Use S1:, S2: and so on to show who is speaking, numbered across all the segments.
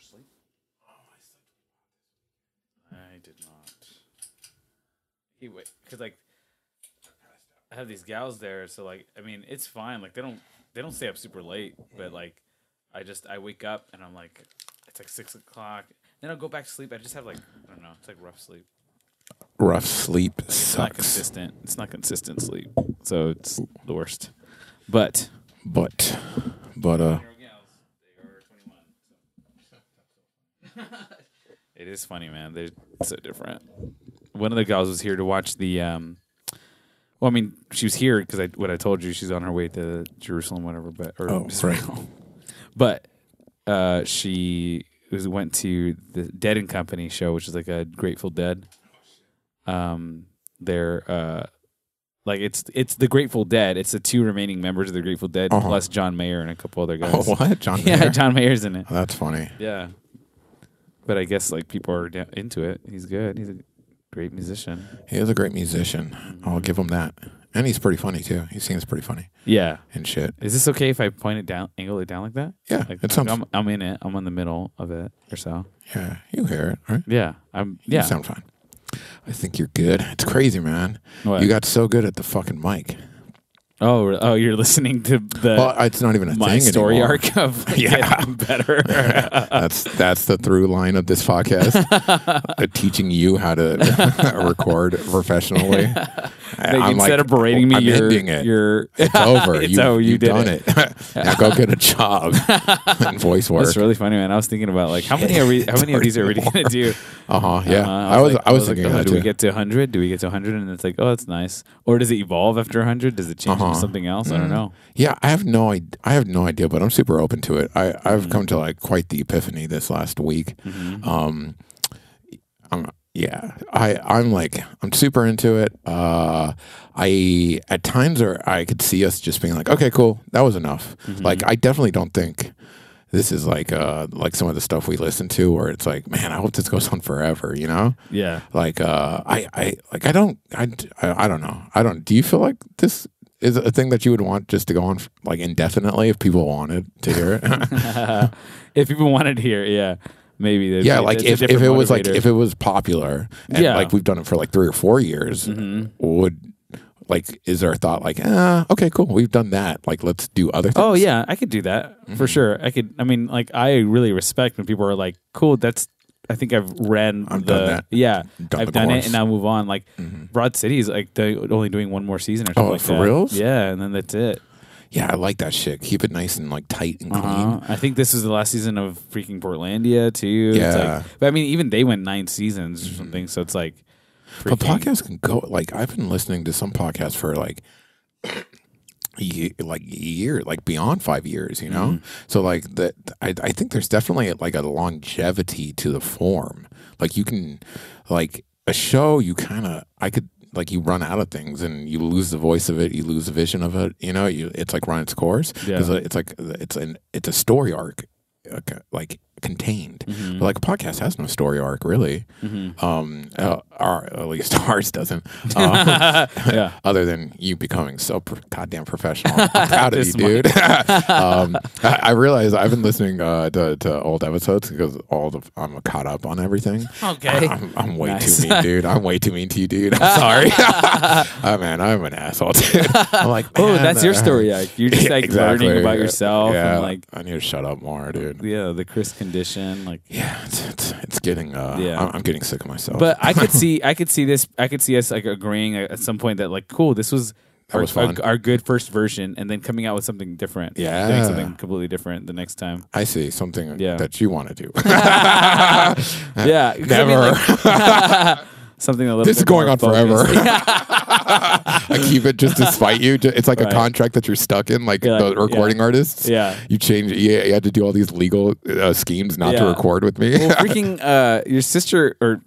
S1: sleep? I did not. He wait because like I have these gals there, so like I mean it's fine. Like they don't they don't stay up super late, but like I just I wake up and I'm like it's like six o'clock. Then I'll go back to sleep. I just have like I don't know. It's like rough sleep.
S2: Rough sleep
S1: It's not
S2: sucks,
S1: consistent. It's not consistent sleep. So it's the worst. But
S2: but but uh,
S1: It is funny, man. They're so different. One of the gals was here to watch the. Um, well, I mean, she was here because I what I told you. She's on her way to Jerusalem, whatever. But or
S2: oh
S1: Israel.
S2: right,
S1: But uh, she was, went to the Dead and Company show, which is like a Grateful Dead. Um, they're uh, like it's it's the Grateful Dead. It's the two remaining members of the Grateful Dead
S2: Uh-huh.
S1: plus John Mayer and a couple other guys.
S2: oh what, John?
S1: yeah,
S2: Mayer?
S1: John Mayer's in it.
S2: Oh, that's funny.
S1: Yeah, but I guess like people are da- into it. He's good. He's a great musician.
S2: He is a great musician. I'll give him that, and he's pretty funny too. He seems pretty funny
S1: Yeah.
S2: and shit.
S1: Is this okay if I point it down, angle it down like that?
S2: Yeah,
S1: Like,
S2: it sounds.
S1: I'm, I'm in it. I'm in the middle of it or so.
S2: yeah, you hear it, right?
S1: Yeah. I'm.
S2: You
S1: Yeah.
S2: sound fine. I think you're good. It's crazy, man.
S1: What?
S2: You got so good at the fucking mic.
S1: Oh, re- oh, you're listening to the
S2: well, it's not even a
S1: Uh, my
S2: thing
S1: story
S2: anymore.
S1: arc of like,
S2: Yeah.
S1: getting better.
S2: That's that's the through line of this podcast. Uh, teaching you how to record professionally.
S1: Like,
S2: I'm
S1: instead
S2: like,
S1: of berating me,
S2: I'm
S1: you're,
S2: ending it.
S1: you're
S2: it's over.
S1: It's-
S2: you,
S1: oh, you
S2: have
S1: did
S2: done it. now go get a job in voice work.
S1: that's really funny, man. I was thinking about like how many are we? How many of these are we gonna do?
S2: uh huh. Yeah,
S1: Uh,
S2: I was
S1: like-
S2: I was
S1: like,
S2: thinking
S1: oh,
S2: that
S1: do
S2: too.
S1: we get to 100? Do we get to 100? And it's like, oh, that's nice. Or does it evolve after 100? Does it change into
S2: Uh-huh.
S1: something else? I don't know.
S2: yeah, I have no I, I have no idea, but I'm super open to it. I I've
S1: Mm-hmm.
S2: come to like quite the epiphany this last week. Um, I'm, yeah, I I'm like I'm super into it. Uh, I at times or I could see us just being like, okay, cool, that was enough. Like I definitely don't think this is like uh like some of the stuff we listen to where it's like, man, I hope this goes on forever. You know,
S1: Yeah.
S2: like uh I I like I don't I I, I don't know. I don't. Do you feel like this? Is a thing that you would want just to go on like indefinitely if people wanted to hear it.
S1: if people wanted to hear, yeah, maybe. There's,
S2: yeah like
S1: there's
S2: if,
S1: a
S2: if it
S1: different
S2: was like
S1: motivator.
S2: if it was popular and
S1: Yeah. Mm-hmm.
S2: like we've done it for like three or four years would like is there a thought like ah okay cool we've done that like let's do other things
S1: Oh yeah, I could do that
S2: Mm-hmm.
S1: for sure. I could. I mean, like I really respect when people are like, "Cool, that's." I think I've read
S2: I've
S1: the
S2: done that.
S1: yeah,
S2: Done
S1: I've
S2: the
S1: done it,
S2: course. Mm-hmm.
S1: and now move on. Like Broad City is like they only doing one more season or something like
S2: Oh, for
S1: that.
S2: reals?
S1: Yeah, and then that's it.
S2: yeah i like that shit keep it nice and like tight and clean
S1: Uh-huh. I think this is the last season of freaking Portlandia too. It's
S2: Yeah. Mm-hmm.
S1: like, but I mean, even they went nine seasons or something. So it's like,
S2: but
S1: freaking-
S2: podcasts can go like i've been listening to some podcasts for like ye- like a year like beyond five years you know so like that I, I think there's definitely like a longevity to the form like you can like a show you kind of i could like you run out of things and you lose the voice of it you lose the vision of it you know you, it's like run its course
S1: Yeah.
S2: 'Cause uh, it's like it's an it's a story arc uh, co- like contained but like a podcast has no story arc really um uh, our at least ours doesn't um,
S1: yeah,
S2: other than you becoming so pr- goddamn professional. I'm proud of you,
S1: This mic.
S2: dude. um, I, I realize I've been listening uh, to, to old episodes because all the I'm caught up on everything.
S1: Okay.
S2: I, am I'm way
S1: Nice.
S2: too mean, dude. I'm way too mean to you, dude. I'm sorry. oh man, I'm an asshole, dude. I'm like,
S1: Oh,
S2: man,
S1: that's your
S2: uh,
S1: story. Like you're just
S2: yeah,
S1: like learning about yourself
S2: Yeah,
S1: and like
S2: I need to shut up more, dude.
S1: yeah, the Chris condition. Like,
S2: Yeah, it's it's, it's getting uh,
S1: Yeah.
S2: I'm, I'm getting sick of myself.
S1: but I could see, I could see this, I could see us like agreeing at some point that like, cool, this was.
S2: That
S1: Our,
S2: was fun.
S1: our, our good first version, and then coming out with something different.
S2: Yeah.
S1: doing something completely different the next time.
S2: I see something
S1: Yeah.
S2: that you want to do.
S1: Yeah, 'cause I mean,
S2: Never.
S1: like, something a little.
S2: this is
S1: bit
S2: going
S1: more
S2: on forever.
S1: focused.
S2: I keep it just to spite you. Ju- It's like
S1: Right.
S2: a contract that you're stuck in, like
S1: You're like,
S2: the recording artists.
S1: Yeah.
S2: you change. Yeah, you had to do all these legal uh, schemes not
S1: Yeah.
S2: to record with me.
S1: well, freaking uh, your sister, or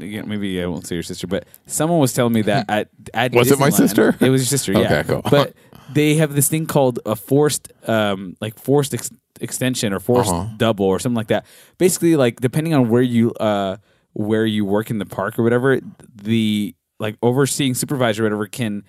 S1: again, maybe I won't say your sister, but someone was telling me that at, at
S2: Was it my
S1: Disneyland-
S2: sister?
S1: It was your sister. Yeah,
S2: Okay, cool.
S1: But they have this thing called a forced, um, like forced ex- extension or forced
S2: Uh-huh.
S1: double or something like that. Basically, like depending on where you uh, where you work in the park or whatever, the like overseeing supervisor or whatever can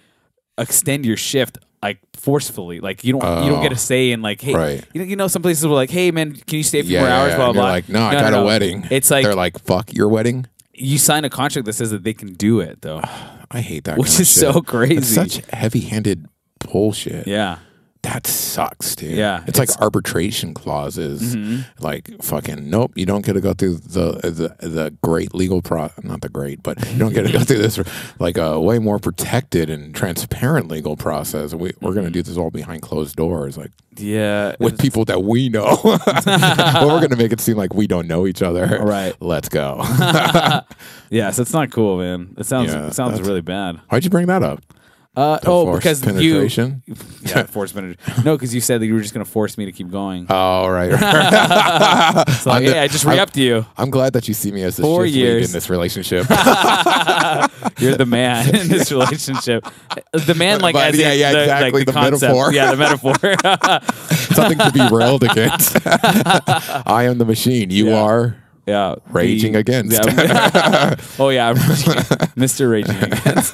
S1: extend your shift like forcefully. Like you don't you don't get a say in like hey
S2: Oh. right.
S1: you know you know some places were like hey man can you stay a few
S2: Yeah,
S1: more
S2: yeah,
S1: hours
S2: yeah.
S1: blah
S2: And
S1: blah.
S2: you're
S1: blah.
S2: like, no, I got a wedding.
S1: It's like
S2: They're like, fuck your wedding.
S1: you sign a contract that says that they can do it though,
S2: I hate that.
S1: which
S2: kind of
S1: is
S2: shit.
S1: so
S2: It's
S1: crazy.
S2: such heavy-handed bullshit.
S1: yeah,
S2: That sucks, dude.
S1: Yeah, Mm-hmm.
S2: It's, like arbitration clauses. Like fucking nope, you don't get to go through the the, the great legal pro not the great, but you don't get to go through this like a way more protected and transparent legal process. We we're
S1: Mm-hmm.
S2: gonna do this all behind closed doors, like
S1: yeah.
S2: with people that we know. well, we're gonna make it seem like we don't know each other.
S1: Right.
S2: Let's go.
S1: Yeah, so it's not cool, man. It sounds
S2: Yeah,
S1: it sounds
S2: that's-
S1: really bad.
S2: Why'd you bring that up?
S1: Uh,
S2: The
S1: oh,
S2: forced
S1: because you
S2: penetration. You...
S1: yeah force penetration. No, because you said that you were just gonna force me to keep going.
S2: Oh right. it's
S1: It's like, hey, I just re upped you.
S2: I'm glad that you see me as the
S1: Four
S2: shift lead
S1: years.
S2: in this relationship.
S1: You're the man in this relationship. The man, like
S2: But-
S1: as
S2: yeah,
S1: in
S2: yeah,
S1: the,
S2: exactly,
S1: like, the,
S2: the
S1: concept.
S2: metaphor.
S1: Yeah, the metaphor.
S2: Something to be railed against. I am the machine. You
S1: Yeah.
S2: are
S1: yeah,
S2: raging
S1: the-
S2: against.
S1: Yeah. oh yeah, I'm Mr. Raging Against.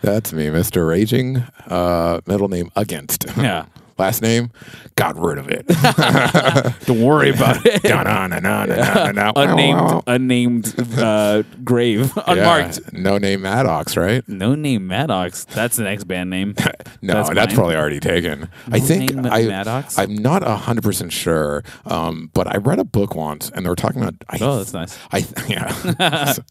S2: That's me, Mr. Raging. Uh, middle name against.
S1: Yeah.
S2: Last name, got rid of it.
S1: Don't worry about it. Unnamed,
S2: Unnamed.
S1: unnamed uh, grave, unmarked.
S2: No name Maddox, right?
S1: No name Maddox. That's the next band name.
S2: No,
S1: That's
S2: that's,
S1: mine.
S2: probably already taken. I think
S1: name
S2: I,
S1: Maddox?
S2: I'm not hundred percent sure, um, but I read a book once, and they were talking about. I
S1: Oh, that's nice.
S2: I th- yeah,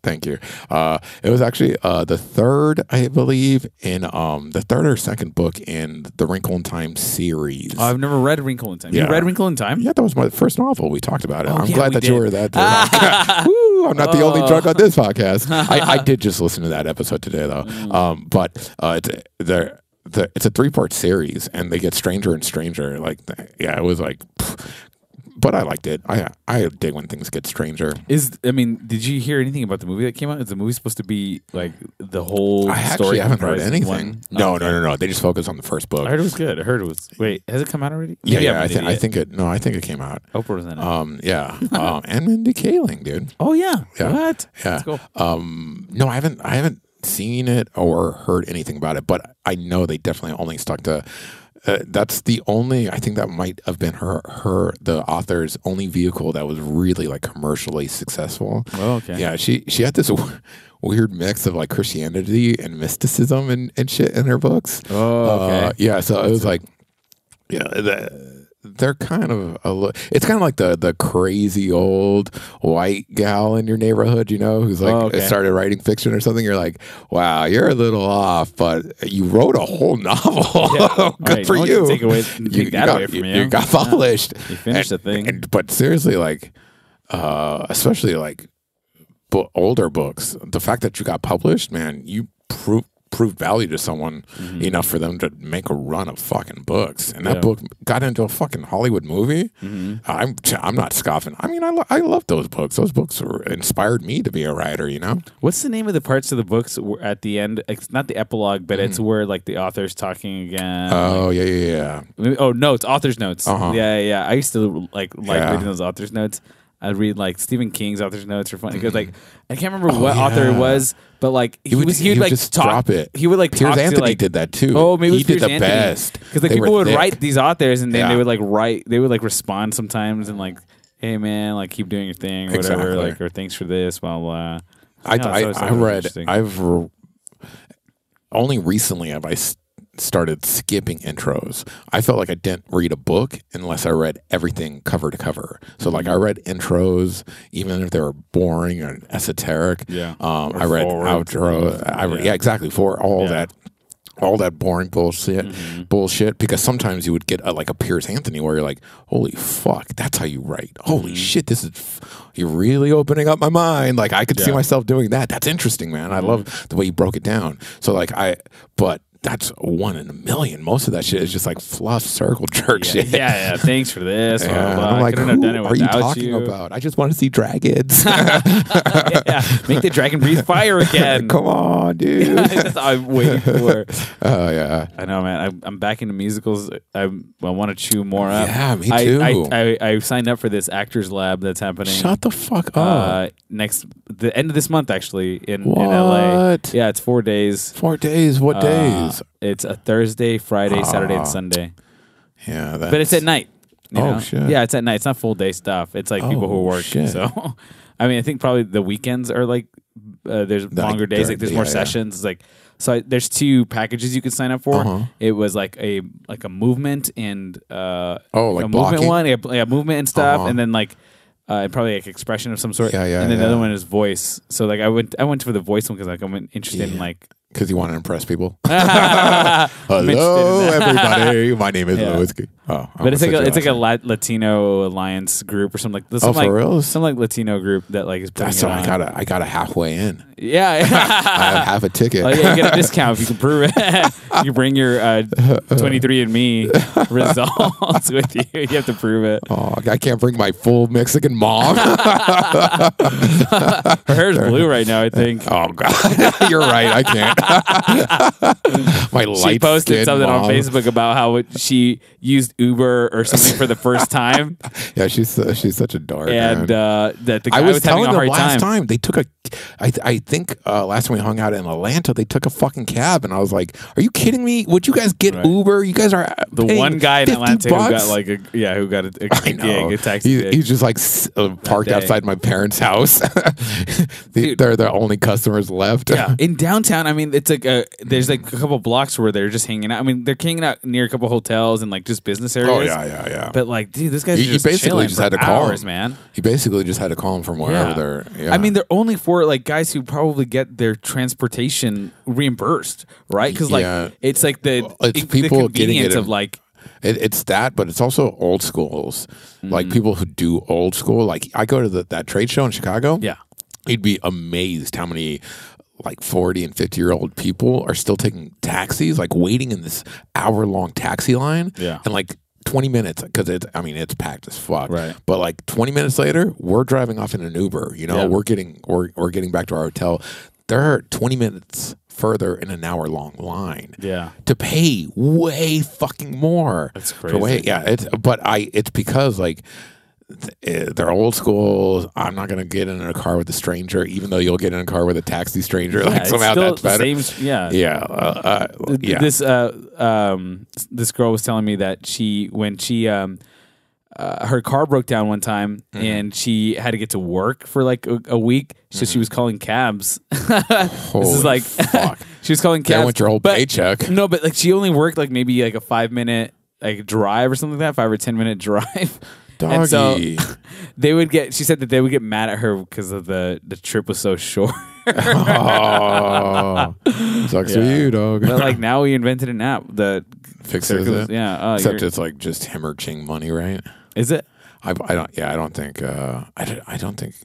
S2: thank you. Uh, it was actually uh, the third, I believe, in um, the third or second book in the Wrinkle in Time series.
S1: Oh, I've never read Wrinkle in Time. You
S2: Yeah.
S1: read Wrinkle in Time?
S2: yeah, that was my first novel. We talked about it. I'm
S1: Oh, yeah,
S2: glad
S1: we
S2: that
S1: did.
S2: you were that. drunk. Woo, I'm not the only drunk on this podcast. I, I did just listen to that episode today, though.
S1: Mm.
S2: Um, but uh, it's, they're, the it's a three part series, and they get stranger and stranger. Like, th- yeah, it was like. pfft. but I liked it. I I dig when things get stranger.
S1: Is I mean, did you hear anything about the movie that came out? Is the movie supposed to be like the whole story?
S2: I actually haven't heard
S1: comprised
S2: anything.
S1: of one?
S2: No, no, no, no. They just focus on the first book.
S1: I heard it was good. I heard it was. Wait, has it come out already?
S2: yeah,
S1: Maybe
S2: yeah.
S1: I'm
S2: I,
S1: an
S2: thi- I
S1: idiot.
S2: think it. No, I think it came out.
S1: Oprah was Oh, in it.
S2: Um, yeah. um, and Mindy Kaling, dude.
S1: oh yeah.
S2: yeah.
S1: What?
S2: Yeah.
S1: That's cool.
S2: Um, no, I haven't. I haven't seen it or heard anything about it, but I know they definitely only stuck to. Uh, that's the only. I think that might have been her, her, the author's only vehicle that was really like commercially successful.
S1: Oh, okay.
S2: Yeah, she she had this w- weird mix of like Christianity and mysticism and, and shit in her books.
S1: Oh, okay.
S2: Uh, yeah, so it was like, yeah, the, they're kind of a. li- It's kind of like the the crazy old white gal in your neighborhood, you know, who's like
S1: Oh, okay.
S2: started writing fiction or something. You're like, wow, you're a little off, but you wrote a whole novel. oh, Good
S1: Alright,
S2: for
S1: no one
S2: you.
S1: can Take, away, take that
S2: got,
S1: away from you.
S2: You, got published.
S1: You finished
S2: And-
S1: the thing.
S2: and- but seriously, like, uh, especially like bo- older books, the fact that you got published, man, you proved proved value to someone enough for them to make a run of fucking books. And that
S1: Mm-hmm. Yeah. Mm-hmm.
S2: book got into a fucking Hollywood movie. I'm I'm not scoffing. I mean, I, lo- I love those books. Those books were, inspired me to be a writer, you know?
S1: What's the name of the parts of the books where at the end? It's not the epilogue, but
S2: Mm-hmm.
S1: it's where like the author's talking again.
S2: Oh, yeah, yeah, yeah.
S1: Maybe- Oh, notes, author's notes.
S2: Uh-huh.
S1: Yeah, yeah, yeah. I used to like like
S2: Yeah.
S1: reading those author's notes. I'd read like Stephen King's author's notes or funny because like I can't remember what author it
S2: Mm-hmm. Oh, yeah.
S1: was, but like he,
S2: would-
S1: was he
S2: he
S1: would
S2: would
S1: like
S2: just
S1: talk,
S2: drop it.
S1: He would like
S2: Piers
S1: talk to,
S2: Anthony
S1: like-
S2: did that too.
S1: Oh, maybe it
S2: he
S1: was
S2: did the
S1: Piers Anthony.
S2: best.
S1: because like
S2: They
S1: people
S2: were
S1: would
S2: thick.
S1: write these authors and then they
S2: Yeah.
S1: would like write they would like respond sometimes and like hey man like keep doing your thing or whatever
S2: Exactly.
S1: like or thanks for this blah blah. Yeah,
S2: I,
S1: it's
S2: I,
S1: always
S2: I
S1: something
S2: read.
S1: interesting.
S2: I've re- only recently have I s- started skipping intros. I felt like I didn't read a book unless I read everything cover to cover. So like
S1: Mm-hmm.
S2: I read intros, even if they were boring or esoteric.
S1: Yeah.
S2: Um,
S1: Or
S2: I read
S1: forward.
S2: outro. I re- yeah. exactly. For all
S1: Yeah.
S2: that. All that boring bullshit,
S1: Mm-hmm.
S2: bullshit. Because sometimes you would get a, like a Piers Anthony, where you're like, "Holy fuck, that's how you write." Holy
S1: Mm-hmm.
S2: shit, this is f- you're really opening up my mind. Like I could see
S1: Yeah. Mm-hmm.
S2: myself doing that. That's interesting, man. I love the way you broke it down. So like I, but that's one in a million. Most of that shit is just like fluff, circle jerk
S1: Yeah,
S2: shit.
S1: yeah, yeah, thanks for this. Blah,
S2: Yeah,
S1: blah,
S2: and
S1: blah.
S2: I'm
S1: I
S2: like,
S1: couldn't have
S2: who
S1: done it
S2: are you
S1: without
S2: talking about? I just want to see dragons.
S1: yeah, make the dragon breathe fire again.
S2: Come on, dude.
S1: That's what I'm waiting for.
S2: Oh yeah.
S1: I know, man. I'm, I'm back into musicals. I, I want to chew more up.
S2: Yeah, me
S1: I-
S2: too.
S1: I, I, I signed up for this actors lab that's happening.
S2: Shut the fuck up.
S1: uh, next the end of this month actually in, in LA.
S2: What?
S1: Yeah, it's four days.
S2: Four days. What
S1: Uh,
S2: Thursdays?
S1: It's a Thursday, Friday, Saturday,
S2: Ah.
S1: and Sunday.
S2: Yeah, that's,
S1: But it's at night. you
S2: Oh,
S1: know?
S2: shit.
S1: Yeah, it's at night. It's not full day stuff. It's like people who
S2: Oh,
S1: work.
S2: shit.
S1: So, I mean, I think probably the weekends are like uh, there's longer days.
S2: during-
S1: Like there's more
S2: yeah, yeah.
S1: sessions. It's Like so, I, there's two packages you could sign up for.
S2: Uh-huh.
S1: It was like a like a movement and uh,
S2: Oh, like
S1: a movement
S2: blocking?
S1: one, yeah, yeah, movement and stuff,
S2: Uh-huh.
S1: and then like. Uh, probably like expression of some sort,
S2: Yeah, yeah,
S1: and then the
S2: yeah.
S1: other one is voice. So like I went, I went for the voice one because like I'm interested in
S2: Yeah.
S1: like
S2: because you want to impress people.
S1: I'm
S2: Hello,
S1: interested in that.
S2: everybody. My name is
S1: Yeah.
S2: Lewinsky. Oh,
S1: But it's like a, it's like a Lat- Latino alliance group or something like some
S2: Oh, for
S1: like
S2: real?
S1: some like Latino group that like is putting
S2: That's
S1: it
S2: what I
S1: on.
S2: got. I got a halfway in. I
S1: Yeah,
S2: have half a ticket.
S1: oh, yeah, you get a discount if you can prove it. you bring your uh, 23andMe results with you. You have to prove it.
S2: Oh, I can't bring my full Mexican mom.
S1: Her hair's blue right now, I think.
S2: oh God, you're right. I can't. my light
S1: She posted
S2: skin
S1: something on
S2: mom.
S1: Facebook about how it, she used Uber or something for the first time,
S2: Yeah, she's uh, she's such a dart. man.
S1: and uh, that the guy
S2: I was,
S1: having
S2: telling
S1: a
S2: them
S1: hard time.
S2: last time. they took a. I I think uh, last time we hung out in Atlanta, they took a fucking cab, and I was like, "Are you kidding me? Would you guys get
S1: Right.
S2: Uber? You guys are
S1: The
S2: paying
S1: one guy in
S2: 50
S1: Atlanta who got
S2: bucks?"
S1: like a yeah who got a, a
S2: I know.
S1: gig, a taxi
S2: he's,
S1: gig.
S2: he's just like s- uh, parked
S1: day.
S2: outside my parents' house. they,
S1: Dude.
S2: they're the only customers left.
S1: yeah. In downtown, I mean, it's like a, there's like a couple blocks where they're just hanging out. I mean, they're hanging out near a couple hotels and like just business areas.
S2: oh yeah, yeah, yeah.
S1: But like, dude, this guy's
S2: You- you
S1: just
S2: basically
S1: chilling
S2: just
S1: for
S2: had to call
S1: hours,
S2: him.
S1: man.
S2: he basically just had to call him from wherever they're. Yeah.
S1: I mean, they're only for like guys who probably get their transportation reimbursed, right? Because like,
S2: Yeah.
S1: it's like the
S2: It's
S1: the
S2: people getting it
S1: convenience
S2: in-
S1: of like,
S2: It, it's that, but it's also old schools,
S1: Mm-hmm.
S2: like people who do old school. Like I go to the, that trade show in Chicago.
S1: yeah,
S2: you'd be amazed how many like 40 and 50 year old people are still taking taxis like waiting in this hour long taxi line
S1: Yeah.
S2: and like 20 minutes because it's i mean it's packed as fuck
S1: Right.
S2: but like 20 minutes later we're driving off in an uber you know
S1: Yeah.
S2: we're getting we're, we're getting back to our hotel they're 20 minutes further in an hour long line
S1: yeah,
S2: to pay way fucking more.
S1: That's
S2: for
S1: crazy.
S2: way- yeah, it's but I it's because like th- eh, they're old school. I'm not gonna get in a car with a stranger, even though you'll get in a car with a taxi stranger. like
S1: it's
S2: somehow
S1: still
S2: that's
S1: the
S2: better.
S1: Same, yeah,
S2: Yeah, uh, uh,
S1: Th-
S2: yeah.
S1: this uh um s- this girl was telling me that she when she um uh, her car broke down one time
S2: Mm-hmm.
S1: and she had to get to work for like a, a week so she was calling cabs this
S2: Mm-hmm. Holy
S1: is like
S2: fuck.
S1: she was calling cabs
S2: There went your whole
S1: but,
S2: paycheck.
S1: no but like she only worked like maybe like a five minute like drive or something like that five or ten minute drive and so
S2: Doggy.
S1: they would get she said that they would get mad at her because of the the trip was so short
S2: oh, sucks for
S1: Yeah.
S2: you, dog.
S1: but like now we invented an app that
S2: Fixes it.
S1: yeah uh,
S2: Except
S1: you're-
S2: it's like just hemorrhaging money, right?
S1: is it
S2: I, I don't. Yeah, I don't think. Uh, I, don't- I don't think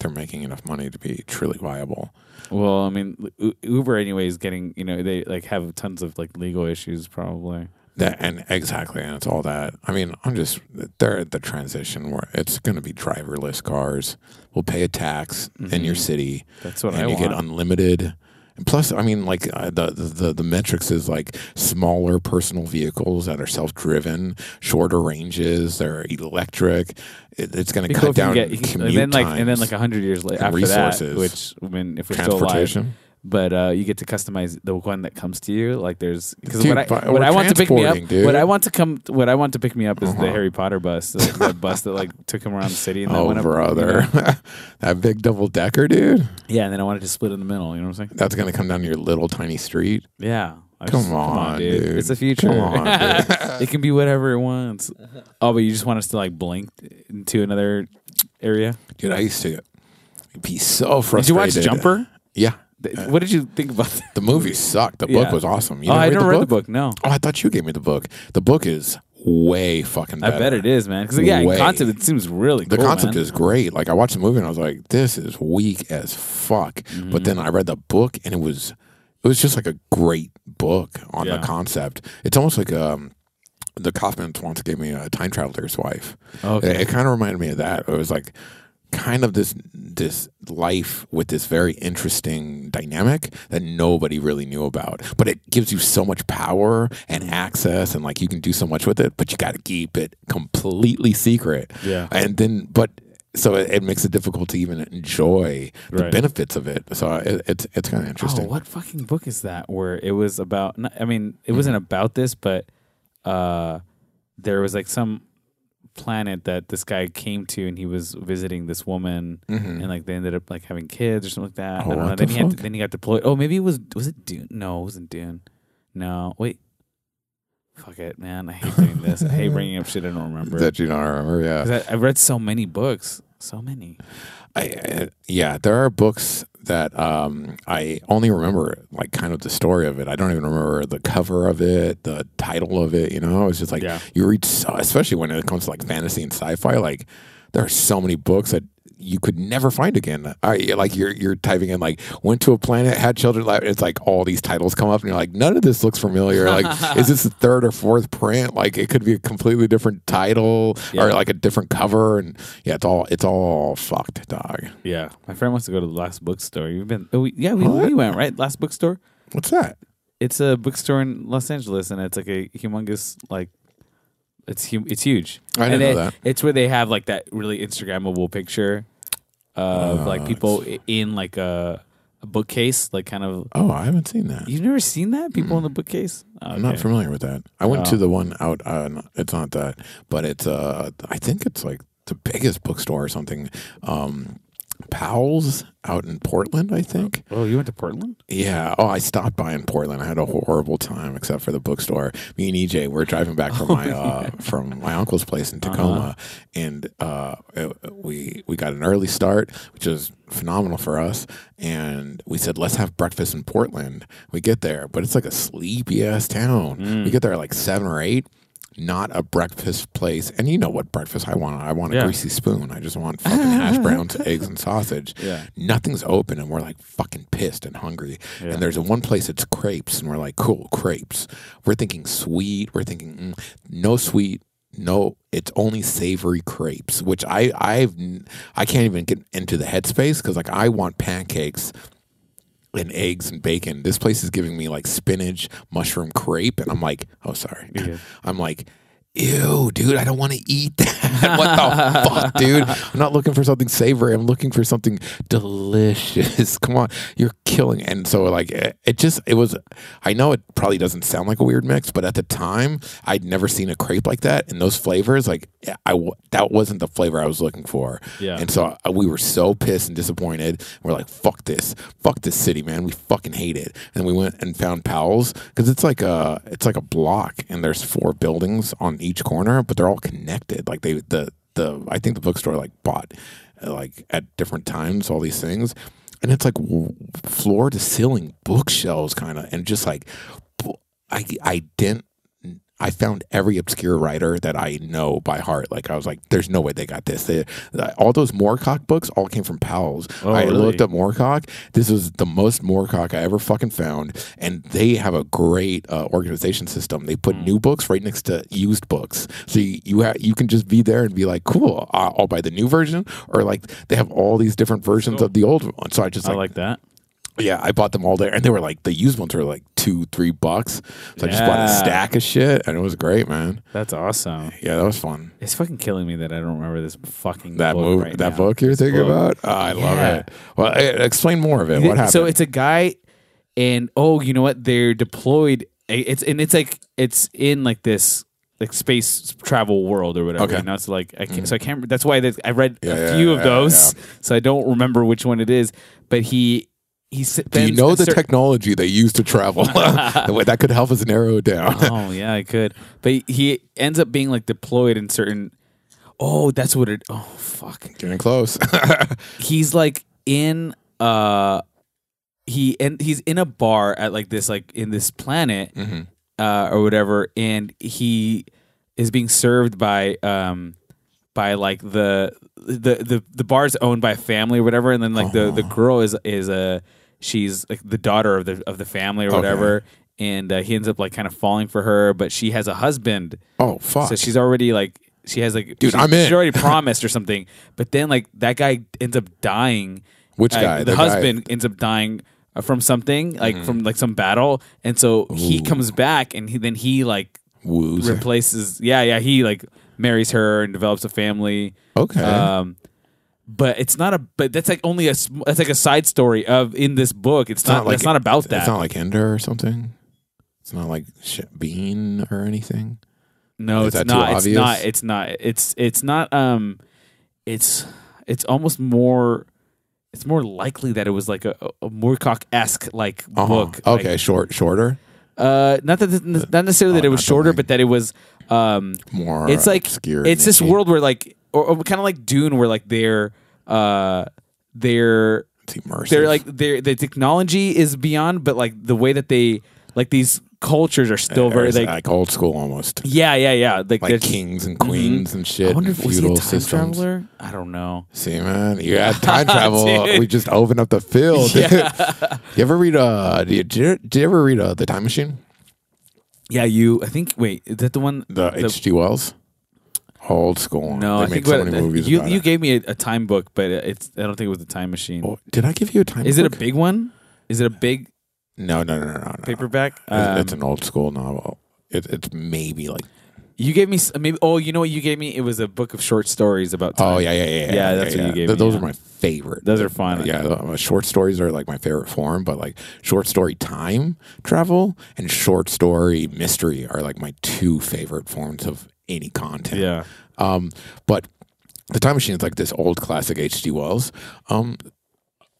S2: they're making enough money to be truly viable.
S1: Well, I mean, U- Uber anyway is getting you know they like have tons of like legal issues probably.
S2: That and exactly, and it's all that. I mean, I'm just they're at the transition where it's going to be driverless cars. We'll pay a tax in your city,
S1: Mm-hmm. That's what
S2: and
S1: I
S2: you
S1: want.
S2: get unlimited. And plus, I mean, like uh, the, the the the metrics is like smaller personal vehicles that are self driven, shorter ranges. They're electric. It, it's going
S1: Be
S2: to
S1: cool if
S2: cut
S1: you
S2: down
S1: can get-
S2: commute
S1: and then like
S2: times.
S1: and then like a hundred years later after that,
S2: resources.
S1: which I mean, if we're still alive,
S2: transportation.
S1: but uh, you get to customize the one that comes to you. Like there's because
S2: Dude,
S1: what I
S2: but
S1: what
S2: we're
S1: I want to pick me up,
S2: transporting, dude. Uh-huh.
S1: what I want to come, what I want to pick me up is the Harry Potter bus, the, the bus that like took him around the city and then
S2: Oh
S1: went up, you
S2: brother,
S1: know?
S2: that big double decker, dude.
S1: yeah, and then I wanted to split in the middle. You know what I'm saying?
S2: That's gonna come down your little tiny street.
S1: Yeah. I
S2: Come on, dude.
S1: It's the future.
S2: Come on,
S1: it can be whatever it wants. Oh, but you just want us to like blink into another area?
S2: Dude, I used to be so
S1: Did you
S2: frustrated.
S1: watch Jumper?
S2: Yeah,
S1: Th- What did you think about that?
S2: the movie sucked. The
S1: Yeah.
S2: book was awesome. You
S1: Oh,
S2: didn't
S1: I
S2: read
S1: never
S2: the
S1: read
S2: book?
S1: the book. No.
S2: Oh, I thought you gave me the book. The book is way fucking. Better.
S1: I bet it is, man. Because yeah, in
S2: Way.
S1: concept it seems really
S2: The
S1: cool.
S2: concept
S1: man.
S2: is great. Like I watched the movie and I was like, "This is weak as fuck."
S1: Mm-hmm.
S2: But then I read the book and it was, it was just like a great book on
S1: Yeah.
S2: the concept. It's almost like um, the Kaufmans once gave me a time traveler's wife.
S1: Okay.
S2: It, kind of reminded me of that. It was like kind of this this life with this very interesting dynamic that nobody really knew about. But it gives you so much power and
S1: Mm.
S2: access and like you can do so much with it, but you got to keep it completely secret.
S1: Yeah.
S2: And then but so it, it makes it difficult to even enjoy the
S1: Right.
S2: benefits of it. So uh, it, it's it's kind of
S1: Oh,
S2: interesting.
S1: what fucking book is that? Where it was about? n- I mean, it wasn't
S2: Mm-hmm.
S1: about this, but uh, there was like some planet that this guy came to, and he was visiting this woman,
S2: Mm-hmm.
S1: and like they ended up like having kids or something like that.
S2: Mm. Oh,
S1: I don't know.
S2: what
S1: Then
S2: the
S1: he had to,
S2: fuck?
S1: then he got deployed. Oh, maybe it was was it Dune? No, it wasn't Dune. No, wait. Fuck it, man. I hate doing this. I hate bringing up shit I don't remember.
S2: that you don't remember? Yeah,
S1: 'Cause I, I've read so many books, so many.
S2: I, I, yeah, there are books that um, I only remember like kind of the story of it. I don't even remember the cover of it, the title of it. You know, it's just like
S1: Yeah.
S2: you read, so, especially when it comes to like fantasy and sci-fi. Like there are so many books that you could never find again. I, like you're you're typing in like went to a planet, had children. Like, it's like all these titles come up, and you're like, none of this looks familiar. Like, is this the third or fourth print? Like it could be a completely different title or
S1: Yeah.
S2: like a different cover, and yeah, it's all it's all fucked, dog.
S1: Yeah, my friend wants to go to the last bookstore. You've been? Oh, we, yeah, we,
S2: What?
S1: we went right last bookstore.
S2: What's that?
S1: It's a bookstore in Los Angeles, and it's like a humongous like. It's hu- it's huge.
S2: I didn't
S1: And
S2: know
S1: it-
S2: that.
S1: It's where they have like that really Instagrammable picture of
S2: Oh,
S1: like people i- in like a, a bookcase, like kind of.
S2: Oh, I haven't seen that.
S1: You've never seen that people in the bookcase?
S2: I'm not
S1: Okay.
S2: familiar with that. I went to the one out. Uh, n- it's not that, but it's. Uh, I think it's like the biggest bookstore or something. Um, Powell's out in Portland, I think.
S1: Oh, you went to Portland?
S2: Yeah. Oh, I stopped by in Portland. I had a horrible time, except for the bookstore. Me and EJ were driving back from my uh, from my uncle's place in Tacoma, and uh, it- we we got an early start, which was phenomenal for us. And we said, let's have breakfast in Portland. We get there, but it's like a sleepy ass town. We get there at like seven or eight. Not a breakfast place, and you know what breakfast I want. I want a
S1: Yeah.
S2: greasy spoon. I just want fucking hash browns, eggs, and sausage
S1: Yeah.
S2: nothing's open and we're like fucking pissed and hungry.
S1: Yeah.
S2: And there's one place that's crepes and we're like, cool, crepes. We're thinking sweet. We're thinking mm, no sweet. No, it's only savory crepes, which I I've n- I can't even get into the headspace because like I want pancakes and eggs and bacon. This place is giving me like spinach, mushroom crepe, and I'm like, oh sorry,
S1: good.
S2: I'm like. Ew, dude, I don't want to eat that. what the fuck, dude? I'm not looking for something savory. I'm looking for something delicious. Come on, you're killing. And so, like, it, it just, it was, I know it probably doesn't sound like a weird mix, but at the time, I'd never seen a crepe like that. And those flavors, like, I, w- that wasn't the flavor I was looking for.
S1: Yeah.
S2: And so uh, we were so pissed and disappointed. We're like, fuck this, fuck this city, man. We fucking hate it. And we went and found Powell's because it's like a it's like a block, and there's four buildings on each corner, but they're all connected. Like they the the I think the bookstore like bought uh, like at different times all these things, and it's like w- floor to ceiling bookshelves kind of, and just like bu- I I didn't I found every obscure writer that I know by heart. Like I was like, there's no way they got this. They, all those Moorcock books all came from Powell's.
S1: Oh,
S2: I
S1: really?
S2: looked up Moorcock. This was the most Moorcock I ever fucking found. And they have a great uh, organization system. They
S1: Hmm.
S2: put new books right next to used books, so you you, ha- you can just be there and be like, cool, I- I'll buy the new version, or like they have all these different versions of the old one. So I just
S1: I
S2: like,
S1: like that.
S2: yeah, I bought them all there, and they were like the used ones were like two, three bucks. So I just bought a
S1: Yeah.
S2: stack of shit, and it was great, man.
S1: That's awesome.
S2: Yeah, that was fun.
S1: It's fucking killing me that I don't remember this fucking
S2: That
S1: book
S2: movie,
S1: right
S2: that
S1: now.
S2: book you're thinking
S1: Book.
S2: about. Oh, I love
S1: Yeah.
S2: it. Well, eh, explain more of it.
S1: Th-
S2: What happened?
S1: So it's a guy, and oh, you know what? They're deployed. I- It's and it's like it's in like this like space travel world or whatever.
S2: Okay. Mm-hmm.
S1: You know, it's like I can't, so I can't. That's why there's- I read
S2: Yeah,
S1: a
S2: yeah,
S1: few of
S2: yeah,
S1: those, so I don't remember which one it is. But he he. s-
S2: Do you
S1: spends
S2: know
S1: a
S2: the
S1: cer-
S2: technology they use to travel? that could help us narrow it down.
S1: oh yeah, I could. But he ends up being like deployed in certain. Oh, that's what it. Oh fuck.
S2: Getting close.
S1: he's like in uh he and he's in a bar at like this like in this planet uh or whatever and he is being served by um by like the the the, the bar's owned by a family or whatever and then like the the girl is is a she's like the daughter of the of the family or whatever and uh, he ends up like kind of falling for her but she has a husband
S2: oh fuck!
S1: so she's already like she has like
S2: Dude,
S1: she's-
S2: I'm in.
S1: She's already promised or something, but then like that guy ends up dying.
S2: Which
S1: Uh,
S2: guy? Mm-hmm.
S1: The,
S2: The guy-
S1: husband ends up dying uh, from something like from like some battle, and so he comes back, and he, then he like
S2: Woos.
S1: replaces. Yeah, yeah. He like marries her and develops a family.
S2: okay.
S1: Um, but it's not a but that's like only a sm- that's like a side story of in this book. uh, It's, not,
S2: not like-
S1: that's not about that.
S2: It's not like Ender or something. It's not like Sh- Bean or anything.
S1: No,
S2: Is
S1: it's
S2: that too
S1: not. It's
S2: obvious?
S1: not. It's not. It's it's not. Um, it's it's almost more. It's more likely that it was like a, a Moorcock esque like
S2: Uh-huh.
S1: book. like,
S2: Okay, short, shorter,
S1: uh, not that not necessarily that
S2: Oh,
S1: it was
S2: not the
S1: shorter,
S2: length.
S1: but that it was. Um,
S2: more.
S1: it's like
S2: obscure.
S1: it's this
S2: niche-y.
S1: world where like or, or kind of like Dune, where like they're uh they're
S2: It's immersive.
S1: they're like they're the technology is beyond, but like the way that they like these cultures are still very
S2: It's
S1: like.
S2: old school almost,
S1: yeah, yeah, yeah. Like,
S2: like
S1: there's-
S2: kings and queens and shit.
S1: Mm-hmm. I wonder
S2: and
S1: if was he a
S2: feudal
S1: time
S2: systems.
S1: traveler? I don't know.
S2: See, man, you had time travel.
S1: Dude.
S2: we just opened up the field. you ever read uh? Do you, do you, do you ever read uh, the Time Machine?
S1: Yeah, you. I think. Wait, is that the one?
S2: The H.G. Wells. Old school.
S1: no,
S2: they
S1: I
S2: make
S1: think
S2: so
S1: what-
S2: many movies.
S1: you
S2: about
S1: you
S2: it.
S1: gave me a, a time book, but it's. I don't think it was the time machine.
S2: Oh, Did I give you a time?
S1: Is it a
S2: book?
S1: big one? Is it a big
S2: No, no, no, no, no. no.
S1: paperback?
S2: It's- it's
S1: Um,
S2: an old school novel. It, it's maybe like
S1: you gave me s- maybe. Oh, you know what you gave me? It was a book of short stories about. Time.
S2: oh yeah yeah yeah
S1: Yeah, that's what you gave
S2: Th-
S1: me,
S2: Those
S1: yeah.
S2: are my favorite.
S1: those are fun.
S2: yeah, uh, short stories are like my favorite form, but like short story time travel and short story mystery are like my two favorite forms of any content.
S1: yeah.
S2: Um, but the time machine is like this old classic H.G. Wells. Um,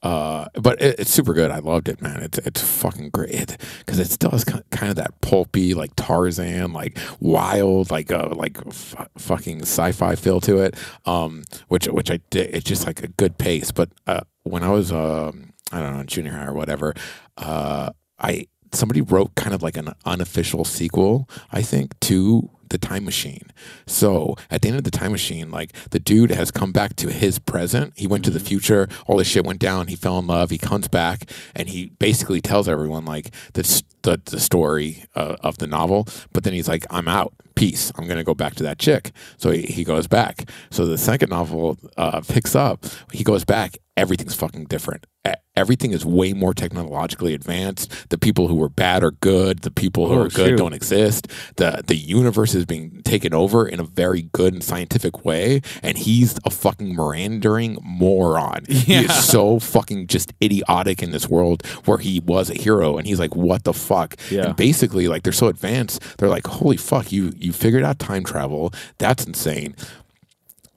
S2: uh, but it, it's super good. I loved it, man. It's it's fucking great because it still has ki- kind of that pulpy, like Tarzan, like wild, like uh, like f- fucking sci-fi feel to it. Um, which which I did. It's just like a good pace. But uh, when I was um, I don't know, in junior high or whatever, uh, I somebody wrote kind of like an unofficial sequel, I think, to the time machine. So at the end of the time machine, like the dude has come back to his present. He went to the future. All this shit went down. He fell in love. He comes back and he basically tells everyone like the s- the, the story uh, of the novel. But then he's like, "I'm out. Peace. I'm gonna go back to that chick." So he, he goes back. So the second novel uh, picks up. He goes back. Everything's fucking different. E- Everything is way more technologically advanced. The people who were bad are good. The people who
S1: Oh,
S2: are good
S1: shoot.
S2: don't don't exist. The the universe is being taken over in a very good and scientific way, and he's a fucking Mirandering moron. He
S1: Yeah.
S2: is so fucking just idiotic in this world where he was a hero, and he's like, what the fuck?
S1: Yeah.
S2: And basically, like they're so advanced, they're like, holy fuck, you you figured out time travel. That's insane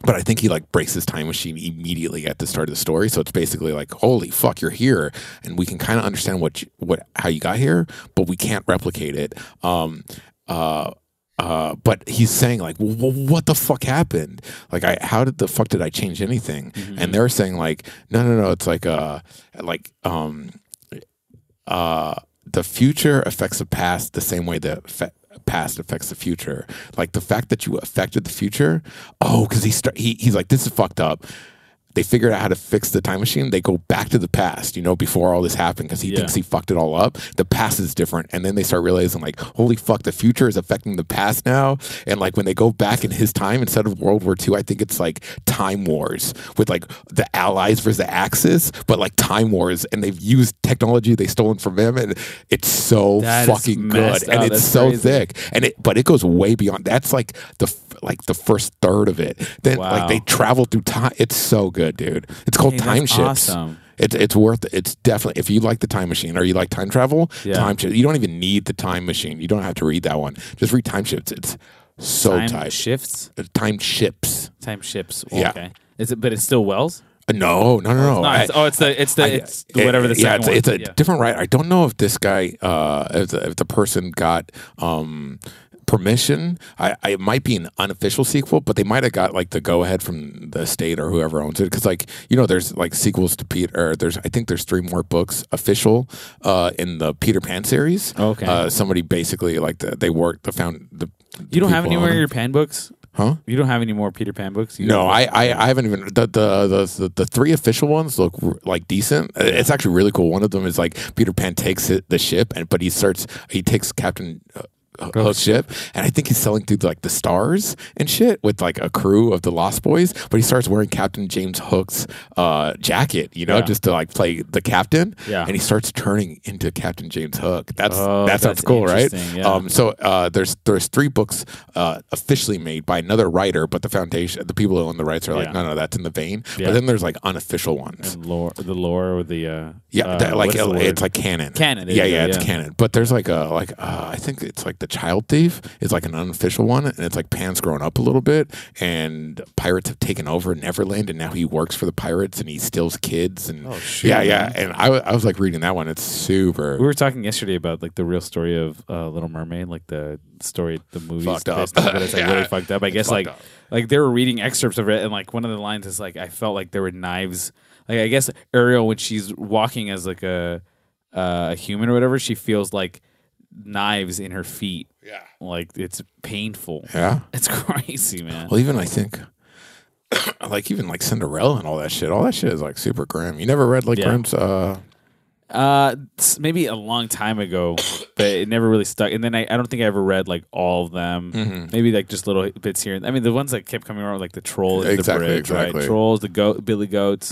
S2: but I think he like breaks his time machine immediately at the start of the story. So it's basically like, holy fuck, you're here, and we can kind of understand what you, what how you got here, but we can't replicate it. Um, uh, uh, but he's saying like, well, what the fuck happened? Like, I how did the fuck did I change anything? And they're saying like, no, no, no, it's like uh, like um, uh, the future affects the past the same way the fe- past affects the future. Like the fact that you affected the future. Oh, because he, start, he he's like, this is fucked up. They figured out how to fix the time machine. They go back to the past, you know, before all this happened, because he
S1: Yeah.
S2: thinks he fucked it all up. The past is different, and then they start realizing, like, holy fuck, the future is affecting the past now. And like when they go back in his time, instead of World War II, I think it's like Time Wars with like the Allies versus the Axis, but like Time Wars, and they've used technology they stolen from him, and it's so
S1: That is
S2: fucking
S1: messed
S2: good, and
S1: up.
S2: it's
S1: That's
S2: so
S1: crazy.
S2: thick, and it but it goes way beyond. That's like the f- like the first third of it. Then
S1: Wow.
S2: like they travel through time. It's so good, dude. It's called
S1: Hey, that's
S2: Time Ships.
S1: awesome.
S2: It's it's worth it's definitely if you like the time machine or you like time travel,
S1: Yeah.
S2: time shift. You don't even need the time machine. You don't have to read that one. Just read time shifts. It's so
S1: Time
S2: tight.
S1: shifts.
S2: Uh, time ships.
S1: Time ships.
S2: Yeah.
S1: Okay. Is it? But it's still Wells.
S2: Uh, No, no, no, no.
S1: No, it's, oh, it's the it's the it's the- whatever the
S2: yeah,
S1: second
S2: it's, it's
S1: one.
S2: a different writer. I don't know if this guy, uh, if, the, if the person got um, permission. I, I it might be an unofficial sequel, but they might have got like the go ahead from the state or whoever owns it. Because like you know, there's like sequels to Peter. Or there's I think there's three more books official uh, in the Peter Pan series.
S1: Okay.
S2: uh, somebody basically like the, they worked the found the.
S1: you don't have any
S2: people
S1: more
S2: on
S1: of
S2: it.
S1: your Pan books.
S2: Huh?
S1: You don't have any more Peter Pan books. You
S2: No, I, I, I haven't even the, the the the the three official ones look r- like decent. Uh, It's actually really cool. One of them is like Peter Pan takes it, the ship, and but he starts he takes Captain uh, a ship, and I think he's selling through like the stars and shit with like a crew of the Lost Boys. But he starts wearing Captain James Hook's uh, jacket, you know,
S1: Yeah.
S2: just to like play the captain.
S1: Yeah.
S2: and he starts turning into Captain James Hook. That's
S1: Oh,
S2: that sounds
S1: that's
S2: cool, right?
S1: interesting, yeah.
S2: Um, so uh, there's there's three books uh, officially made by another writer, but the foundation, the people who own the rights are like,
S1: Yeah.
S2: no, no, that's in the vein.
S1: Yeah.
S2: But then there's like unofficial ones.
S1: And lore, the lore with the uh,
S2: Yeah,
S1: uh,
S2: that, like
S1: what's the word?
S2: it's like canon.
S1: Canon, there
S2: Yeah,
S1: you go,
S2: yeah, it's
S1: yeah.
S2: canon. But there's like a like uh, I think it's like the child thief is like an unofficial one, and it's like Pan's grown up a little bit, and pirates have taken over Neverland, and now he works for the pirates, and he steals kids, and
S1: Oh, shit,
S2: yeah, yeah.
S1: man.
S2: And I, wa- I was like reading that one. It's super
S1: we were talking yesterday about like the real story of uh, Little Mermaid, like the story, the movie
S2: Fucked up.
S1: but it's like really
S2: Yeah.
S1: fucked up. I guess
S2: fucked
S1: like
S2: up.
S1: like they were reading excerpts of it, and like one of the lines is like I felt like there were knives. Like I guess Ariel when she's walking as like a uh, a human or whatever, she feels like knives in her feet.
S2: yeah,
S1: Like it's painful.
S2: yeah.
S1: It's crazy, man.
S2: Well, even I think. like even like Cinderella and all that shit. All that shit is like super grim. You never read like
S1: Yeah.
S2: Grimm's uh
S1: Uh, s- maybe a long time ago, but it never really stuck. And then I, I don't think I ever read like all of them.
S2: Mm-hmm.
S1: Maybe like just little bits here. and I mean, the ones that kept coming around, like the troll, in
S2: Exactly,
S1: the bridge,
S2: exactly. Mm-hmm.
S1: right? Trolls, the goat, Billy Goats.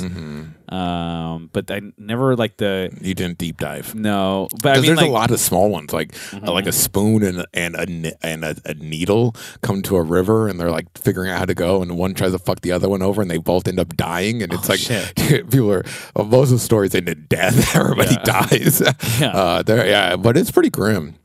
S1: Um, but I never like the
S2: you didn't deep dive.
S1: no. But I
S2: Because
S1: mean,
S2: there's
S1: like Mm-hmm,
S2: a lot of small ones, like uh, like a spoon and and a ne- and a, a needle come to a river, and they're like figuring out how to go, and one tries to fuck the other one over, and they both end up dying, and it's like
S1: Oh, shit.
S2: people are uh, most of the stories end in death. Everybody
S1: Yeah.
S2: dies.
S1: Yeah.
S2: Uh, there, yeah, but it's pretty grim.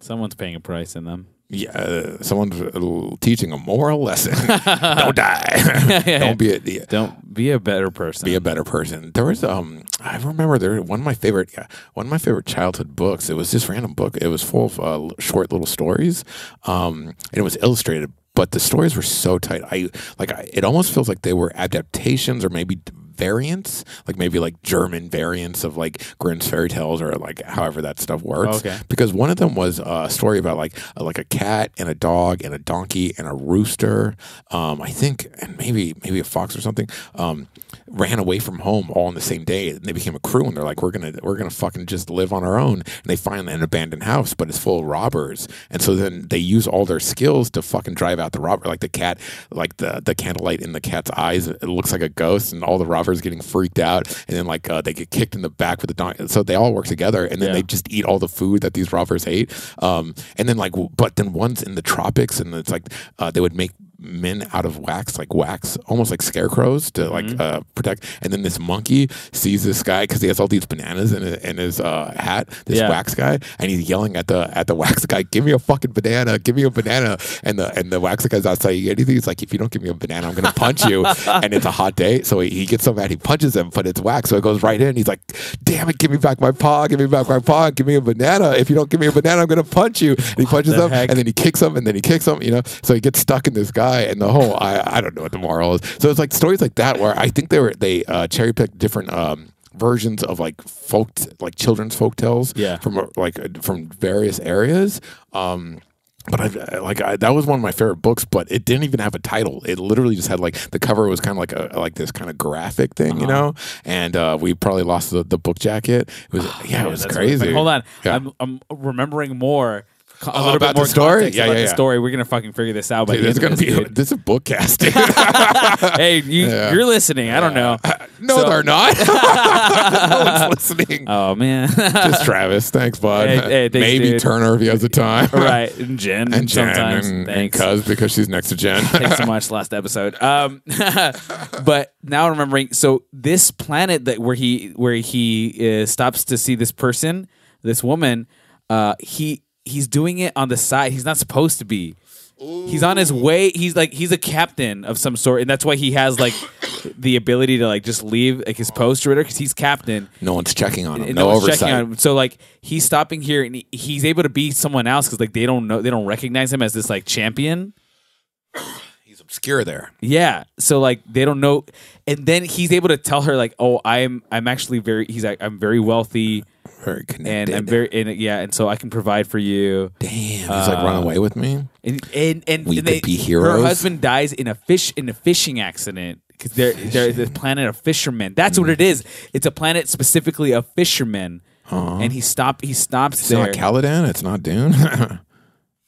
S1: someone's paying a price in them.
S2: Yeah, uh, someone's uh, teaching a moral lesson: don't die, don't be an idiot.
S1: Don't be a better person.
S2: be a better person. There was um I remember there one of my favorite yeah, one of my favorite childhood books. It was this random book. It was full of uh, l- short little stories. Um and it was illustrated, but the stories were so tight. I like I, it almost feels like they were adaptations or maybe d- variants, like maybe like German variants of like Grimm's fairy tales or like however that stuff works
S1: Okay.
S2: because one of them was uh, a story about like uh, like a cat and a dog and a donkey and a rooster, um, I think, and maybe maybe a fox or something, um, ran away from home all on the same day, and they became a crew, and they're like, we're gonna we're gonna fucking just live on our own, and they find an abandoned house, but it's full of robbers, and so then they use all their skills to fucking drive out the robber, like the cat, like the the candlelight in the cat's eyes, it looks like a ghost, and all the robbers getting freaked out, and then like uh, they get kicked in the back with the donkey, so they all work together, and then
S1: Yeah.
S2: they just eat all the food that these robbers ate. Um, and then like, w- but then one's in the tropics, and it's like uh, they would make men out of wax, like wax, almost like scarecrows to like uh, protect. And then this monkey sees this guy because he has all these bananas in his, in his uh, hat, this
S1: Yeah.
S2: wax guy, and he's yelling at the at the wax guy, "Give me a fucking banana! Give me a banana!" And the and the wax guy's not saying anything. He's like, "If you don't give me a banana, I'm gonna punch you." and it's a hot day, so he, he gets so mad he punches him, but it's wax, so it goes right in. He's like, "Damn it! Give me back my paw! Give me back my paw! Give me a banana! If you don't give me a banana, I'm gonna punch you!" And he punches
S1: the
S2: him,
S1: heck?
S2: and then he kicks him, and then he kicks him. You know, so he gets stuck in this guy, and the whole I I don't know what the moral is. So it's like stories like that where I think they were they uh, cherry picked different. Um, versions of like folk like children's folk tales
S1: Yeah.
S2: from uh, like uh, from various areas. Um, but I like I, that was one of my favorite books, but it didn't even have a title. It literally just had like the cover was kind of like a like this kind of graphic thing, you
S1: Uh-huh.
S2: know. And uh, we probably lost the, the book jacket. It was yeah, it was
S1: Oh, that's what-
S2: crazy.
S1: Like, hold on,
S2: Yeah. Oh,
S1: I'm I'm remembering more. co- A little
S2: about
S1: bit more
S2: the story?
S1: context
S2: Yeah,
S1: about
S2: yeah,
S1: the
S2: yeah.
S1: story. We're gonna fucking figure this out. By
S2: Dude,
S1: the
S2: this
S1: end
S2: is gonna
S1: of this,
S2: be
S1: dude.
S2: this is a book casting.
S1: hey, you,
S2: Yeah.
S1: you're listening. I don't know.
S2: no,
S1: So-
S2: they're not. no one's listening.
S1: Oh man.
S2: just Travis. Thanks, bud.
S1: Hey, hey, thanks,
S2: Maybe
S1: dude.
S2: Turner if he has the time.
S1: right. And Jen.
S2: and Jen
S1: sometimes.
S2: and, and
S1: Thanks.
S2: Cuz because she's next to Jen.
S1: Thanks so much. Last episode. Um, but now I'm remembering. So this planet that where he where he uh, stops to see this person, this woman, uh, he he's doing it on the side. He's not supposed to be. He's on his way. He's like he's a captain of some sort, and that's why he has like the ability to like just leave like his post or whatever because he's captain.
S2: no one's checking on him.
S1: and
S2: No,
S1: one's
S2: oversight.
S1: checking on him. So like he's stopping here and he- he's able to be someone else because like they don't know they don't recognize him as this like champion.
S2: He's obscure there.
S1: Yeah. So like they don't know, and then he's able to tell her like, oh, I'm I'm actually very he's like I'm very wealthy
S2: Very connected.
S1: and I'm very and yeah, and so I can provide for you.
S2: Damn, he's like
S1: um,
S2: run away with me.
S1: And and and
S2: We
S1: and
S2: could be heroes.
S1: Her husband dies in a fish in a fishing accident because they're they're the planet of fishermen. That's what it is. It's a planet specifically of fishermen. And he stop he stops
S2: It's
S1: there.
S2: not Caladan. It's not Dune.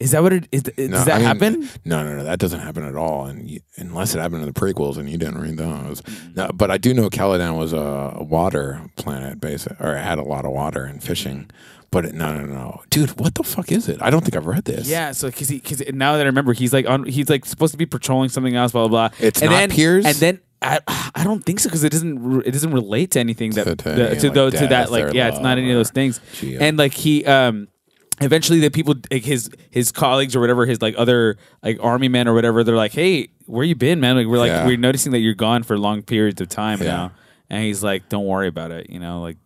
S1: Is that what it is? th-
S2: No,
S1: does that
S2: I mean,
S1: happen?
S2: No, no, no. That doesn't happen at all. And you, unless it happened in the prequels, and you didn't read those.
S1: Mm-hmm.
S2: No, but I do know Caladan was a water planet, basic, or had a lot of water
S1: Mm-hmm.
S2: and fishing. But it, no, no, no, dude. What the fuck is it? I don't think I've read this.
S1: Yeah, so because he because now that I remember, he's like on he's like supposed to be patrolling something else, blah blah. blah.
S2: It's
S1: and
S2: not
S1: then,
S2: Piers?
S1: and then I I don't think so because it doesn't re- it doesn't relate to anything that
S2: To-
S1: to,
S2: to
S1: the,
S2: any,
S1: to,
S2: like,
S1: tho- to
S2: death
S1: that like
S2: or
S1: yeah, it's not any
S2: love
S1: of those things.
S2: geo.
S1: And like he um eventually the people like his his colleagues or whatever his like other like army men or whatever they're like hey where you been man like we're like
S2: Yeah.
S1: we're noticing that you're gone for long periods of time
S2: Yeah.
S1: now and he's like don't worry about it you know like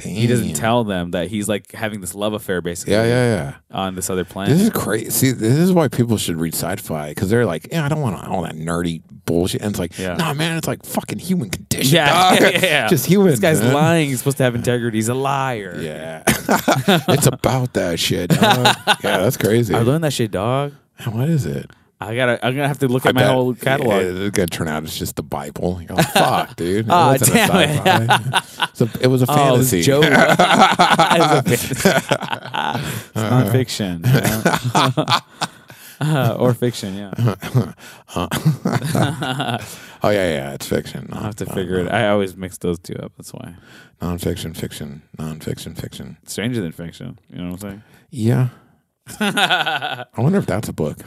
S1: he doesn't
S2: Damn.
S1: tell them that he's like having this love affair basically
S2: Yeah, yeah, yeah.
S1: on this other planet
S2: This is crazy. See, this is why people should read sci-fi because they're like, yeah, I don't want all that nerdy bullshit. And it's like,
S1: Yeah.
S2: nah, man, it's like fucking human condition.
S1: Yeah,
S2: dog.
S1: yeah, yeah, yeah.
S2: just human.
S1: This guy's
S2: man.
S1: lying. He's supposed to have integrity. He's a liar.
S2: Yeah, it's about that shit. dog. yeah, that's crazy.
S1: I learned that shit, dog.
S2: what is it?
S1: I gotta. I'm gonna have to look at my
S2: bet-
S1: whole catalog.
S2: yeah, it's gonna turn out it's just the Bible. You're like, fuck, dude. It
S1: Aw,
S2: wasn't a
S1: Ah, damn it.
S2: sci-fi. It's a- it was a
S1: Oh, it was
S2: fantasy.
S1: Joe. It was a fantasy. it's
S2: Uh-huh.
S1: nonfiction you know? Uh, or fiction. Yeah, I
S2: oh yeah, yeah, it's fiction. Not,
S1: have to figure it. I always mix those two up. That's why.
S2: Nonfiction, fiction, nonfiction, fiction.
S1: Stranger than fiction. You know what I'm saying?
S2: Yeah. I wonder if that's a book.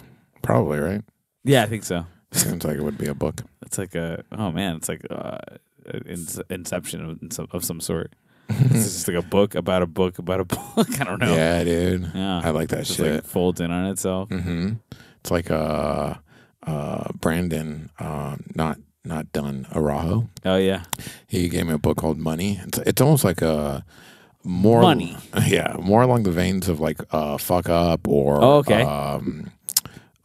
S2: Probably right.
S1: Yeah, I think so.
S2: Seems like it would be a book.
S1: It's like a. Oh man, it's like uh, in, Inception of, in some, of some sort. it's just like a book about a book about a book. I don't know.
S2: Yeah, dude.
S1: Yeah.
S2: I like that
S1: just
S2: shit.
S1: like folds in on itself.
S2: hmm It's like uh, uh, Brandon, uh, not not done Araujo.
S1: Oh yeah,
S2: He gave me a book called Money. It's it's almost like a more
S1: Money.
S2: yeah, more along the veins of like uh, fuck up or
S1: Oh, okay.
S2: um,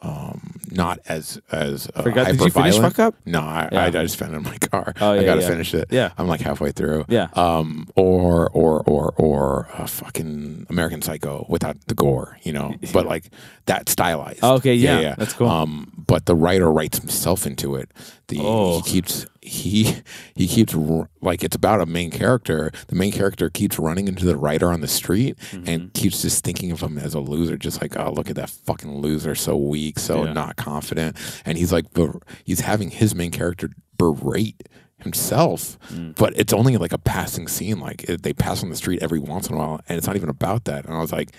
S2: um, not as as uh,
S1: Forgot- did you finish
S2: hyper-violent.
S1: Fuck Up?
S2: No, I,
S1: Yeah.
S2: I, I just found it in my car.
S1: Oh,
S2: I
S1: yeah,
S2: gotta
S1: yeah.
S2: finish it.
S1: Yeah.
S2: I'm like halfway through.
S1: Yeah.
S2: Um, or or or or uh, fucking American Psycho without the gore, you know, but like that stylized.
S1: Okay, yeah, that's cool.
S2: Um, but the writer writes himself into it. The
S1: Oh.
S2: he keeps he he keeps r- like it's about a main character. The main character keeps running into the writer on the street
S1: Mm-hmm.
S2: and keeps just thinking of him as a loser, just like oh look at that fucking loser, so weak, so
S1: Yeah.
S2: not confident. And he's like ber- he's having his main character berate himself
S1: Mm.
S2: but it's only like a passing scene like it, they pass on the street every once in a while and it's not even about that and i was like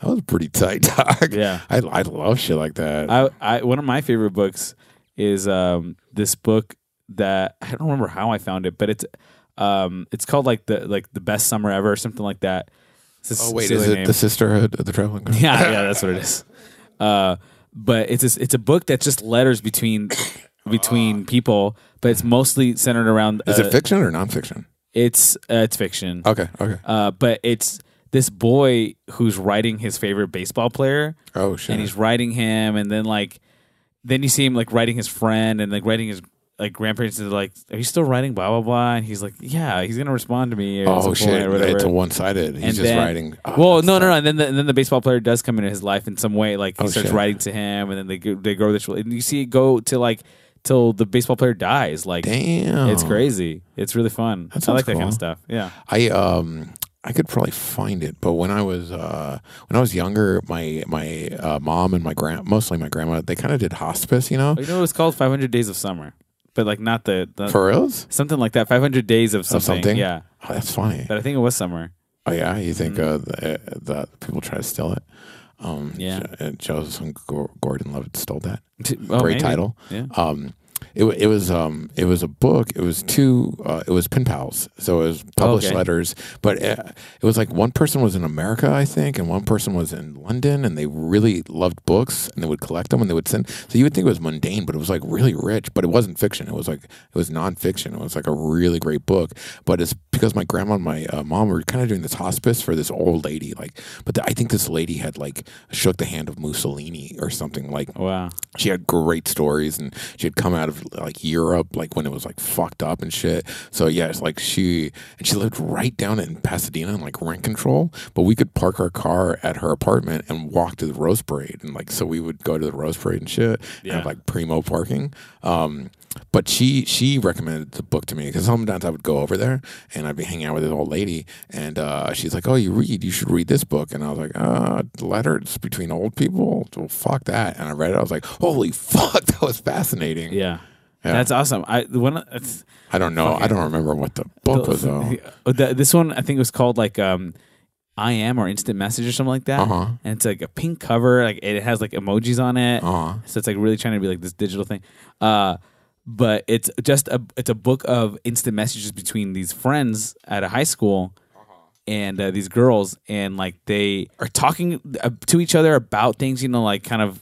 S2: that was pretty tight dog
S1: Yeah.
S2: i, I love shit like that
S1: I, I one of my favorite books is um this book that I don't remember how I found it, but it's um it's called like the like the best summer ever or something like that. It's a
S2: Oh
S1: s-
S2: wait,
S1: silly
S2: is it
S1: name.
S2: the Sisterhood of the Traveling Companion?
S1: yeah, yeah, that's what it is. Uh, but it's a, it's a book that's just letters between between people, but it's mostly centered around.
S2: Is
S1: uh,
S2: it fiction or nonfiction?
S1: It's uh, it's fiction.
S2: Okay, okay.
S1: Uh, but it's this boy who's writing his favorite baseball player.
S2: Oh shit.
S1: and he's writing him and then like then you see him like writing his friend and like writing his like grandparents and they're like are you still writing blah blah blah and he's like yeah he's gonna respond to me at some
S2: oh
S1: point
S2: shit!
S1: or whatever
S2: It's a one-sided. He's
S1: and
S2: just
S1: then,
S2: writing. Oh,
S1: well, no, no, no. And then, the, and then the baseball player does come into his life in some way. Like he
S2: Oh,
S1: starts
S2: shit.
S1: writing to him, and then they go, they grow this. rela- And you see it go to like till the baseball player dies. Like
S2: damn,
S1: it's crazy. It's really fun. I
S2: sounds
S1: like that kind
S2: cool.
S1: of stuff. Yeah.
S2: I um I could probably find it, but when I was uh, when I was younger, my my uh, mom and my grand mostly my grandma they kind of did hospice, you know,
S1: You know what it's called? Five hundred days of summer, but like not the, the
S2: for reals.
S1: something like that. Five hundred days of
S2: Of
S1: something.
S2: something,
S1: Yeah. Mm-hmm.
S2: Oh, that's funny.
S1: But I think it was summer.
S2: Oh yeah, you think uh, th- uh, that people try to steal it? Um,
S1: Yeah.
S2: Jo- uh, Joseph and Gor- Gordon Levitt stole that.
S1: Oh,
S2: Great
S1: maybe.
S2: title.
S1: Yeah.
S2: um it, wa- it was um it was a book it was two uh, it was pen pals so it was published
S1: Okay.
S2: letters but it, it was like one person was in america i think and one person was in london and they really loved books and they would collect them and they would send so you would think it was mundane but it was like really rich but it wasn't fiction it was like it was nonfiction it was like a really great book but it's because my grandma and my uh, mom were kind of doing this hospice for this old lady like but the, i think this lady had like shook the hand of mussolini or something like
S1: Wow.
S2: she had great stories and she had come out of like Europe like when it was like fucked up and shit. So yeah, it's like she and she lived right down in Pasadena in like rent control, but we could park our car at her apartment and walk to the Rose Parade and like so we would go to the Rose Parade and shit and
S1: Yeah.
S2: have like primo parking. Um but she she recommended the book to me because sometimes I would go over there and and I'd be hanging out with this old lady, and uh, she's like, "Oh, you read? You should read this book." And I was like, "Uh, letters between old people? Well, fuck that." And I read it. I was like, "Holy fuck, that was fascinating."
S1: Yeah. That's awesome. I when it's,
S2: I don't know. I don't remember what the book was uh, though.
S1: the, this one I think was called like um I am or instant message or something like that.
S2: Uh-huh.
S1: And it's like a pink cover, like it has like emojis on it.
S2: Uh-huh.
S1: So it's like really trying to be like this digital thing. Uh but it's just a it's a book of instant messages between these friends at a high school
S2: Uh-huh.
S1: and uh, these girls and like they are talking uh, to each other about things you know like kind of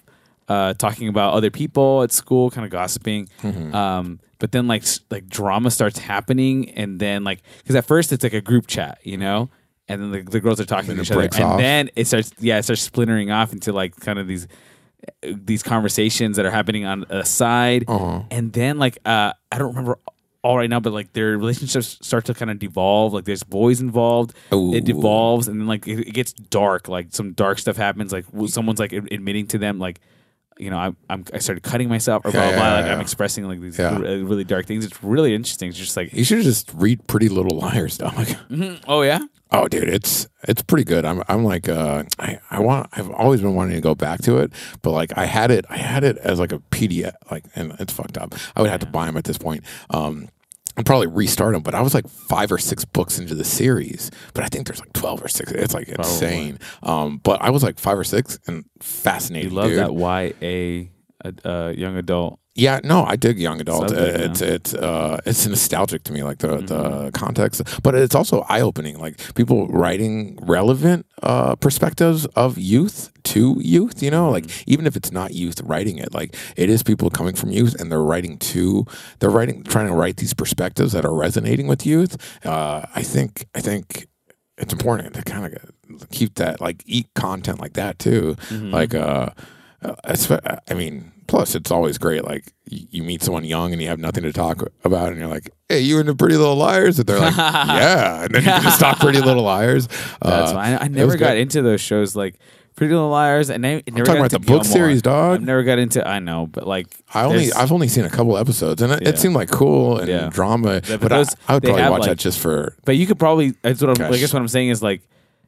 S1: uh, talking about other people at school kind of gossiping
S2: Mm-hmm.
S1: um, but then like s- like drama starts happening and then like because at first it's like a group chat you know and then the, the girls are talking
S2: Then
S1: to
S2: it
S1: each other
S2: breaks
S1: and
S2: off.
S1: then it starts yeah it starts splintering off into like kind of these these conversations that are happening on a side
S2: Uh-huh.
S1: and then like uh i don't remember all right now but like their relationships start to kind of devolve like there's boys involved
S2: Ooh.
S1: it devolves and then like it, it gets dark like some dark stuff happens like w- someone's like ad- admitting to them like you know I, i'm i started cutting myself or blah
S2: Yeah,
S1: blah, blah.
S2: yeah,
S1: like
S2: yeah.
S1: i'm expressing like these
S2: Yeah.
S1: r- really dark things it's really interesting it's just like
S2: You should just read Pretty Little Liars, dog.
S1: oh yeah
S2: Oh, dude, it's it's pretty good. I'm I'm like uh, I I want I've always been wanting to go back to it, but like I had it I had it as like a PDF, like and it's fucked up. I would have to buy them at this point. Um, and probably restart them, but I was like five or six books into the series, but I think there's like twelve or six. It's like insane. Um, but I was like five or six and
S1: you
S2: fascinated.
S1: love
S2: dude.
S1: that ya uh, young adult
S2: Yeah, no, I dig young adult.
S1: Subject,
S2: Uh, it's it's uh, it's nostalgic to me, like the the context, but it's also eye opening. Like people writing relevant uh, perspectives of youth to youth. You know, like even if it's not youth writing it, like it is people coming from youth and they're writing to they're writing trying to write these perspectives that are resonating with youth. Uh, I think I think it's important to kind of keep that like eat content like that too
S1: Mm-hmm.
S2: like uh uh, espe- i mean plus it's always great like y- you meet someone young and you have nothing to talk about and you're like hey you into pretty little liars and they're like yeah and then you can just talk pretty little liars
S1: That's
S2: Uh,
S1: fine. I
S2: it
S1: never
S2: was
S1: got
S2: good.
S1: into those shows like Pretty Little Liars, and I, I never
S2: talking
S1: got
S2: about
S1: into
S2: the book
S1: Gilmore.
S2: series, dog.
S1: I've never got into. I know, but like
S2: I only
S1: there's-
S2: I've only seen a couple episodes and it,
S1: Yeah.
S2: it seemed like cool and
S1: Yeah.
S2: drama,
S1: but
S2: but
S1: those-
S2: I, I would
S1: they
S2: probably
S1: have,
S2: watch
S1: like-
S2: that just for
S1: but you could probably. That's what I'm, I
S2: Gosh.
S1: guess. What I'm saying is like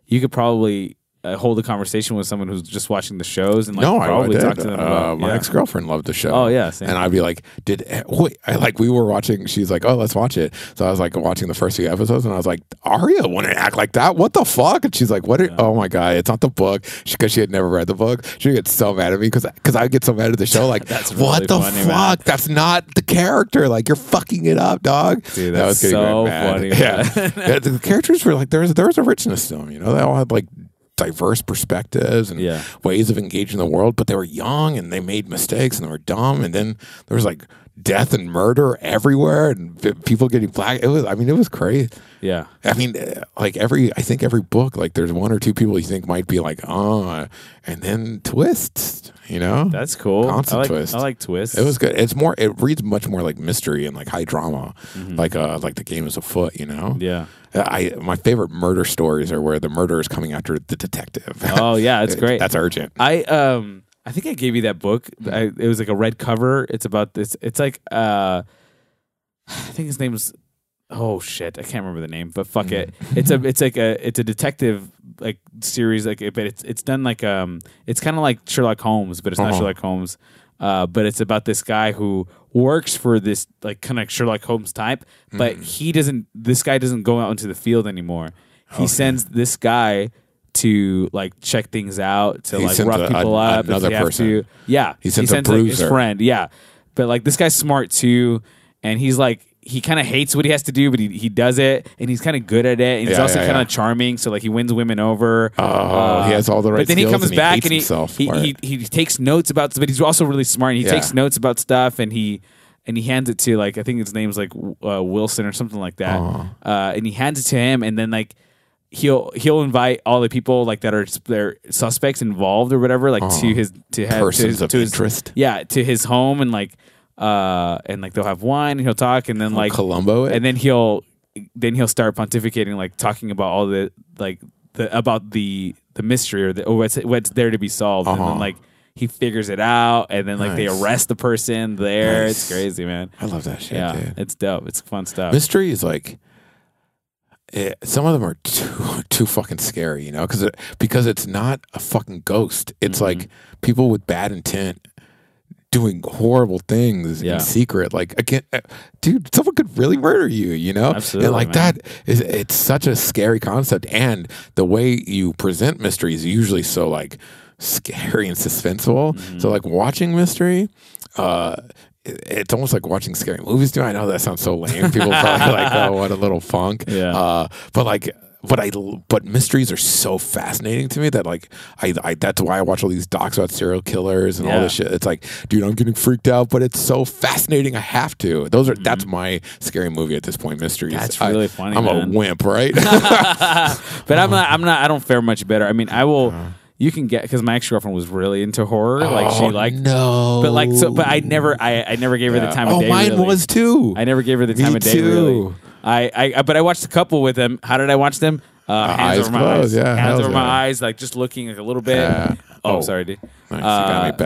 S1: you could probably uh, hold a conversation with someone who's just watching the shows and like
S2: no, I
S1: probably
S2: did.
S1: talk to them.
S2: Uh,
S1: about,
S2: my
S1: yeah.
S2: ex girlfriend loved the show.
S1: Oh, yeah, same.
S2: and I'd be like, "Did e-" wait?" I like we were watching. She's like, "Oh, let's watch it." So I was like watching the first few episodes, and I was like, "Arya want to act like that? What the fuck?" And she's like, "What? Are, Oh my god, it's not the book." Because she, had never read the book, she gets so mad at me because because I get so mad at the show. Like,
S1: That's really
S2: what the
S1: funny,
S2: fuck?
S1: man.
S2: That's not the character. Like, you're fucking it up, dog.
S1: Dude,
S2: That
S1: that's
S2: was getting
S1: so
S2: mad.
S1: funny,
S2: Yeah. Yeah, the characters were like there was there was a richness to them. You know, they all had like diverse perspectives and
S1: Yeah.
S2: ways of engaging the world, but they were young and they made mistakes and they were dumb. And then there was like death and murder everywhere and p- people getting black. It was, I mean, it was crazy.
S1: yeah.
S2: I mean, eh, like every, I think every book, like there's one or two people you think might be like, ah, and then twists, you know?
S1: That's cool.
S2: Constant
S1: I like,
S2: twist.
S1: I like twists.
S2: It was good. It's more. It reads much more like mystery and like high drama,
S1: Mm-hmm.
S2: like uh, like the game is afoot. You know.
S1: Yeah.
S2: Uh, I my favorite murder stories are where the murderer is coming after the detective.
S1: Oh yeah, it's great.
S2: That's urgent.
S1: I um I think I gave you that book. I, it was like a red cover. It's about this. It's like uh, I think his name's oh shit, I can't remember the name, but fuck it. It's a it's like a it's a detective like series like but it's it's done like um it's kind of like Sherlock Holmes, but it's not
S2: Uh-huh.
S1: Sherlock Holmes. Uh, but it's about this guy who works for this like kind of Sherlock Holmes type, but he doesn't. This guy doesn't go out into the field anymore. He sends this guy to like check things out to
S2: He
S1: like
S2: sends
S1: rough
S2: a-
S1: people
S2: an-
S1: up. if
S2: another
S1: they have
S2: person.
S1: to. Yeah,
S2: He sends a
S1: like, his
S2: bruiser.
S1: friend. Yeah, but like this guy's smart too, and he's like he kind of hates what he has to do, but he, he does it, and he's kind of good at it, and he's
S2: Yeah,
S1: also
S2: yeah,
S1: kind
S2: yeah.
S1: of charming. So like he wins women over.
S2: Oh, he has all the right.
S1: But then he
S2: skills
S1: comes
S2: and he
S1: back
S2: hates
S1: and he
S2: himself
S1: he,
S2: for
S1: he,
S2: it.
S1: he takes notes about, but he's also really smart. And he
S2: Yeah.
S1: takes notes about stuff, and he and he hands it to like I think his name's like uh, Wilson or something like that. Uh, and he hands it to him, and then like he'll he'll invite all the people like that are their suspects involved or whatever like to his to have to
S2: Persons
S1: his,
S2: of
S1: to his-
S2: interest.
S1: yeah, to his home and like uh and like they'll have wine and he'll talk and then like
S2: Columbo it?
S1: and then he'll then he'll start pontificating like talking about all the like the about the the mystery or the or what's what's there to be solved and then
S2: Uh-huh.
S1: like he figures it out and then like they
S2: Nice.
S1: arrest the person there it's
S2: Nice.
S1: crazy man
S2: I love that shit,
S1: yeah
S2: dude.
S1: it's dope it's fun stuff
S2: Mystery is like it, eh, some of them are too too fucking scary, you know, because it, because it's not a fucking ghost. It's
S1: Mm-hmm.
S2: like people with bad intent doing horrible things
S1: Yeah.
S2: in secret. Like again, uh, dude, someone could really murder you, you know.
S1: Absolutely,
S2: and like
S1: man.
S2: that is it's such a scary concept, and the way you present mystery is usually so like scary and suspenseful.
S1: Mm-hmm.
S2: So like watching mystery. uh it- it's almost like watching scary movies. Do I know that sounds so lame? People probably like, oh, what a little funk.
S1: Yeah.
S2: Uh, but like, but I, but mysteries are so fascinating to me that like, I, I that's why I watch all these docs about serial killers and all this shit. It's like, dude, I'm getting freaked out, but it's so fascinating. I have to. Those are that's my scary movie at this point. Mysteries.
S1: Mm-hmm. That's
S2: I-
S1: really funny,
S2: I'm
S1: man.
S2: a wimp, right?
S1: but
S2: uh-huh.
S1: I'm not. I'm not. I don't fare much better. I mean, I will. You can get because my ex girlfriend was really into horror. like she
S2: Oh,
S1: liked.
S2: no,
S1: But like so. But I never. I, I never gave her the time
S2: oh,
S1: of day.
S2: mine
S1: really.
S2: was too.
S1: I never gave her the
S2: Me
S1: time of day. Really.
S2: too.
S1: I, I. I. But I watched a couple with them. How did I watch them? Uh, hands
S2: eyes
S1: over my eyes.
S2: closed, yeah,
S1: hands
S2: hell's
S1: over my
S2: yeah.
S1: eyes. Like just looking like a little bit.
S2: Yeah.
S1: Oh,
S2: Oh.
S1: sorry, dude.
S2: Nice,
S1: uh,
S2: you got me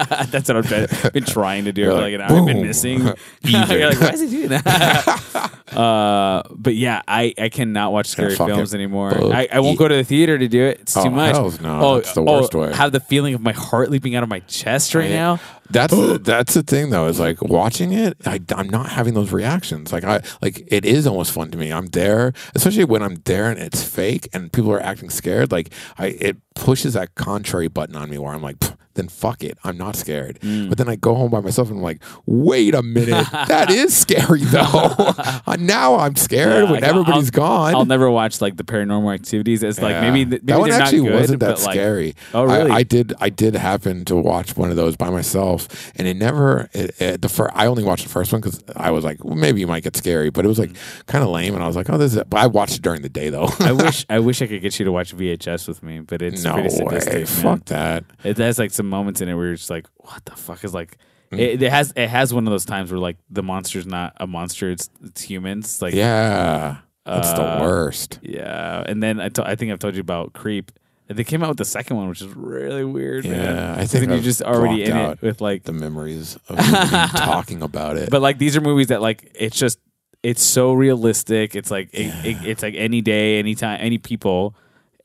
S2: back.
S1: That's what I've been, been trying to do for
S2: You're
S1: like,
S2: like,
S1: an hour. I've been
S2: boom.
S1: missing.
S2: Even.
S1: You're like, why is he doing that? uh, but yeah, I, I cannot watch scary
S2: fuck
S1: films
S2: it.
S1: anymore.
S2: Fuck
S1: I, I won't
S2: it.
S1: go to the theater to do it. It's too
S2: Oh,
S1: much. oh,
S2: hells no. That's the worst way.
S1: Have the feeling of my heart leaping out of my chest right
S2: Yeah.
S1: now.
S2: That's the, that's the thing though. Is like watching it, I, am not having those reactions. Like I like it is almost fun to me. I'm there, especially when I'm there and it's fake and people are acting scared. Like I, it pushes that contrary button on me where I'm like, "Pff, then fuck it, I'm not scared.
S1: Mm.
S2: But then I go home by myself and I'm like, wait a minute, that is scary though. now I'm scared
S1: Yeah,
S2: when
S1: like, I'll-
S2: everybody's gone.
S1: I'll never watch like the paranormal activities. It's like
S2: Yeah.
S1: maybe, th- maybe
S2: that one
S1: they're
S2: actually
S1: not good,
S2: wasn't that
S1: but, like,
S2: scary.
S1: Oh, really?
S2: I, I did. I did happen to watch one of those by myself, and it never. It, it, the fir- I only watched the first one because I was like, well, maybe you might get scary, but it was like
S1: Mm-hmm.
S2: kind of lame, and I was like, oh, this is. But I watched it during the day though.
S1: I wish I wish I could get you to watch VHS with me, but it's
S2: no
S1: pretty sadistic.
S2: way.
S1: man.
S2: Fuck that.
S1: It has like some moments in it where you're just like, what the fuck is like.
S2: Mm.
S1: It, it has it has one of those times where like the monster's not a monster, it's, it's humans. Like yeah,
S2: Yeah, that's
S1: Uh,
S2: the worst.
S1: And then I to- I think I've told you about Creep. And They came out with the second one, which is really weird. man.
S2: Yeah, I
S1: 'Cause
S2: think
S1: then you're
S2: I've
S1: just already
S2: blocked
S1: in it
S2: out
S1: with like.
S2: The memories of me talking about it.
S1: but like these are movies that like it's just it's so realistic. It's like it, it, it's like any day, any time, any people,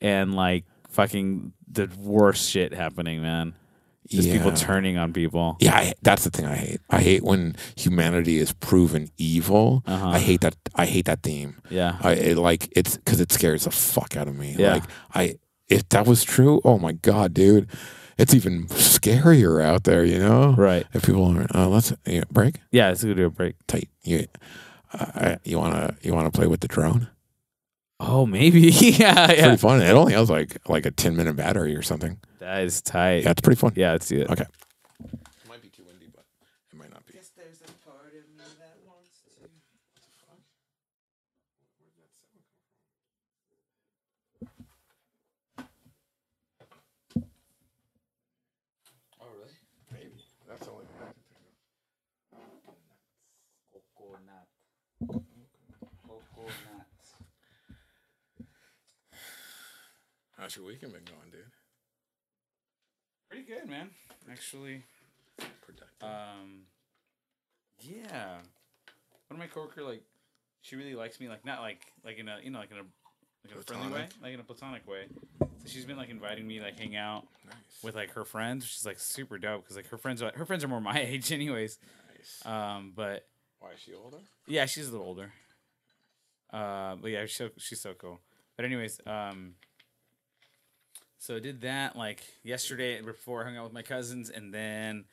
S1: and like fucking the worst shit happening, man. Just people
S2: Yeah.
S1: turning on people.
S2: Yeah, I, that's the thing I hate. I hate when humanity is proven evil. I hate that. I hate that theme.
S1: Uh-huh. Yeah.
S2: I it, like it's because it scares the fuck out of me.
S1: Yeah.
S2: Like I, if that was true, oh my god, dude, it's even scarier out there. You know,
S1: Right.
S2: If people aren't, uh, let's yeah, break
S1: Yeah, let's go do a break.
S2: tight. You, uh, you wanna you wanna play with the drone?
S1: Oh, maybe. yeah,
S2: It's
S1: yeah.
S2: Pretty fun. It only has like like a ten minute battery or something.
S1: That is tight.
S2: Yeah,
S1: Yeah,
S2: it's pretty fun.
S1: let's do it.
S2: Okay. It might be too windy, but it might not be. How's your weekend been going, dude?
S3: Pretty good, man. Actually,
S2: Productive.
S3: um, yeah. One of my coworker, like, she really likes me, like, not like, like in a, you know, like in a, like in a friendly way, like in a platonic way. So she's been like inviting me, to, like, hang out with like her friends, which is like super dope because like her friends, are, her friends are more my age, anyways. Um, but
S2: Why is she older?
S3: yeah, she's a little older. Uh, but yeah, she's so, she's so cool. But anyways, um, so I did that like yesterday and before I hung out with my cousins, and then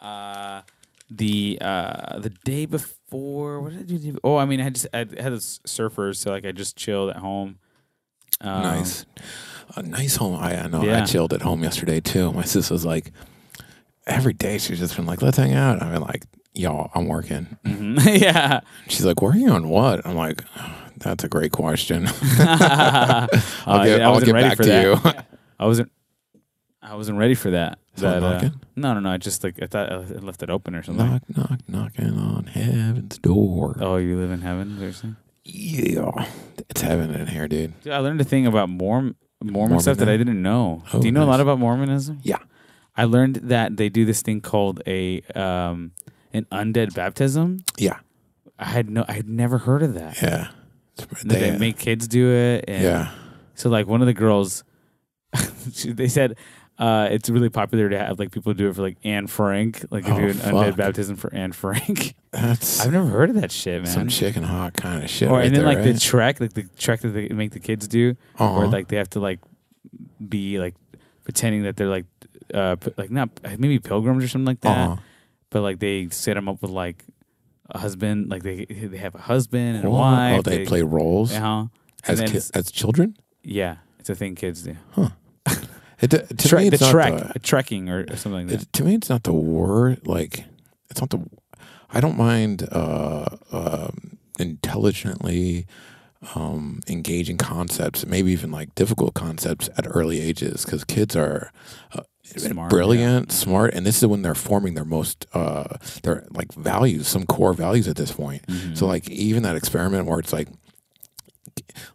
S3: uh, the uh, the day before, what did I do? the day- Oh, I mean, I had just I had the surfers, so like I just chilled at home. Um,
S2: Nice, Um, a nice home. I, I know.
S1: Yeah.
S2: I chilled at home yesterday too. My sister's like, every day she's just been like, "Let's hang out." I've been like, "Y'all, I'm working."
S1: yeah.
S2: She's like, "Working on what?" I'm like, "That's a great question."
S1: Uh,
S2: I'll get,
S1: yeah, I
S2: I'll
S1: wasn't
S2: get
S1: ready
S2: back
S1: for
S2: to
S1: that.
S2: you.
S1: I wasn't. I wasn't ready for that.
S2: Someone
S1: That, uh,
S2: knocking?
S1: no, no, no. I just like I thought I left it open or something.
S2: knock, knock, knocking on heaven's door.
S1: Oh, you live in heaven? Is that what you're saying?
S2: Yeah, it's heaven in here, dude.
S1: Dude, I learned a thing about Mormon, Mormon, stuff that I didn't know.
S2: Oh,
S1: Do you know a lot
S2: nice.
S1: about Mormonism?
S2: Yeah.
S1: I learned that they do this thing called a um, an undead baptism.
S2: Yeah,
S1: I had no, I had never heard of that.
S2: yeah.
S1: And then they make kids do it. And
S2: yeah.
S1: So like one of the girls, she, they said uh, it's really popular to have like people do it for like Anne Frank, like they
S2: Oh,
S1: do an undead
S2: fuck.
S1: baptism for Anne Frank.
S2: That's
S1: I've never heard of that shit, man.
S2: some chicken hawk kind of shit.
S1: or
S2: right
S1: and then
S2: there, eh?
S1: like the
S2: right?
S1: trek, like the trek that they make the kids do,
S2: Uh-huh.
S1: where like they have to like be like pretending that they're like uh p- like not maybe pilgrims or something like that,
S2: Uh-huh.
S1: but like they set them up with like a husband, like they they have a husband and a
S2: Well,
S1: wife.
S2: Oh, they, play roles
S1: uh-huh.
S2: as
S1: and then
S2: ki-
S1: it's-
S2: as children.
S1: yeah, it's a thing kids do.
S2: It, to to
S1: Tre-
S2: me,
S1: the
S2: it's not
S1: trek,
S2: the-
S1: a trekking or, or something like that.
S2: it- to me, it's not the war. Like, it's not the. I don't mind uh, um intelligently um, engaging concepts, maybe even like difficult concepts at early ages, because kids are uh,
S1: Smart,
S2: brilliant, smart, and this is when they're forming their most uh, their like values, some core values at this point.
S1: Mm-hmm.
S2: So like even that experiment where it's like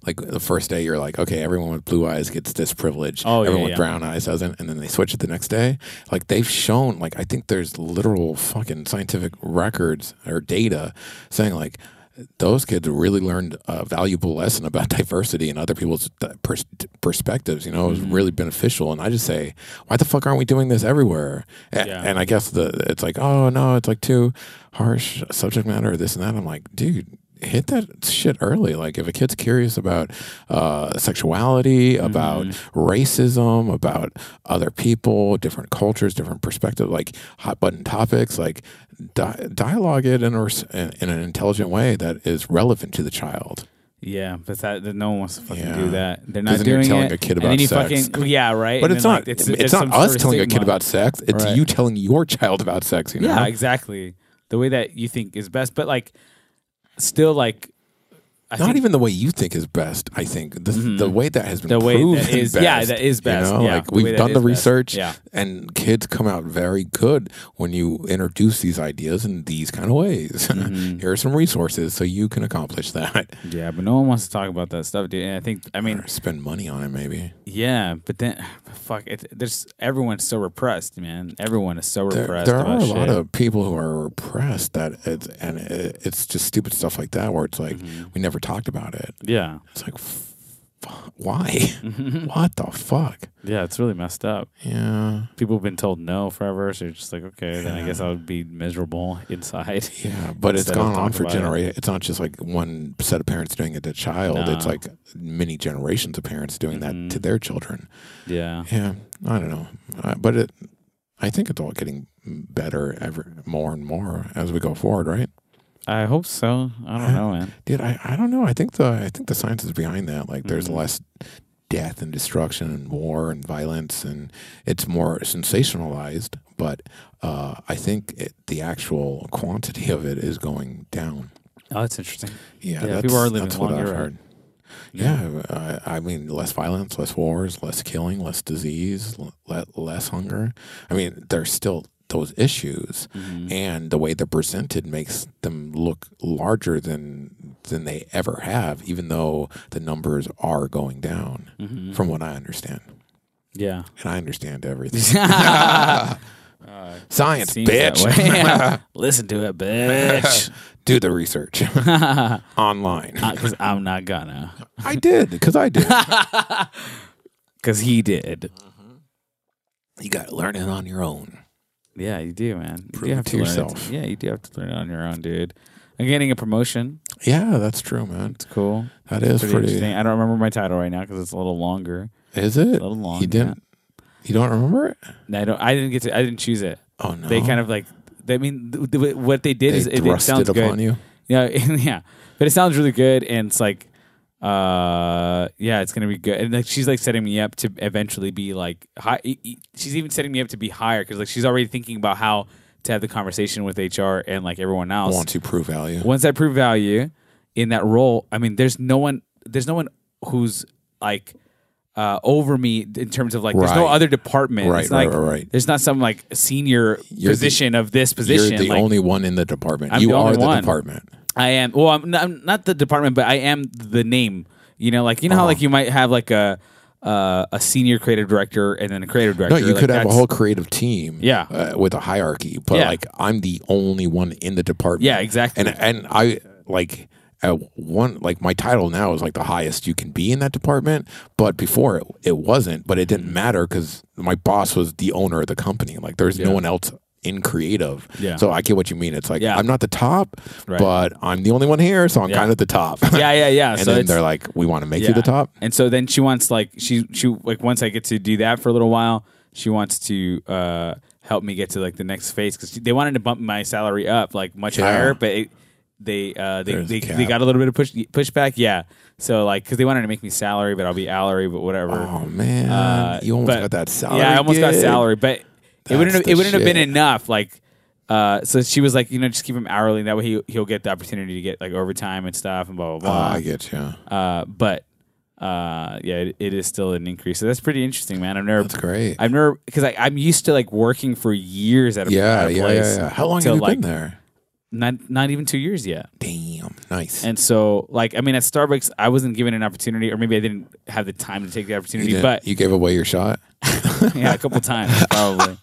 S2: like the first day you're like, okay, everyone with blue eyes gets this privilege.
S1: Oh, yeah,
S2: everyone
S1: yeah.
S2: with brown eyes doesn't, and then they switch it the next day. Like they've shown, like I think there's literal fucking scientific records or data saying like those kids really learned a valuable lesson about diversity and other people's th- pers- perspectives. You know, it was really beneficial. And I just say, why the fuck aren't we doing this everywhere? A-
S3: Yeah.
S2: And I guess the it's like, oh no, it's like too harsh subject matter, this and that. I'm like, dude, hit that shit early. Like if a kid's curious about uh, sexuality, about racism, about other people, different cultures, different perspective, like hot button topics, like di- dialogue it in, a, res- in an intelligent way that is relevant to the child.
S1: Yeah, but that, that no one wants to fucking
S2: Yeah.
S1: do that. They're
S2: 'Cause
S1: not
S2: then you're
S1: doing
S2: telling
S1: it.
S2: a kid
S1: and
S2: about
S1: then you
S2: sex.
S1: Fucking, yeah, right.
S2: But
S1: And
S2: it's
S1: then,
S2: not
S1: like,
S2: it's,
S1: some
S2: not us
S1: sort of
S2: telling a kid
S1: stigma.
S2: about sex. It's
S1: Right.
S2: you telling your child about sex, you know?
S1: Yeah, exactly. The way that you think is best, but like, still like, I
S2: Not
S1: think Mm-hmm.
S2: even the way you think is best. I think the, the way that has been
S1: The way that
S2: proven
S1: is-
S2: best,
S1: yeah, that is best,
S2: You know?
S1: yeah.
S2: like
S1: The way
S2: we've
S1: that
S2: done the
S1: is best,
S2: research,
S1: yeah.
S2: and kids come out very good when you introduce these ideas in these kind of ways.
S1: Mm-hmm.
S2: Here are some resources so you can accomplish that.
S1: yeah, but no one wants to talk about that stuff, dude. And I think, I mean,
S2: Or spend money on it, maybe.
S1: yeah, but then, fuck, it, there's everyone's so repressed, man. Everyone is so
S2: There,
S1: repressed.
S2: there are
S1: about
S2: a
S1: shit.
S2: lot of people who are repressed that, it's, and it, it's just stupid stuff like that where it's like
S1: Mm-hmm.
S2: we never talked about it.
S1: yeah,
S2: It's like, f- f- why? what the fuck?
S1: yeah. It's really messed up.
S2: Yeah.
S1: People have been told no forever, so you're just like, okay, then I guess I would be miserable inside.
S2: Yeah, but it's
S1: instead of
S2: gone on
S1: talk
S2: for
S1: about it.
S2: generations. It's not just like one set of parents doing it to child. It's
S1: No. Mm-hmm.
S2: like many generations of parents doing that to their children.
S1: Yeah.
S2: Yeah, I don't know, uh, but it, I think it's all getting better ever more and more as we go forward, right?
S1: I hope so. I don't know, man.
S2: Dude, I, I don't know. I think the I think the science is behind that. Like, there's
S1: Mhm.
S2: less death and destruction and war and violence, and it's more sensationalized. But uh, I think it, the actual quantity of it is going down.
S1: Oh, that's interesting.
S2: Yeah,
S1: Yeah,
S2: that's,
S1: people are living
S2: that's what
S1: longer,
S2: I've
S1: right?
S2: heard. Yeah, I, I mean, less violence, less wars, less killing, less disease, l- le- less hunger. I mean, there's still those issues,
S1: Mm-hmm.
S2: and the way they're presented makes them look larger than than they ever have, even though the numbers are going down,
S1: Mm-hmm.
S2: from what I understand.
S1: Yeah.
S2: And I understand everything.
S1: Uh,
S2: Science, bitch.
S1: Listen to it, bitch.
S2: Do the research online.
S1: Because Uh, I'm not gonna.
S2: I did because I did.
S1: Because he did.
S2: you got to learn it on your own.
S1: Yeah, you do, man. You
S2: Prove
S1: do
S2: it
S1: have
S2: to
S1: learn
S2: yourself.
S1: Yeah, you do have to learn it on your own, dude. I'm getting a promotion.
S2: Yeah, that's true, man.
S1: It's cool.
S2: That is
S1: Pretty,
S2: pretty.
S1: interesting. I don't remember my title right now because it's a little longer.
S2: is it?
S1: little long,
S2: You didn't. You don't remember it?
S1: And I don't. I didn't get to. I didn't choose it.
S2: Oh no.
S1: They kind of like. I mean, th- th- what they did
S2: they
S1: is it, it
S2: thrust
S1: sounds
S2: it upon
S1: good.
S2: you.
S1: Yeah, yeah. But it sounds really good, and it's like, uh, yeah, it's gonna be good. And like, she's like setting me up to eventually be like high. e- e- She's even setting me up to be higher because like she's already thinking about how to have the conversation with HR and like everyone else.
S2: Want to prove value?
S1: Once I prove value in that role, I mean, there's no one, there's no one who's like. Uh, over me in terms of like, there's no
S2: Right.
S1: other department.
S2: Right,
S1: It's
S2: right,
S1: like,
S2: right, right.
S1: There's not some like senior
S2: You're the-
S1: position of this
S2: You're
S1: position.
S2: the
S1: like,
S2: only one in the department.
S1: I'm
S2: you
S1: the
S2: are
S1: only
S2: the
S1: one.
S2: department.
S1: I am. Well, I'm not, I'm not the department, but I am the name. You know, like you know how
S2: Uh-huh.
S1: like you might have like a uh, a senior creative director and then a creative
S2: No,
S1: director.
S2: you
S1: Like,
S2: could have a
S1: that's-
S2: whole creative team.
S1: Yeah.
S2: uh, with a hierarchy, but
S1: Yeah.
S2: like I'm the only one in the department.
S1: Yeah, exactly.
S2: And and I like at one like my title now is like the highest you can be in that department, but before it, it wasn't, but it
S1: Mm.
S2: didn't matter because my boss was the owner of the company. Like there's no one else in creative.
S1: Yeah.
S2: So I get what you mean. It's like
S1: Yeah.
S2: I'm not the top,
S1: Right.
S2: but I'm the only one here, so I'm
S1: Yeah.
S2: kind of the top.
S1: yeah, yeah, yeah.
S2: and
S1: so
S2: then
S1: it's,
S2: they're like, "We want to make
S1: yeah.
S2: you the top."
S1: And so then she wants like she she like once I get to do that for a little while, she wants to uh help me get to like the next phase because they wanted to bump my salary up like much
S2: Yeah.
S1: higher, but it, they uh they
S2: There's
S1: they,
S2: a
S1: they
S2: cap.
S1: got a little bit of push pushback. Yeah. So like because they wanted to make me salary, but I'll be hourary, but whatever.
S2: Oh man,
S1: Uh,
S2: you almost
S1: but-
S2: got that salary.
S1: Yeah, I almost got
S2: gig.
S1: salary, but it
S2: That's
S1: wouldn't have,
S2: the
S1: it wouldn't have been
S2: shit.
S1: enough. Like, uh, so she was like, you know, just keep him hourly, and that way he he'll get the opportunity to get like overtime and stuff and blah
S2: Oh,
S1: blah
S2: I get you.
S1: blah. Uh, but uh, yeah, it, it is still an increase. So that's pretty interesting, man. I've never,
S2: That's great.
S1: I've never, because I'm used to like working for years at a,
S2: yeah,
S1: at a
S2: yeah, yeah,
S1: place.
S2: yeah. How long
S1: till,
S2: have you
S1: like,
S2: been there?
S1: Not not even two years yet.
S2: Damn, nice.
S1: And so, like, I mean, at Starbucks, I wasn't given an opportunity, or maybe I didn't have the time to take the
S2: you,
S1: opportunity.
S2: didn't-
S1: But
S2: you gave away your shot.
S1: yeah, a couple times probably.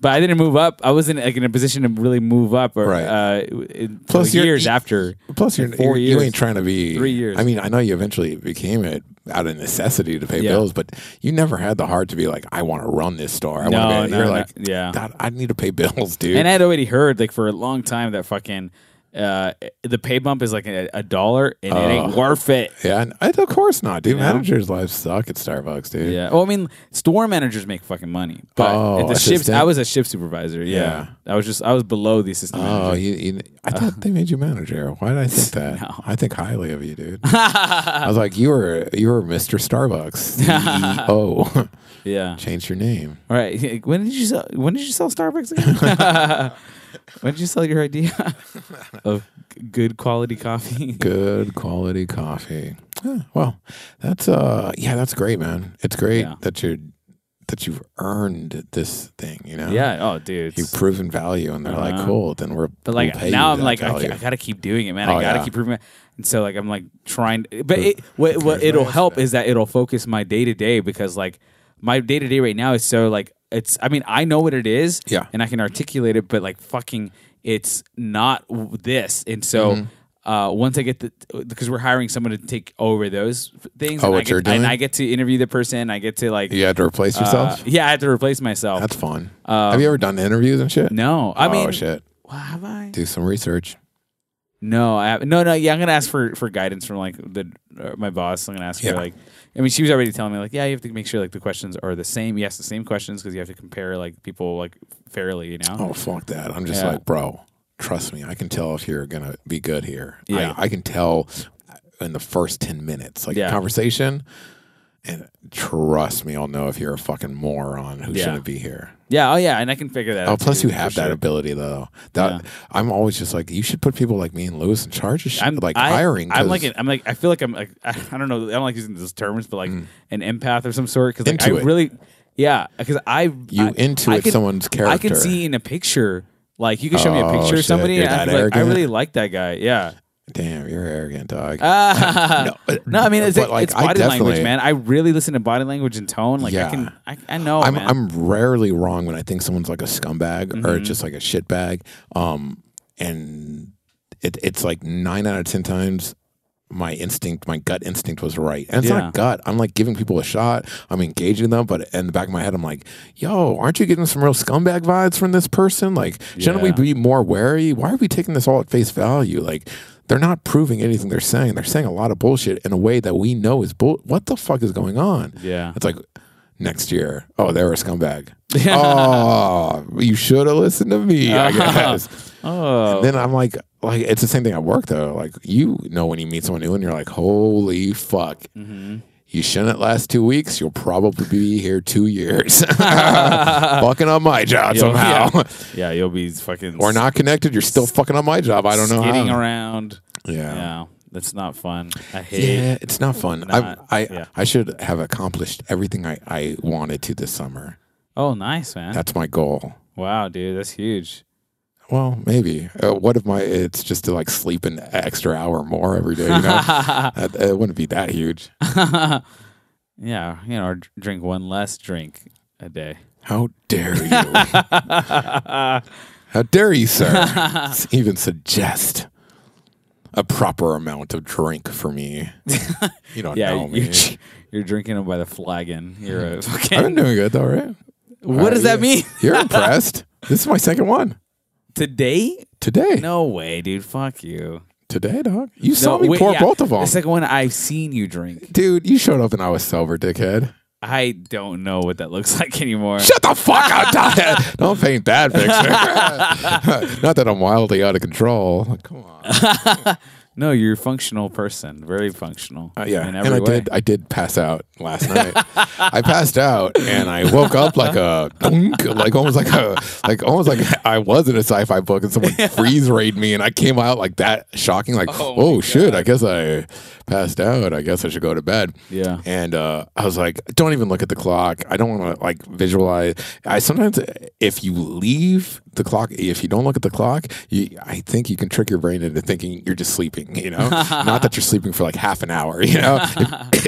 S1: But I didn't move up. I wasn't like in a position to really move up, or
S2: Right.
S1: uh, in,
S2: Plus
S1: Plus
S2: you're- e-
S1: years after.
S2: Plus, you're,
S1: Four
S2: you're you
S1: years.
S2: ain't trying to be
S1: Three years.
S2: I mean, I know you eventually became it out of necessity to pay
S1: Yeah.
S2: bills, but you never had the heart to be like, I want to run this store. I
S1: No,
S2: want to.
S1: no,
S2: you're
S1: no,
S2: like,
S1: yeah.
S2: God, I need to pay bills, dude.
S1: And I'd already heard like for a long time that fucking uh, the pay bump is like a, a dollar, and it
S2: Oh.
S1: ain't worth it.
S2: yeah, and I, of course not, dude. Managers' lives suck at Starbucks, dude.
S1: Yeah. Well, I mean, store managers make fucking money, but
S2: Oh,
S1: at the ships,
S2: assistant?
S1: I was a ship supervisor. Yeah. I was just I was below the assistant.
S2: Oh,
S1: manager.
S2: you, you, I thought they made you manager. Why did I think that? I think highly of you, dude. I was like, you were you were Mr. Starbucks. Oh,
S1: Yeah.
S2: change your name.
S1: All right. When did you sell? When did you sell Starbucks? Again? when did you sell your idea of g- good quality coffee?
S2: Good quality coffee. Yeah, well, that's uh, yeah, that's great, man. It's great
S1: Yeah.
S2: that you are that you've earned this thing. You know,
S1: Yeah. Oh, dude.
S2: you've proven value, and they're
S1: Uh-huh.
S2: like, cool. Then we're
S1: but like
S2: we'll pay
S1: now,
S2: you
S1: I'm
S2: that
S1: like I,
S2: value.
S1: ca- I gotta keep doing it, man.
S2: Oh,
S1: I gotta
S2: yeah.
S1: keep proving it. And so like I'm like trying, but
S2: Prove-
S1: it, what what
S2: prove
S1: it'll
S2: my
S1: help
S2: aspect.
S1: is that it'll focus my day to day because like my day to day right now is so like it's. I mean, I know what it is.
S2: Yeah.
S1: And I can articulate it, but like fucking, it's not w- this. And so.
S2: Mm-hmm.
S1: Uh, once I get the, because we're hiring someone to take over those f- things,
S2: Oh,
S1: and, I
S2: what
S1: get,
S2: you're doing?
S1: and I get to interview the person. I get to like,
S2: you had to replace
S1: uh,
S2: yourself.
S1: yeah, I have to replace myself.
S2: that's fun. Have you ever done interviews and shit?
S1: no, I
S2: oh
S1: mean,
S2: shit.
S1: well, have I?
S2: Do some research.
S1: No, I have, no, no. Yeah, I'm gonna ask for for guidance from like the uh, my boss. I'm gonna ask
S2: Yeah.
S1: her like, I mean, she was already telling me like, yeah, you have to make sure like the questions are the same. You ask the same questions because you have to compare like people like fairly, you know.
S2: Oh fuck that! I'm just
S1: Yeah.
S2: like, bro. Trust me, I can tell if you're gonna be good here.
S1: Yeah.
S2: I, I can tell in the first ten minutes, like
S1: Yeah.
S2: conversation. And trust me, I'll know if you're a fucking moron who
S1: Yeah.
S2: shouldn't be here.
S1: Yeah, oh yeah, and I can figure that.
S2: Oh,
S1: out.
S2: plus
S1: too,
S2: you have
S1: for
S2: that
S1: sure.
S2: ability though. That I'm always just like, you should put people like me and Lewis in charge of shit,
S1: I'm
S2: like
S1: I,
S2: hiring.
S1: I'm
S2: 'cause
S1: like an, I'm like I feel like I'm like I don't know. I don't like using those terms, but like an empath or some sort. Because like, I
S2: Mm. Into it.
S1: really, yeah, because I
S2: you
S1: I,
S2: intuit
S1: I can-
S2: someone's character.
S1: I can see in a picture. Like you can show me a
S2: Oh,
S1: picture of
S2: shit,
S1: somebody,
S2: you're
S1: and I,
S2: that
S1: feel like, I
S2: arrogant?
S1: really like that guy. Yeah.
S2: Damn, you're arrogant, dog.
S1: Ah. no,
S2: No,
S1: I mean it's,
S2: but, like,
S1: it's
S2: I
S1: body language,
S2: definitely-
S1: man. I really listen to body language and tone. Like I
S2: Yeah.
S1: can, I, I know,
S2: I'm
S1: man. Mm-hmm.
S2: I'm rarely wrong when I think someone's like a scumbag or just like a shitbag. Um, and it, it's like nine out of ten times my instinct, my gut instinct was right. And it's
S1: Yeah.
S2: not gut. I'm like giving people a shot. I'm engaging them, but in the back of my head, I'm like, yo, aren't you getting some real scumbag vibes from this person? Like, shouldn't we
S1: Yeah.
S2: be more wary? Why are we taking this all at face value? Like. They're not proving anything they're saying. They're saying a lot of bullshit in a way that we know is bull. What the fuck is going on?
S1: yeah,
S2: It's like next year. Oh, they were a scumbag. oh, you should have listened to me. I guess.
S1: Uh-huh. oh,
S2: then I'm like, like it's the same thing at work though. Like you know when you meet someone new and you're like, holy fuck.
S1: Mm. mm-hmm.
S2: You shouldn't last two weeks. You'll probably be here two years. fucking up my job
S1: Yo,
S2: somehow.
S1: yeah, you'll be fucking
S2: Or not connected. You're still fucking up my job. I don't know.
S1: skidding
S2: how.
S1: around.
S2: Yeah.
S1: Yeah, that's not fun. I hate.
S2: Yeah, it's not fun.
S1: Not-
S2: I I,
S1: yeah.
S2: I should have accomplished everything I, I wanted to this summer.
S1: Oh, nice man.
S2: That's my goal.
S1: wow, dude, that's huge.
S2: Well, maybe. Uh, what if my it's just to like sleep an extra hour more every day? You know, that, it wouldn't be that huge.
S1: Yeah, you know, or dr- drink one less drink a day.
S2: How dare you? How dare you, sir? Even suggest. a proper amount of drink for me. You don't
S1: Yeah,
S2: know
S1: you,
S2: me.
S1: are you're drinking them by the flagon. You're a
S2: I've been
S1: fucking.
S2: doing good though, right?
S1: What
S2: Uh,
S1: does that
S2: yeah.
S1: mean?
S2: You're impressed. This is my second one
S1: Today?
S2: today.
S1: No way, dude. Fuck you.
S2: Today, dog. You
S1: no,
S2: saw me
S1: wait,
S2: pour
S1: yeah.
S2: both of them,
S1: The second one I've seen you drink.
S2: dude. You showed up and I was sober, dickhead.
S1: I don't know what that looks like anymore.
S2: Shut the fuck up! Dad. Don't paint that picture. Not that I'm wildly out of control. Come on.
S1: No, you're a functional person. Very functional.
S2: Uh, yeah,
S1: In
S2: and
S1: every
S2: I
S1: way.
S2: did. I did pass out last night. I passed out, and I woke up like a dunk, like almost like a like almost like I was in a sci-fi book, and someone freeze rayed me, and I came out like that, shocking, like
S3: Oh
S2: oh,
S3: my
S2: shit, I guess I passed out. I guess I should go to bed.
S1: Yeah.
S2: and uh, I was like, don't even look at the clock. I don't want to like visualize. I sometimes if you leave the clock, if you don't look at the clock, you, I think you can trick your brain into thinking you're just sleeping. You know, not that you're sleeping for like half an hour. You know. If-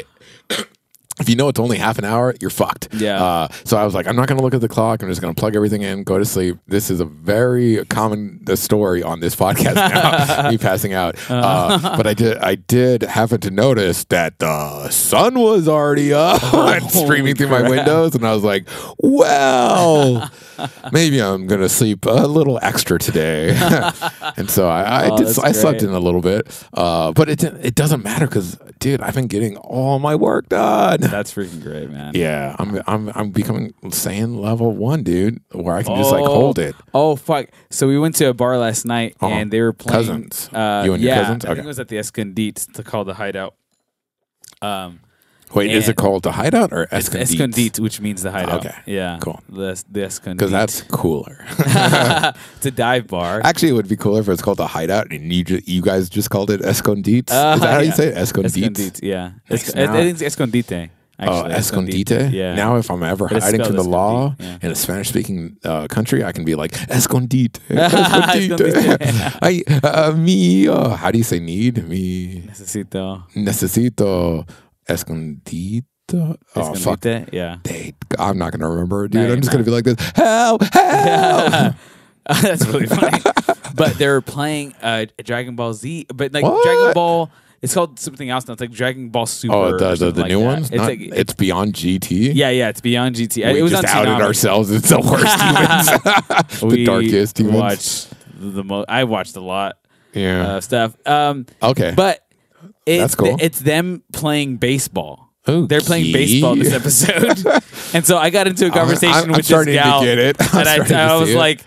S2: If you know it's only half an hour, you're fucked.
S1: Yeah.
S2: Uh, so I was like, I'm not going to look at the clock. I'm just going to plug everything in, go to sleep. This is a very common uh, story on this podcast now, me passing out.
S1: Uh-huh.
S2: Uh, but I did, I did happen to notice that the sun was already up and
S1: Oh,
S2: streaming through my windows, and I was like, well, maybe I'm going to sleep a little extra today. and so I, I
S1: Oh,
S2: did.
S1: that's
S2: I slept
S1: great.
S2: in a little bit, uh, but it didn't- it doesn't matter because, dude, I've been getting all my work done.
S1: That's freaking great, man.
S2: Yeah, I'm I'm I'm becoming saiyan level one, dude, where I can just like hold it.
S1: Oh fuck! So we went to a bar last night
S2: Uh-huh.
S1: and they were playing
S2: Cousins.
S1: Uh,
S2: You and your
S1: yeah,
S2: cousins?
S1: I think
S2: Okay.
S1: it was at the Escondites to call the hideout. Um,
S2: Wait, is
S1: and-
S2: it called the hideout or Escondites?
S1: Escondites, which means the hideout.
S2: Okay.
S1: Yeah.
S2: Cool.
S1: The the Escondites.
S2: Because that's cooler.
S1: it's a dive bar.
S2: Actually, it would be cooler if it's called the hideout and you ju- you guys just called it Escondites.
S1: Uh,
S2: is that how you
S1: yeah.
S2: say it? Escondites?
S1: Escondites. Yeah.
S2: Nice.
S1: Esco- I- I think it's Escondite.
S2: Oh,
S1: Actually.
S2: Escondite.
S1: Yeah.
S2: Now, if I'm ever
S1: But it's
S2: hiding from the
S1: spelled
S2: law
S1: Escondite,
S2: in a Spanish-speaking uh, country, I can be like Escondite.
S1: Escondite.
S2: Escondite. I, uh, me. uh, how do you say need? Me.
S1: Necesito.
S2: Necesito escondite. Oh, fuck.
S1: Escondite. Yeah.
S2: They, I'm not going to remember it,
S1: No,
S2: dude.
S1: you're
S2: I'm just
S1: not.
S2: going to be like this. Help, help.
S1: That's really funny. but they're playing uh, Dragon Ball Z, but like
S2: What?
S1: Dragon Ball. It's called something else now. It's like Dragon Ball Super.
S2: oh,
S1: or
S2: the, the,
S1: something
S2: the
S1: like
S2: new
S1: that.
S2: ones?
S1: It's
S2: It's, not,
S1: like it's,
S2: it's beyond GT.
S1: yeah, yeah. It's beyond GT.
S2: We
S1: it was
S2: just
S1: on
S2: outed
S1: Tsunami.
S2: ourselves. It's the worst humans. the
S1: We
S2: darkest humans.
S1: Watched the mo- I watched a lot
S2: Yeah.
S1: uh, stuff. Um,
S2: okay.
S1: but it's
S2: That's cool. Oh,
S1: it's them playing baseball.
S2: Okay.
S1: They're playing baseball this episode, and so I got into a conversation
S2: I'm- I'm
S1: with
S2: starting
S1: this
S2: to
S1: gal,
S2: get it. I'm
S1: and I,
S2: starting to
S1: I was
S2: see it.
S1: like,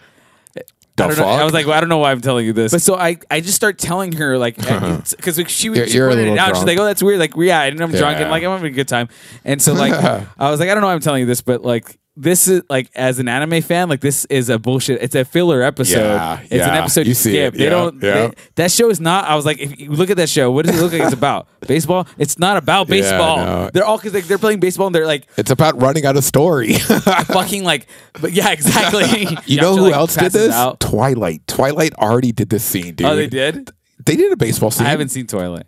S2: The
S1: I, don't know,
S2: fuck?
S1: I was like, well, I don't know why I'm telling you this. But so I, I just start telling her like, because like, she,
S2: You're-
S1: was she
S2: you're a
S1: pointed it
S2: little
S1: out. She's
S2: drunk.
S1: like, oh, that's weird. Like, yeah, and I'm drunk and
S2: Yeah.
S1: like I'm having a good time. And so like, I was like, I don't know why I'm telling you this, but like. This is like as an anime fan, like this is a bullshit. It's a filler episode.
S2: Yeah,
S1: it's an
S2: yeah.
S1: episode
S2: You
S1: you
S2: see
S1: skip.
S2: it.
S1: They
S2: Yeah,
S1: don't.
S2: yeah.
S1: They, that show is not. I was like, if you look at that show. What does it look like? It's about baseball. It's not about
S2: Yeah,
S1: baseball.
S2: no.
S1: They're all because like they're playing baseball and they're like
S2: it's about running out of story.
S1: fucking like. But yeah, exactly.
S2: you know
S1: Yamcha,
S2: who
S1: like,
S2: else did
S1: passes
S2: this?
S1: out.
S2: Twilight. Twilight already did this scene, dude.
S1: Oh, they did.
S2: They did a baseball
S1: I
S2: scene.
S1: haven't seen Twilight.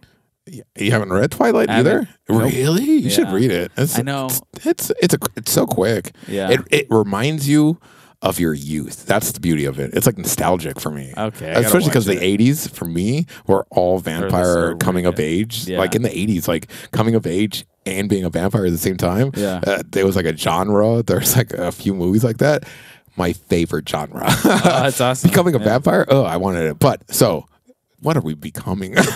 S2: You haven't read Twilight
S1: I haven't.
S2: either? Really? You should
S1: Yeah.
S2: read it. It's,
S1: I know.
S2: It's, it's it's a, it's so quick.
S1: Yeah.
S2: It it reminds you of your youth. That's the beauty of it. It's like nostalgic for me.
S1: Okay, I gotta
S2: Especially because
S1: watch
S2: the '80s for me were all
S1: sort
S2: vampire
S1: of
S2: coming of
S1: weird,
S2: age.
S1: Yeah.
S2: Like in the '80s, like coming of age and being a vampire at the same time.
S1: Yeah.
S2: Uh, there was like a genre. There's like a few movies like that. My favorite genre.
S1: Oh, that's awesome.
S2: becoming a vampire oh i wanted it but so what are we becoming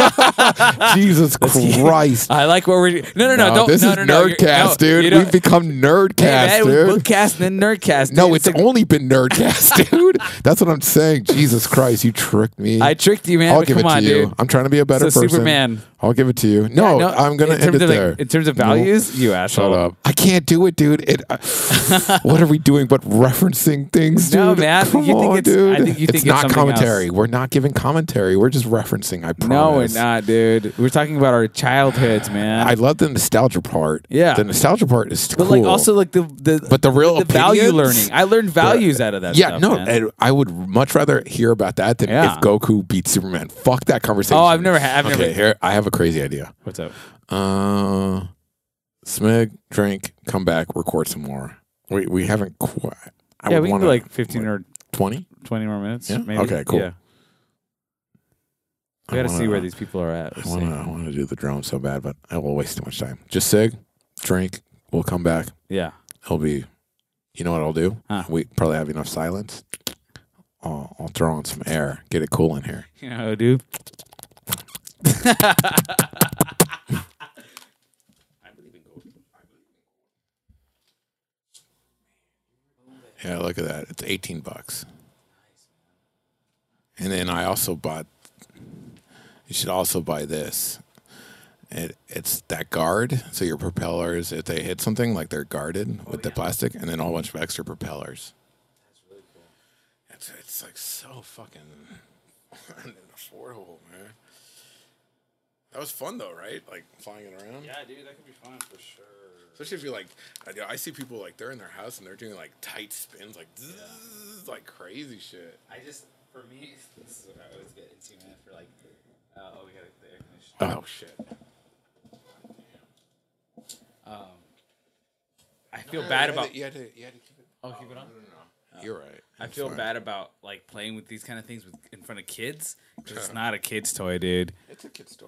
S2: jesus christ
S1: I like where we're. No, no, no.
S2: No,
S1: don't,
S2: this
S1: no,
S2: is
S1: no, no, you're-
S2: nerdcast
S1: no, you
S2: dude
S1: don't-
S2: we've become
S1: Hey,
S2: nerdcast
S1: man,
S2: dude
S1: Bookcast and then nerdcast.
S2: no
S1: dude.
S2: it's only been nerdcast dude that's what i'm saying jesus christ you tricked me
S1: I tricked you, man.
S2: I'll
S1: but
S2: give
S1: come
S2: it to
S1: on,
S2: you.
S1: dude.
S2: I'm trying to be a better
S1: So
S2: person.
S1: Superman.
S2: I'll give it to you. No,
S1: No,
S2: I'm gonna
S1: in
S2: end
S1: terms
S2: it
S1: of, like,
S2: there.
S1: in terms of
S2: No.
S1: values, you asshole.
S2: Shut up. I can't do it, dude. It. I- what are we doing but referencing things, dude?
S1: No, man.
S2: Come
S1: You think
S2: on,
S1: it's-
S2: dude.
S1: I think you
S2: it's
S1: think it's
S2: not
S1: something
S2: commentary. We're not giving commentary. We're just referencing. I promise.
S1: No, we're not, dude. We're talking about our childhoods, man.
S2: I love the nostalgia part.
S1: Yeah.
S2: the nostalgia part is
S1: but
S2: cool.
S1: like also like the the
S2: but the real
S1: the value
S2: opinions-
S1: learning. I learned values out of that.
S2: Yeah,
S1: stuff,
S2: no,
S1: man.
S2: and I would much rather hear about that than
S1: Yeah.
S2: if Goku beats Superman. Fuck that conversation.
S1: Oh, I've never ha- I've
S2: okay,
S1: never-
S2: here I have a crazy idea.
S1: What's up?
S2: Uh, smeg, drink, come back, record some more. We we haven't quite. I
S1: yeah,
S2: would
S1: we can do
S2: wanna-
S1: like fifteen or
S2: twenty.
S1: twenty more minutes.
S2: Yeah?
S1: Maybe.
S2: Okay, cool.
S1: Yeah. We got to
S2: wanna-
S1: see where these people are at.
S2: I want to. I want to do the drone so bad, but I will waste too much time. Just sig, drink. We'll come back.
S1: Yeah.
S2: It'll be. You know what I'll do?
S1: Huh.
S2: We probably have enough silence. I'll, I'll throw on some air. Get it cool in here.
S1: You know, dude.
S2: Yeah, look at that. It's eighteen bucks. And then I also bought. You should also buy this. It it's that guard. So your propellers, if they hit something, like they're guarded with the plastic, and then a whole bunch of extra propellers. That's really cool. It's it's like so fucking affordable, man. That was fun though, right? Like flying it around.
S3: dude, that could be fun for sure.
S2: Especially if you like, I, do- I see people like they're in their house and they're doing like tight spins, like zzz, like crazy shit.
S3: I just, for me, this is what I always get into, man. For like, uh, oh, we got the air conditioner.
S2: Oh shit!
S3: Um, I feel bad
S2: You had
S3: about.
S2: to- you had to, you had to keep it.
S3: Oh, keep it on.
S2: You're right.
S3: I
S2: It's
S3: feel
S2: fine.
S3: bad about like playing with these kind of things with, in front of kids. 'cause It's not a kid's toy, dude.
S2: It's a kid's toy.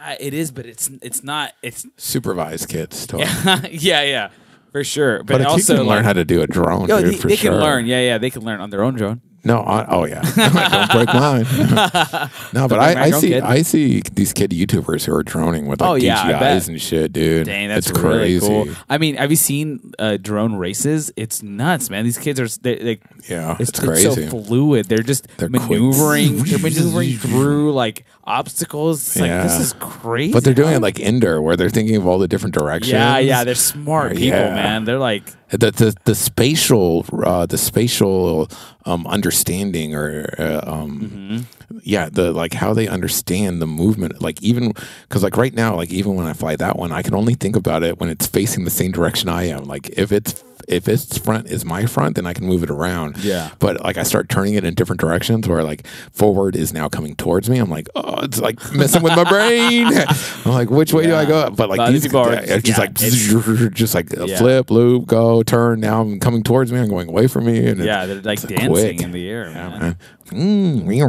S2: Huh?
S3: Uh, it is, but it's it's not. It's
S2: Supervised kids toy.
S3: yeah, yeah, for sure. But,
S2: But if
S3: also
S2: you can
S3: like,
S2: learn how to do a drone,
S1: Yo,
S2: dude,
S1: they,
S2: for
S1: they
S2: sure.
S1: can learn. Yeah, yeah, they can learn on their own drone.
S2: No, I, oh yeah, don't break mine. no, but
S1: break my
S2: I, I
S1: drone,
S2: see,
S1: kid.
S2: I see these kid YouTubers who are droning with like
S1: Oh, yeah, I
S2: DJIs
S1: bet.
S2: and shit, dude.
S1: Dang, that's
S2: it's
S1: really
S2: crazy.
S1: cool. I mean, have you seen uh, drone races? It's nuts, man. These kids are s- they like,
S2: Yeah,
S1: it's,
S2: it's
S1: it's so
S2: crazy.
S1: fluid. They're just
S2: They're quick.
S1: maneuvering. They're maneuvering through like obstacles. It's like this
S2: Yeah.
S1: is crazy.
S2: But they're doing it like indoor, where they're thinking of all the different directions.
S1: yeah, yeah. They're smart people,
S2: Yeah.
S1: man. They're like,
S2: the the, the spatial uh, the spatial um, understanding or uh, um,
S1: Mm-hmm.
S2: yeah the like how they understand the movement like even because like right now like even when I fly that one I can only think about it when it's facing the same direction I am like if it's if its front is my front then I can move it around
S1: Yeah.
S2: but like I start turning it in different directions where like forward is now coming towards me I'm like oh it's like messing with my brain I'm like which way do I go but like
S1: But other
S2: these
S1: people are-
S2: they're just
S1: yeah,
S2: like
S1: it's-
S2: just like a
S1: Yeah.
S2: flip, loop, go, turn. Now I'm coming towards me. I'm going away from me. And
S1: yeah,
S2: it's-
S1: they're like
S2: it's
S1: dancing
S2: quick.
S1: in the air, man.
S2: Man. Mm, ring,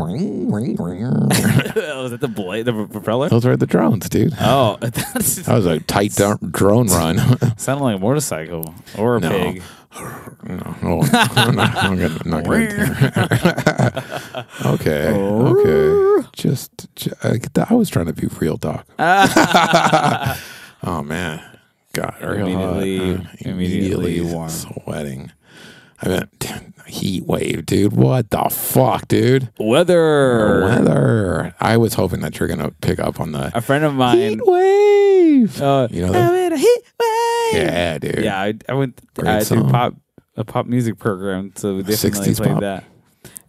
S2: ring, ring, ring.
S1: Was Oh, that the blade, the propeller?
S2: Those are the drones, dude.
S1: Oh, that's
S2: That was a tight dr- drone run.
S1: sounded like a motorcycle or a
S2: No.
S1: pig.
S2: no, no, I'm not, I'm gonna- I'm not gonna- okay, okay. Just, ju- I, I was trying to be real, doc. oh man, God, real hot,
S1: Immediately-
S2: man.
S1: immediately warm.
S2: sweating. I mean, heat wave, dude. What the fuck, dude?
S1: Weather.
S2: Weather. I was hoping that you're gonna pick up on the
S1: A friend of mine.
S2: heat wave.
S1: Uh,
S2: You know that?
S1: I'm in a heat wave.
S2: Yeah, dude.
S1: Yeah, I, I went
S2: Great
S1: I through
S2: song.
S1: pop a pop music program, so we definitely
S2: 60s
S1: played
S2: pop.
S1: that.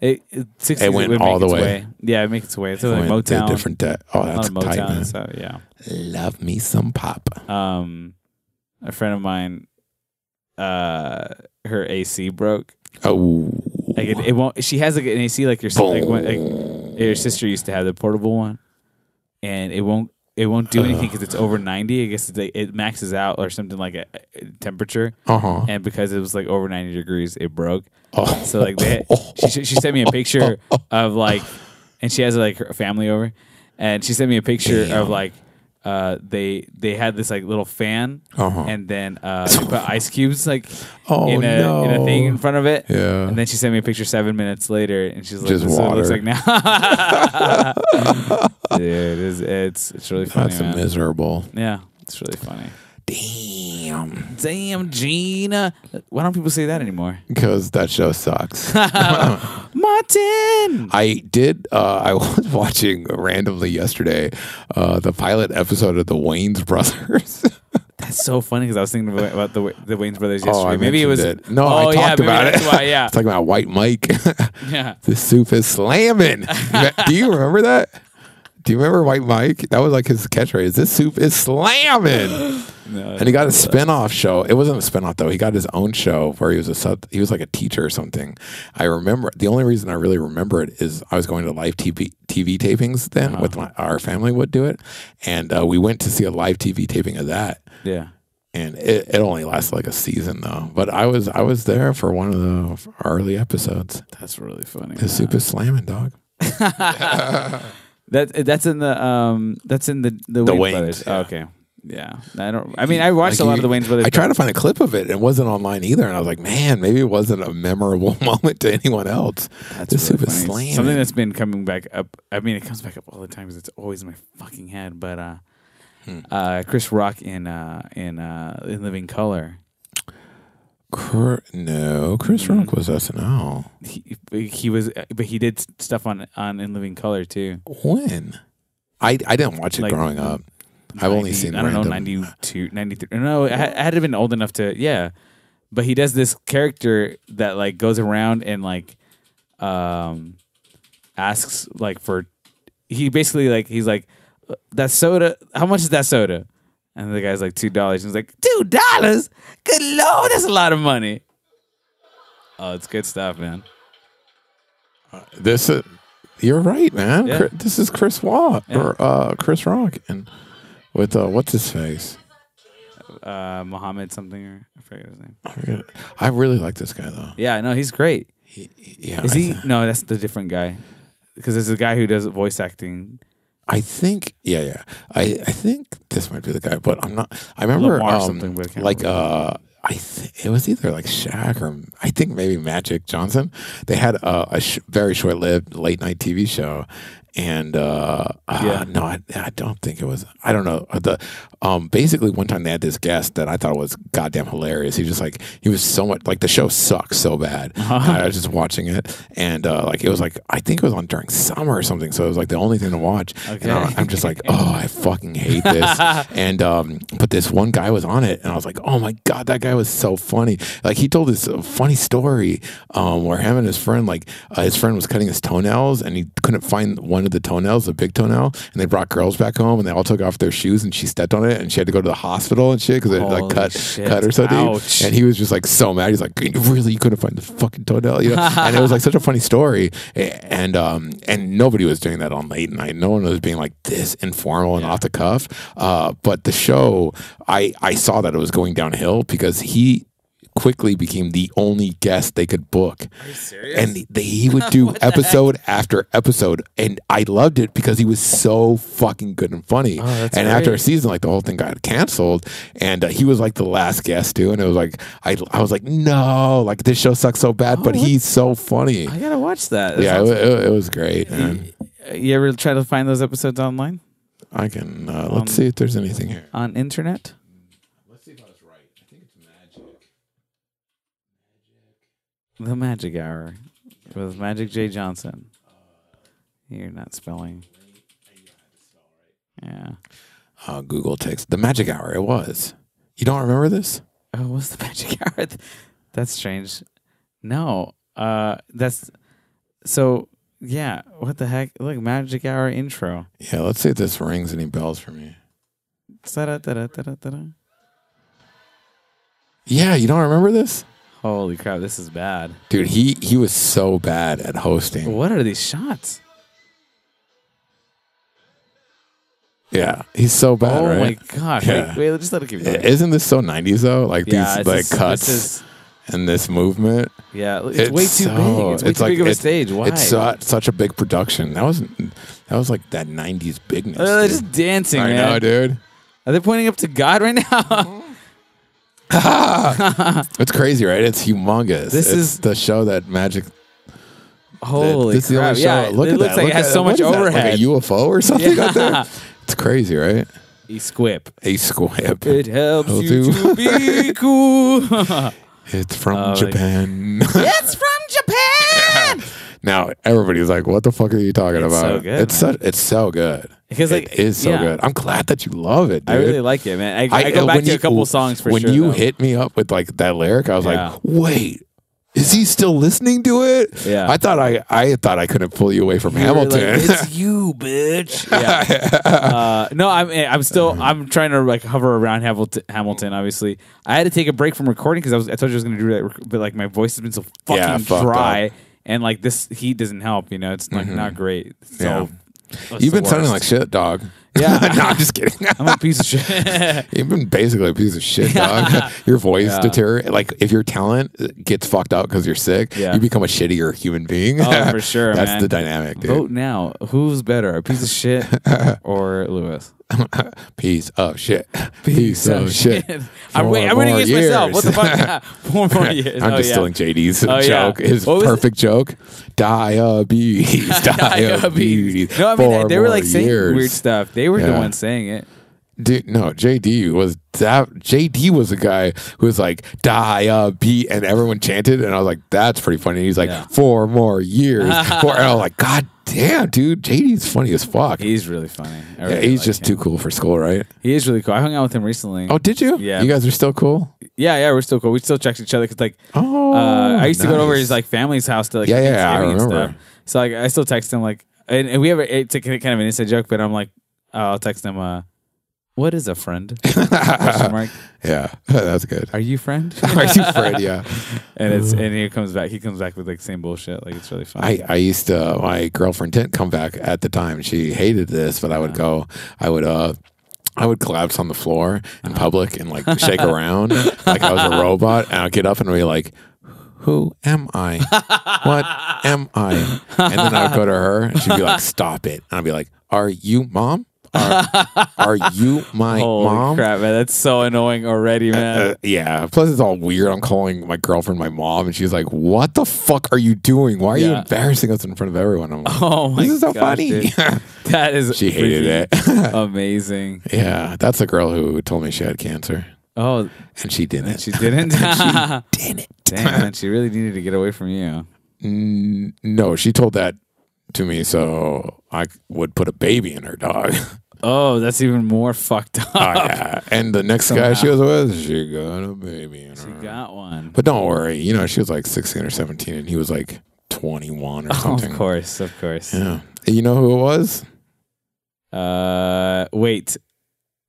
S1: It, it, 60s,
S2: went
S1: would
S2: all
S1: make
S2: the
S1: its
S2: way.
S1: Yeah, it makes its way. It's like
S2: Went to
S1: Motown,
S2: different. De- oh,
S1: a lot
S2: that's
S1: of
S2: tight,
S1: Motown.
S2: man.
S1: so yeah,
S2: Love me some pop.
S1: um, a friend of mine, uh, her AC broke.
S2: Oh,
S1: Like it, it won't. She has like an AC like your si- like, one, like your sister used to have the portable one, and it won't. It won't do anything because it's over ninety. I guess it's like, it maxes out or something like a, a temperature.
S2: uh huh.
S1: and because it was like over 90 degrees it broke
S2: Oh.
S1: so like they she, she- she sent me a picture of like and she has like her family over and she sent me a picture of like uh, they they had this like little fan
S2: Uh-huh.
S1: and then uh, they put ice cubes like
S2: Oh,
S1: in, a, in a thing
S2: no.
S1: in front of it
S2: Yeah.
S1: and then she sent me a picture seven minutes later and she's like
S2: Just
S1: this is what it looks
S2: water.
S1: like now dude it's, it's it's really funny
S2: That's
S1: man.
S2: miserable.
S1: yeah it's really funny
S2: Damn.
S1: damn Gina why don't people say that anymore
S2: Because that show sucks.
S1: Martin.
S2: I did. Uh, I was watching randomly yesterday uh, the pilot episode of the Wayne's Brothers.
S1: That's so funny because I was thinking about about the Wa- the Wayne's brothers yesterday.
S2: oh, I
S1: maybe it was
S2: mentioned No,
S1: Oh,
S2: I
S1: yeah,
S2: talked
S1: maybe
S2: about
S1: that's
S2: it.
S1: why, yeah.
S2: it's talking about White Mike.
S1: yeah.
S2: the soup is slamming. Do you remember that? Do you remember White Mike? That was like his catchphrase. This soup is slamming.
S1: No,
S2: and he got a spin-off show it wasn't a spin-off though he got his own show where he was a sub- he was like a teacher or something i remember the only reason i really remember it is i was going to live tv, TV tapings then with my, our family would do it and uh, we went to see a live tv taping of that
S1: yeah.
S2: and it, it only lasted like a season though but i was i was there for one of the early episodes
S1: That's really funny.
S2: the soup is slamming dog
S1: That that's in the um that's in the the,
S2: The
S1: Wayans
S2: Wayans,
S1: Brothers.
S2: yeah.
S1: okay. Yeah. I don't I mean I watched
S2: Like,
S1: a lot
S2: you-
S1: of the Wayne's Brothers.
S2: I tried to find a clip of it. and It wasn't online either, and I was like, man, maybe it wasn't a memorable moment to anyone else.
S1: That's
S2: This soup is
S1: funny.
S2: slamming.
S1: Something that's been coming back up. I mean, it comes back up all the time because it's always in my fucking head. But uh,
S2: Hmm.
S1: uh, Chris Rock in uh, in uh, in Living Color,
S2: Cr- no, Chris
S1: Mm-hmm.
S2: Rock was SNL.
S1: he, he was, but he did stuff on on In Living Color too.
S2: When? I I didn't watch it
S1: Like,
S2: growing up. I've only
S1: 90
S2: seen
S1: I don't know
S2: random-
S1: 92, 93. No, I, I had to been old enough to yeah. But he does this character that like goes around and like um asks like for he basically like he's like "Uh, that soda how much is that soda and the guy's like two dollars he's like two dollars good lord that's a lot of money oh it's good stuff man
S2: This is, you're right, man.
S1: Yeah.
S2: Chri- This is Chris Rock or uh, Chris Rock and with uh, what's his face.
S1: uh Mohammed something or I forget his name
S2: I forget- I really like this guy though.
S1: yeah no he's great
S2: Yeah,
S1: Is
S2: I
S1: he?
S2: th-
S1: No, that's the different guy. Because there's a guy who does voice acting.
S2: I think. Yeah, yeah. I I think this might be the guy, but I'm not. I remember
S1: Lamar
S2: um,
S1: something, but I can't
S2: like
S1: remember.
S2: uh. I th- it was either like Shaq or I think maybe Magic Johnson. They had uh, a, a sh- very short-lived late-night TV show, and uh,
S1: Yeah.
S2: yeah. no, I, I don't think it was. I don't know. The um, basically one time they had this guest that I thought was goddamn hilarious. He was just like he was so much like the show sucks so bad. And I was just watching it, and uh, like it was like I think it was on during summer or something. So it was like the only thing to watch. And I,
S1: Okay.
S2: I'm just like, oh, I fucking hate this. and um, but this one guy was on it, and I was like, oh my god, that guy was so funny. Like he told this uh, funny story um, where him and his friend, like uh, his friend was cutting his toenails, and he couldn't find one of the toenails, the big toenail, and they brought girls back home, and they all took off their shoes, and she stepped on it, and she had to go to the hospital and shit because it
S1: Holy
S2: like cut
S1: shit.
S2: cut her so
S1: Ouch.
S2: deep, and he was just like so mad. He's like, really, you couldn't find the fucking toenail, you know? and it was like such a funny story. A- And um, and nobody was doing that on late night. No one was being like this informal and off the cuff. Uh, but the show, I I saw that it was going downhill because he quickly became the only guest they could book.
S3: Are you serious?
S2: And they, he would do episode after episode, and I loved it because he was so fucking good and funny.
S1: Oh, that's
S2: and after a
S1: great.
S2: season, like the whole thing got canceled, and uh, he was like the last guest too. And it was like I, I was like, no, like this show sucks so bad, but
S1: Oh, what-
S2: he's so funny.
S1: I gotta watch that. That
S2: yeah, it,
S1: sounds-
S2: it, it was great. man.
S1: uh, You ever try to find those episodes online
S2: I can uh,
S1: Um,
S2: let's see if there's anything here.
S1: on internet?
S2: Let's see if I was right. I think it's magic.
S1: The Magic Hour with Magic J Johnson. You're not spelling. Yeah.
S2: Uh, Google text the magic hour. It was. You don't remember this?
S1: Oh, what's the Magic Hour? That's strange. No. Uh, that's so. Yeah. What the heck? Look, Magic Hour intro.
S2: Yeah, let's see if this rings any bells for me.
S1: Da-da-da-da-da-da-da.
S2: Yeah, you don't remember this?
S1: Holy crap! This is bad.
S2: Dude, he he was so bad at hosting.
S1: What are these shots?
S2: Yeah, he's so bad,
S1: oh
S2: right?
S1: my god!
S2: Yeah.
S1: Wait, wait, just let it keep going.
S2: Isn't this so 90s though? Like
S1: it's
S2: these like
S1: just-
S2: cuts
S1: This is,
S2: and this movement.
S1: yeah, it's, way too big. It's way too
S2: like-
S1: big of a
S2: it's-
S1: stage. Why?
S2: It's su- such a big production. That was that was like that 90s bigness.
S1: Uh, they're
S2: dude.
S1: just dancing,
S2: I
S1: man.
S2: know, dude.
S1: Are they pointing up to God right now?
S2: It's crazy, right? It's humongous.
S1: This
S2: It's
S1: is-
S2: the show that Magic
S1: Holy
S2: this is the
S1: crap!
S2: only show.
S1: yeah,
S2: look
S1: it
S2: at
S1: looks
S2: that.
S1: like
S2: Look
S1: it has
S2: at-
S1: so
S2: what
S1: much
S2: is that,
S1: overhead.
S2: Like a UFO or something out
S1: Yeah.
S2: there. It's crazy, right?
S1: You squip.
S2: A squib.
S1: It helps
S2: I'll
S1: you to
S2: do.
S1: be cool.
S2: It's from
S1: Oh, they-
S2: Japan.
S1: it's from Japan.
S2: Now everybody's like, "What the fuck are you talking
S1: It's
S2: about?"
S1: so good,
S2: it's
S1: man.
S2: such, it's so good.
S1: Because, like,
S2: it is so
S1: yeah.
S2: good. I'm glad that you love it, dude.
S1: I really like it, man. I, I,
S2: uh,
S1: go back
S2: when
S1: to a
S2: you-
S1: couple songs for
S2: when
S1: sure.
S2: you
S1: though.
S2: hit me up with like that lyric, I was
S1: Yeah.
S2: like, "Wait, is he still listening to it?"
S1: Yeah.
S2: I thought I I thought I couldn't pull you away from
S1: You were like,
S2: Hamilton.
S1: it's you, bitch. Yeah. uh, no, I'm. I'm
S2: Uh.
S1: still. I'm trying to like hover around Hamilton. Hamilton. Obviously, I had to take a break from recording because I was. I told you I was going to do that, rec- but like my voice has been so fucking
S2: Yeah, fucked
S1: dry, and like this heat doesn't help. You know, it's like not great. So
S2: Mm-hmm. Yeah.
S1: it's
S2: You've
S1: the
S2: been sounding
S1: worst.
S2: like shit, dog.
S1: Yeah,
S2: no, I'm just kidding.
S1: I'm a piece of shit.
S2: You've been basically a piece of shit, dog. your voice
S1: Yeah.
S2: deteriorate. Like if your talent gets fucked up because you're sick,
S1: Yeah.
S2: you become a shittier human being.
S1: Oh, for sure,
S2: That's
S1: man.
S2: the dynamic, dude.
S1: Vote now. Who's better, a piece of shit or Lewis?
S2: Piece of shit. Piece of Oh, shit.
S1: I'm, wait,
S2: Four
S1: I'm winning
S2: more
S1: against myself. What the
S2: years.
S1: fuck? Four more years.
S2: I'm
S1: oh,
S2: just
S1: yeah.
S2: stealing JD's
S1: Oh, yeah.
S2: joke. His
S1: What was it?
S2: perfect joke. Diabetes. Diabetes.
S1: No, I mean
S2: Four
S1: they were
S2: more
S1: like saying
S2: years.
S1: weird stuff. They were the
S2: Yeah.
S1: ones saying it.
S2: Dude, no, JD was that JD was the guy who was like die uh, beat and everyone chanted and I was like that's pretty funny. He's like
S1: Yeah.
S2: four more years. four and I was like god damn dude, JD's funny as fuck.
S1: He's really funny. I
S2: yeah,
S1: really
S2: he's
S1: like
S2: just
S1: him.
S2: too cool for school, right?
S1: He is really cool. I hung out with him recently.
S2: Oh, did you?
S1: Yeah.
S2: You guys are still cool?
S1: Yeah, yeah, we're still cool. We still text each other because like
S2: Oh.
S1: uh, I used to go over
S2: nice.
S1: his like family's house to like
S2: Yeah, yeah, I
S1: Thanksgiving and
S2: remember.
S1: stuff. So like I still text him like and, and we have a, it's a kind of an inside joke, but I'm like uh, I'll text him. Uh, what is a friend? Question mark.
S2: Yeah. that's good.
S1: Are you friend?
S2: Are you afraid? Yeah.
S1: and it's and he comes back. He comes back with like same bullshit. Like it's really funny.
S2: I, I used to my girlfriend didn't come back at the time. She hated this, but I would
S1: Uh-huh.
S2: go I would uh I would collapse on the floor in
S1: Uh-huh.
S2: public and like shake around like I was a robot and I'd get up and be like who am I? What am I? And then I would go to her and she'd be like, Stop it. And I'd be like, Are you mom? Are, are you my
S1: Holy
S2: mom?
S1: crap, man! That's so annoying already, man.
S2: Uh, yeah. Plus, it's all weird. I'm calling my girlfriend my mom, and she's like, "What the fuck are you doing? Why are you
S1: Yeah.
S2: embarrassing us in front of everyone?" I'm like,
S1: oh my
S2: "This is so
S1: gosh,
S2: funny."
S1: dude. That is
S2: she hated
S1: freaking
S2: it.
S1: amazing.
S2: yeah, that's the girl who told me she had cancer,
S1: Oh,
S2: and she didn't.
S1: and she didn't.
S2: did it.
S1: Damn, man, she really needed to get away from you.
S2: N- no, she told that to me, so I would put a baby in her dog.
S1: Oh, that's even more fucked up.
S2: Oh, yeah. And the next guy she was with, she got a baby in
S1: She
S2: her.
S1: got one.
S2: but don't worry, you know she was like 16 or 17, and he was like 21 or something.
S1: Of course, of course.
S2: Yeah. You know who it was?
S1: Uh, wait.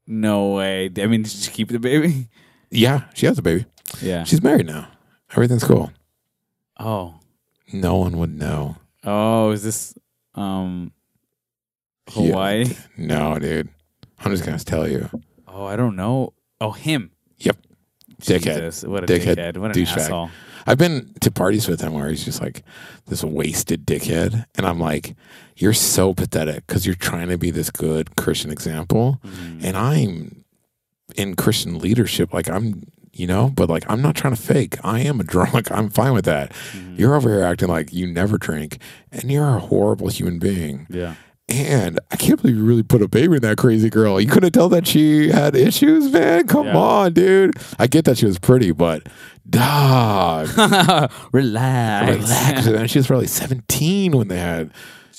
S1: No way. I mean, did she keep the baby?
S2: Yeah, she has a baby.
S1: Yeah.
S2: She's married now. Everything's cool.
S1: Oh.
S2: No one would know.
S1: Oh, is this um Hawaii?
S2: Yeah. No, dude. I'm just gonna tell you.
S1: Oh, I don't know. Oh, him.
S2: Yep. Dickhead.
S1: Jesus, what a
S2: Dickhead.
S1: dickhead. What an
S2: Douchebag.
S1: asshole.
S2: I've been to parties with him where he's just like this wasted dickhead, and I'm like, "You're so pathetic because you're trying to be this good Christian example,
S1: Mm-hmm.
S2: and I'm in Christian leadership. Like I'm, you know, but like I'm not trying to fake. I am a drunk. I'm fine with that.
S1: Mm-hmm.
S2: You're over here acting like you never drink, and you're a horrible human being.
S1: Yeah.
S2: And I can't believe you really put a baby in that crazy girl. You couldn't tell that she had issues, man. Come
S1: Yeah.
S2: on, dude. I get that she was pretty, but dog,
S1: Relax.
S2: relax. man. She was probably 17 when they had.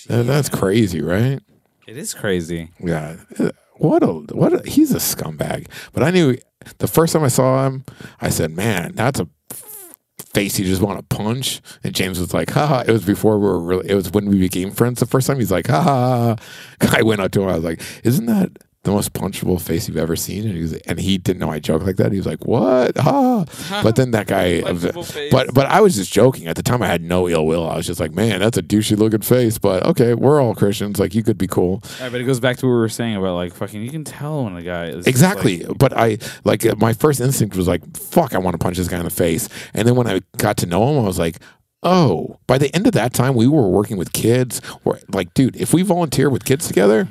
S2: that- That's crazy, right?
S1: It is crazy.
S2: Yeah. What a what a, he's a scumbag. But I knew the first time I saw him, I said, "Man, that's a face you just want to punch." And James was like, "Ha!" ha." It was before we were really. It was when we became friends the first time. He's like, "Ha!" ha, ha." I went up to him. I was like, "Isn't that?" The most punchable face you've ever seen, and he, was, and he didn't know I joked like that. He was like, "What?" Ah. But then that guy,
S1: Punchable face.
S2: but but I was just joking at the time. I had no ill will. I was just like, "Man, that's a douchey looking face." But okay, we're all Christians. Like you could be cool.
S1: All right, but it goes back to what we were saying about like fucking. You can tell when a guy is
S2: Exactly. but I like uh, my first instinct was like, fuck, I want to punch this guy in the face. And then when I got to know him, I was like, oh, by the end of that time, we were working with kids. We're, like, dude, if we volunteer with kids together,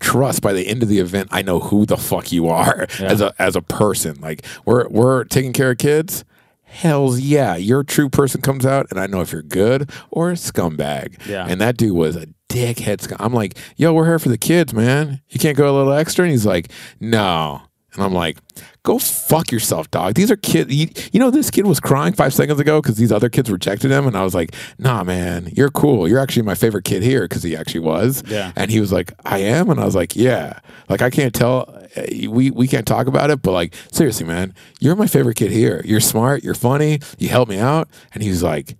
S2: trust by the end of the event, I know who the fuck you are as a as a person. Like we're we're taking care of kids. Hell's yeah, your true person comes out, and I know if you're good or a scumbag.
S1: Yeah.
S2: And that dude was a dickhead. Scum- I'm like, yo, we're here for the kids, man. You can't go a little extra. And he's like, no. And I'm like, go fuck yourself, dog. These are kids. You, you know, this kid was crying five seconds ago because these other kids rejected him. And I was like, nah, man, you're cool. You're actually my favorite kid here because he actually was.
S1: Yeah.
S2: And he was like, I am. And I was like, yeah. Like, I can't tell. eh, We, we can't talk about it, but like, seriously, man, you're my favorite kid here. You're smart. You're funny. You help me out. And he was like,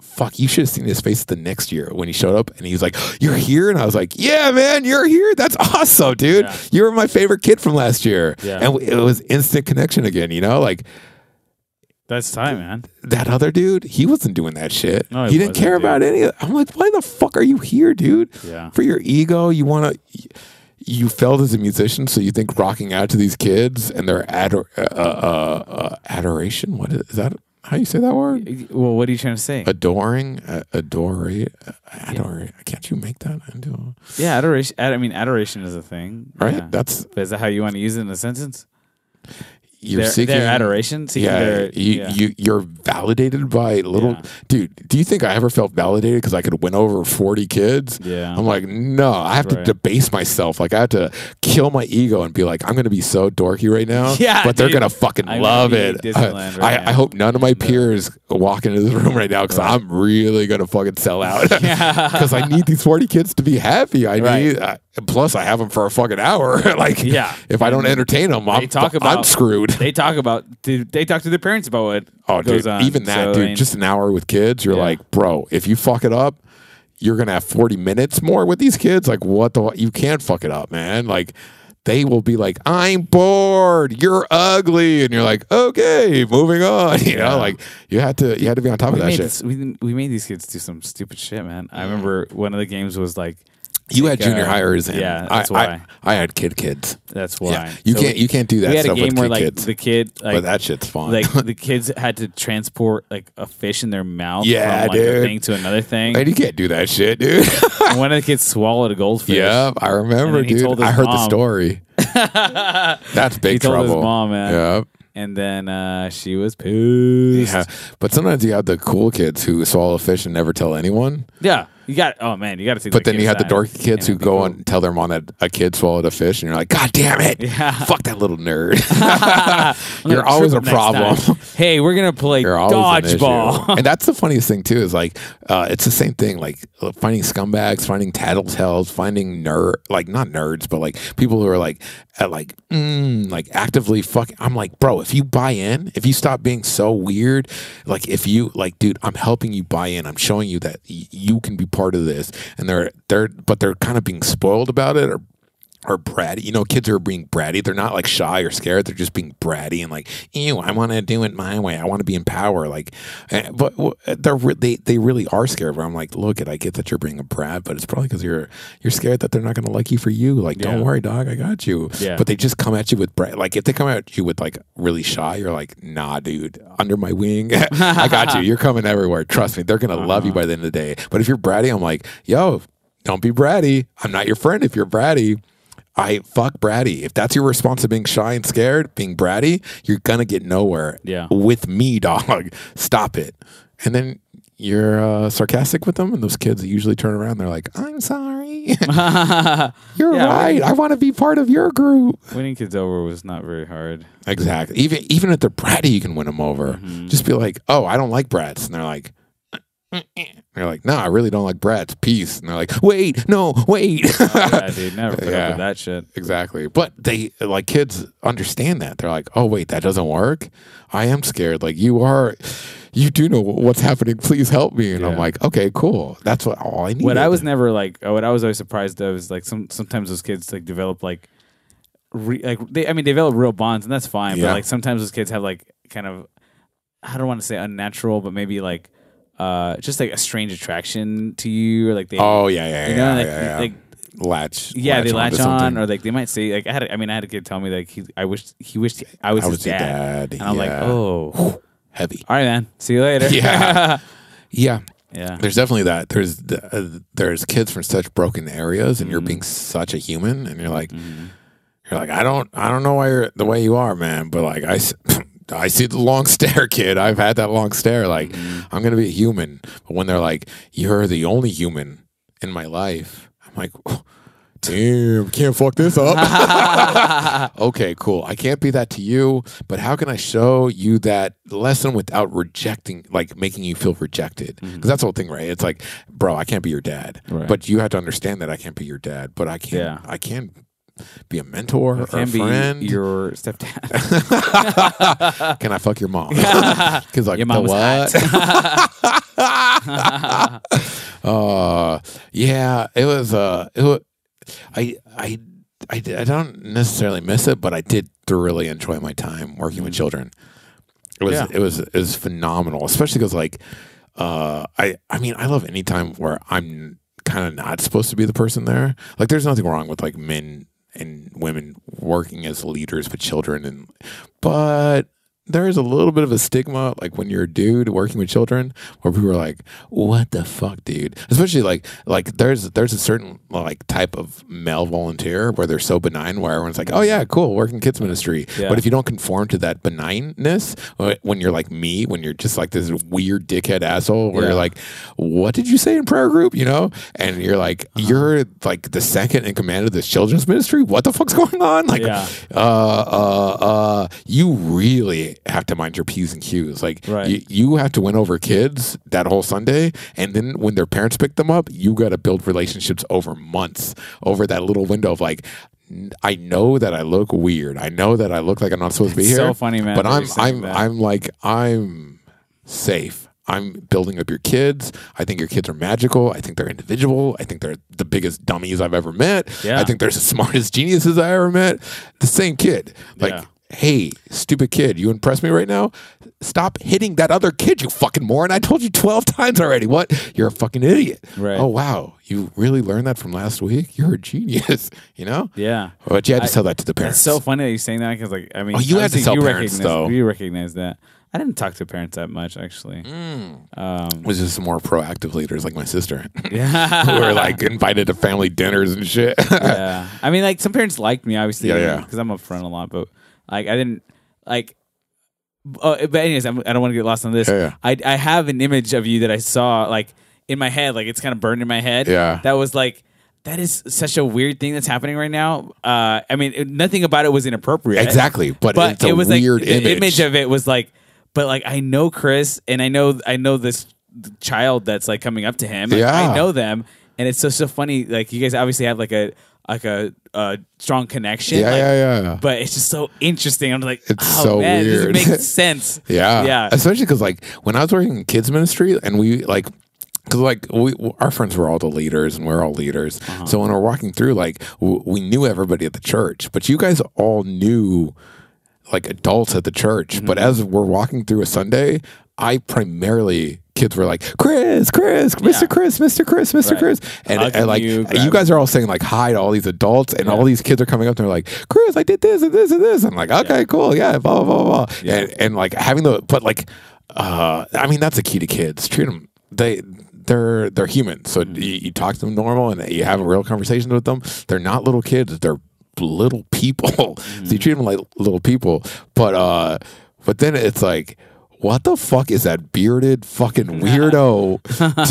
S2: fuck, you should have seen his face the next year when he showed up and he was like, You're here? And I was like, Yeah, man, you're here. That's awesome, dude.
S1: Yeah.
S2: You were my favorite kid from last year.
S1: Yeah.
S2: And it was instant connection again, you know? Like
S1: That's time, man.
S2: that other dude, he wasn't doing that shit.
S1: No, he
S2: he didn't
S1: wasn't,
S2: care
S1: dude.
S2: about any of I'm like, why the fuck are you here, dude?
S1: Yeah.
S2: For your ego, you wanna you failed as a musician, so you think rocking out to these kids and their ador- uh, uh, uh, adoration. What is, is that? How you say that word?
S1: Well, what are you trying to say?
S2: Adoring, uh, adore, adore. Can't you make that into?
S1: yeah, adoration. ad- I mean, adoration is a thing,
S2: Right.
S1: Yeah.
S2: That's
S1: But is that how you want to use it in a sentence?
S2: you're
S1: their,
S2: seeking
S1: their adoration. Seeking
S2: Yeah,
S1: their-
S2: you,
S1: yeah.
S2: you you're validated by little
S1: Yeah.
S2: dude. Do you think I ever felt validated because I could win over forty kids?
S1: Yeah.
S2: I'm like, no, I have to
S1: Right.
S2: debase myself. Like I have to kill my ego and be like, I'm gonna be so dorky right now.
S1: Yeah,
S2: but they're
S1: dude.
S2: gonna fucking
S1: I wanna
S2: love
S1: be at
S2: it. I,
S1: Disneyland right
S2: I, I
S1: now. uh,
S2: hope none of my peers walk into this room right now because I'm really gonna fucking sell out. Because I need these forty kids to be happy. I
S1: Right.
S2: need. I, plus, I have them for a fucking hour. like,
S1: Yeah.
S2: if I don't entertain them, I'm,
S1: talk
S2: I'm
S1: about-
S2: screwed.
S1: They talk about. dude, They talk to their parents about what
S2: Oh,
S1: goes
S2: dude,
S1: on.
S2: even that,
S1: So, I
S2: dude.
S1: mean,
S2: Just an hour with kids, you're
S1: Yeah.
S2: like, bro, if you fuck it up, you're gonna have 40 minutes more with these kids. Like, what the? You can't fuck it up, man. Like, they will be like, I'm bored. You're ugly, and you're like, okay, moving on. You know, like you had to, you had to be on top of
S1: we
S2: that
S1: made,
S2: shit.
S1: this, we, we made these kids do some stupid shit, man. I remember one of the games was like,
S2: you had junior
S1: uh,
S2: hires, in.
S1: yeah,
S2: I-
S1: that's
S2: I,
S1: why.
S2: I, had kid kids.
S1: "That's why."
S2: Yeah, you
S1: So
S2: can't,
S1: we-
S2: you can't do that
S1: we had a
S2: stuff
S1: game
S2: with
S1: where
S2: kid
S1: like
S2: kids.
S1: the kid, like
S2: but that shit's fun.
S1: like the kids had to transport like a fish in their mouth
S2: Yeah,
S1: from like
S2: dude.
S1: a thing to another thing.
S2: and you can't do that shit, dude.
S1: And one of the kids swallowed a goldfish.
S2: Yeah, I remember,
S1: And then he
S2: dude.
S1: told his
S2: I heard the
S1: mom.
S2: story. That's big
S1: He told
S2: trouble.
S1: his mom, man.
S2: Yep.
S1: And then uh, she was pissed.
S2: Yeah.
S1: Yeah.
S2: But sometimes you have the cool kids who swallow fish and never tell anyone.
S1: You got oh man, you gotta see
S2: But then you have the dorky kids who go and tell their mom that a kid swallowed a fish, and you're like, God damn it.
S1: Yeah.
S2: Fuck that little nerd. you're always a problem.
S1: hey, we're gonna play
S2: You're always an issue.
S1: dodgeball.
S2: and that's the funniest thing too is like uh, it's the same thing like uh, finding scumbags, finding tattletales, finding nerd like not nerds but like people who are like at like mm, like actively fucking. I'm like, bro, if you buy in, if you stop being so weird, like if you like, dude, I'm helping you buy in. I'm showing you that y- you can be part of this, and they're they're but they're kind of being spoiled about it or are bratty. You know, kids are being bratty. They're not like shy or scared. They're just being bratty and like, ew, I want to do it my way. I want to be in power. Like, eh, but w- they're re- they they really are scared. Where I'm like, look, it. I get that you're being a brat, but it's probably because you're you're scared that they're not going to like you for you. Like, don't
S1: Yeah.
S2: worry, dog, I got you.
S1: Yeah.
S2: But they just come at you with brat. Like, if they come at you with like really shy, you're like, nah, dude, under my wing, I got you. You're coming everywhere. Trust me, they're going to love you
S1: Uh-huh.
S2: by the end of the day. But if you're bratty, I'm like, yo. Don't be bratty. I'm not your friend if you're bratty. I fuck bratty. If that's your response to being shy and scared, being bratty, you're gonna get nowhere.
S1: Yeah.
S2: With me, dog. Stop it. And then you're uh, sarcastic with them, and those kids usually turn around. They're like, "I'm sorry. you're
S1: Yeah,
S2: right. I want to be part of your group."
S1: Winning kids over was not very hard.
S2: Exactly. Even even if they're bratty, you can win them over.
S1: Mm-hmm.
S2: Just be like, "Oh, I don't like brats," and they're like. "Uh, They're like, no, I really don't like brats. Peace. And they're like, wait, no, wait.
S1: Yeah, dude, never put
S2: Yeah.
S1: up with that shit.
S2: Exactly. But they like kids understand that. They're like, "Oh wait, that doesn't work. I am scared. Like you are you do know what's happening. Please help me." And I'm
S1: Yeah.
S2: like, "Okay, cool. That's what all I need."
S1: What I was never like, uh, what I was always surprised of is like some sometimes those kids like develop like, re, like they I mean they develop real bonds and that's fine,
S2: Yeah.
S1: but like sometimes those kids have like kind of I don't want to say unnatural, but maybe like uh just like a strange attraction to you or like they
S2: Oh, yeah, yeah, yeah.
S1: you know like
S2: yeah, yeah.
S1: like
S2: latch.
S1: yeah they
S2: onto
S1: latch on
S2: something.
S1: or like they might say like I had a, I mean I had a kid tell me like he I wished he wished I was
S2: I
S1: his
S2: was your
S1: dad.
S2: dad.
S1: and I'm
S2: yeah.
S1: like oh all
S2: heavy.
S1: right man see you later
S2: Yeah. Yeah.
S1: yeah
S2: There's definitely that. There's the- uh, there's kids from such broken areas, and you're being such a human, and you're like, you're like, I don't, I don't know why you're the way you are, man. But like, I, s- I see the long stare, kid. I've had that long stare. Like, I'm gonna be a human. But when they're like, you're the only human in my life, I'm like. "Oh, Damn, can't fuck this up. okay, cool. I can't be that to you, but how can I show you that lesson without rejecting, like making you feel rejected? Because that's the whole thing, right? It's like, bro, I can't be your dad,
S1: Mm-hmm. Right.
S2: but you have to understand that I can't be your dad, but I can,
S1: Yeah.
S2: I can be a mentor or a
S1: can be
S2: friend.
S1: your stepdad.
S2: can I fuck your mom? Because like
S1: Your
S2: the
S1: mom was
S2: what? uh, yeah, it was. Uh, it was, I, I, I, d- I don't necessarily miss it, but I did thoroughly enjoy my time working with children. It was,
S1: Yeah.
S2: it was, it was phenomenal, especially because like, uh, I, I mean, I love any time where I'm kind of not supposed to be the person there. Like, there's nothing wrong with like men women working as leaders with children and but there is a little bit of a stigma like when you're a dude working with children where people are like what the fuck dude especially like like there's there's a certain like type of male volunteer where they're so benign where everyone's like oh yeah cool working kids ministry
S1: Yeah.
S2: but if you don't conform to that benignness uh, when you're like me when you're just like this weird dickhead asshole where
S1: Yeah.
S2: you're like what did you say in prayer group you know and you're like
S1: Uh-huh.
S2: you're like the second in command of this children's ministry what the fuck's going on like
S1: Yeah.
S2: uh, uh, uh, you really have to mind your P's and Q's. Like,
S1: Right.
S2: you, you have to win over kids that whole Sunday. And then when their parents pick them up, you got to build relationships over months, over that little window of like, n- I know that I look weird. I know that I look like I'm not supposed to be
S1: It's
S2: here.
S1: so funny, man,
S2: But
S1: that
S2: I'm,
S1: you're saying
S2: I'm,
S1: that.
S2: I'm like, I'm safe. I'm building up your kids. I think your kids are magical. I think they're individual. I think they're the biggest dummies I've ever met.
S1: Yeah.
S2: I think they're the smartest geniuses I ever met. The same kid. Like,
S3: Yeah.
S2: hey, stupid kid, you impress me right now? Stop hitting that other kid, you fucking moron. I told you 12 times already. What? You're a fucking idiot.
S1: Right.
S2: Oh, wow. You really learned that from last week? You're a genius, you know?
S1: Yeah.
S2: But you had to tell that to the
S1: It's
S2: parents.
S1: so funny that you're saying that because, like, I mean,
S2: Oh, you had to
S1: obviously
S2: tell
S1: you
S2: parents,
S1: recognize,
S2: though.
S1: You recognize that. I didn't talk to parents that much, actually.
S2: Mm.
S1: Um,
S2: was just some more proactive leaders like my sister who
S1: yeah.
S2: were like invited to family dinners and shit.
S1: yeah. I mean, like some parents liked me, obviously,
S2: Yeah, yeah.
S1: because I'm up front a lot. But like, I didn't like. Oh, but anyways, I'm, I don't want to get lost on this.
S2: Yeah, yeah.
S1: I I have an image of you that I saw like in my head, like it's kind of burned in my head.
S2: Yeah.
S1: that was like. That is such a weird thing that's happening right now. Uh, I mean, it- nothing about it was inappropriate.
S2: Exactly, but it's a
S1: it was
S2: weird
S1: like, The
S2: image.
S1: image of it was like, but like I know Chris, and I know I know this child that's like coming up to him. Like,
S2: Yeah.
S1: I know them, and it's so so funny. Like you guys obviously have like a like a, uh strong connection.
S2: Yeah,
S1: like,
S2: yeah, yeah.
S1: But it's just so interesting. I'm like,
S2: It's
S1: oh,
S2: so
S1: man,
S2: weird.
S1: This makes sense.
S2: Yeah,
S1: yeah.
S2: Especially because like when I was working in kids ministry, and we like. Cause like we, our friends were all the leaders, and we're all leaders.
S1: Uh-huh.
S2: So when we're walking through, like w- we knew everybody at the church, but you guys all knew like adults at the church.
S1: Mm-hmm.
S2: But as we're walking through a Sunday, I primarily kids were like Chris, Chris, Mr. Chris, Mr. Chris, Mr.
S1: Right.
S2: Chris, and,
S1: Hugging
S2: and, like
S1: you,
S2: you,
S1: grabbing
S2: guys are all saying like hi to all these adults, and all these kids are coming up and they're like Chris, I did this and this and this. I'm like okay, cool, yeah, blah blah blah, blah. and and like having the but like uh, I mean that's the key to kids. Treat them they. They're they're human, so you, you talk to them normal, and you have a real conversation with them. They're not little kids; they're little people. So you treat them like little people. But uh but then it's like what the fuck is that bearded fucking weirdo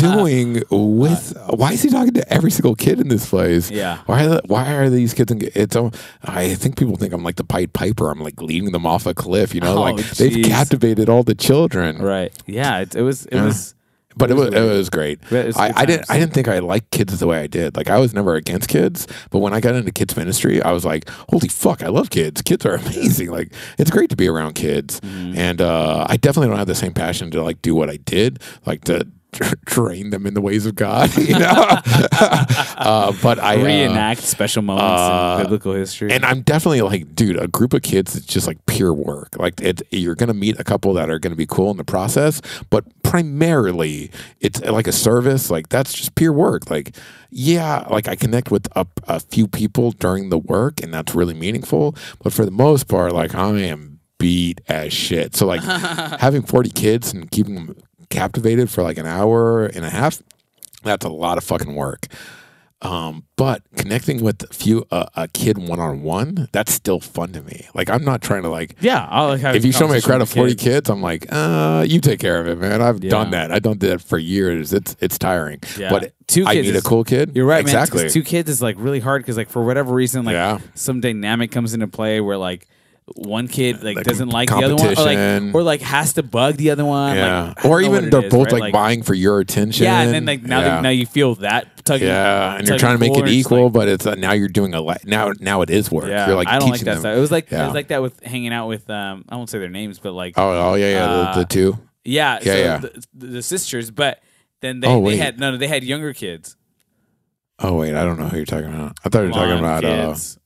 S2: doing with why is he talking to every single kid in this place?
S1: Yeah.
S2: Why are the- why are these kids in, it's um, I think people think I'm like the Pied Piper. I'm like leading them off a cliff, you know?
S1: Oh,
S2: like
S1: jeez.
S2: they've captivated all the children.
S1: Right. Yeah. It, it was. It was.
S2: But it was, it was great.
S1: Yeah, it's
S2: I,
S1: good
S2: I didn't
S1: times.
S2: I didn't think I liked kids the way I did. Like I was never against kids, but when I got into kids ministry, I was like, "Holy fuck, I love kids! Kids are amazing! Like it's great to be around kids."
S1: Mm-hmm.
S2: And uh, I definitely don't have the same passion to like do what I did, like to tr- train them in the ways of God. You know, uh, but I uh,
S1: Reenact special moments
S2: uh,
S1: in biblical history.
S2: and I'm definitely like, dude, a group of kids is just like pure work. Like, it, you're going to meet a couple that are going to be cool in the process, but primarily it's like a service. Like, that's just pure work. Like, yeah, like I connect with a, a few people during the work, and that's really meaningful. But for the most part, like, I am beat as shit. So, like, having 40 kids and keeping them captivated for like an hour and a half, that's a lot of fucking work. Um, but connecting with a few uh, a kid one on one, that's still fun to me. Like I'm not trying to like.
S1: yeah. I'll, like, have
S2: If you show me a
S1: conversation
S2: crowd
S1: with
S2: of forty
S1: kids.
S2: kids, I'm like, uh, you take care of it, man. I've done that. I've done that for years. It's it's tiring.
S1: Yeah.
S2: But
S1: Two
S2: I
S1: kids
S2: need
S1: is-
S2: a cool kid.
S1: You're right,
S2: Exactly.
S1: man. 'Cause Two kids is like really hard because like for whatever reason, like
S2: Yeah.
S1: some dynamic comes into play where like one kid like,
S2: Like
S1: doesn't like the other one, or like,
S2: competition.
S1: or like has to bug the other one.
S2: yeah.
S1: Like, I don't
S2: or
S1: know what
S2: even
S1: it
S2: they're
S1: is,
S2: both
S1: right?
S2: like, vying for your attention.
S1: Yeah, and then like now
S2: Yeah.
S1: that now you feel that tug.
S2: yeah, and you're trying to make it equal, but it's uh, now you're doing a lot. Now, now it is work.
S1: yeah,
S2: you're like
S1: I don't like
S2: teaching
S1: that
S2: them.
S1: stuff. It was like it
S2: Yeah.
S1: was like that with hanging out with um I won't say their names, but like
S2: Oh, oh yeah, yeah,
S1: Uh,
S2: the, the two.
S1: yeah,
S2: yeah,
S1: so
S2: yeah.
S1: The, the- the sisters, but then they,
S2: Oh,
S1: they
S2: wait.
S1: had no, no, they had younger kids.
S2: Oh wait, I don't know who you're talking about. I thought you were talking
S1: Blonde
S2: about. Uh,
S1: kids.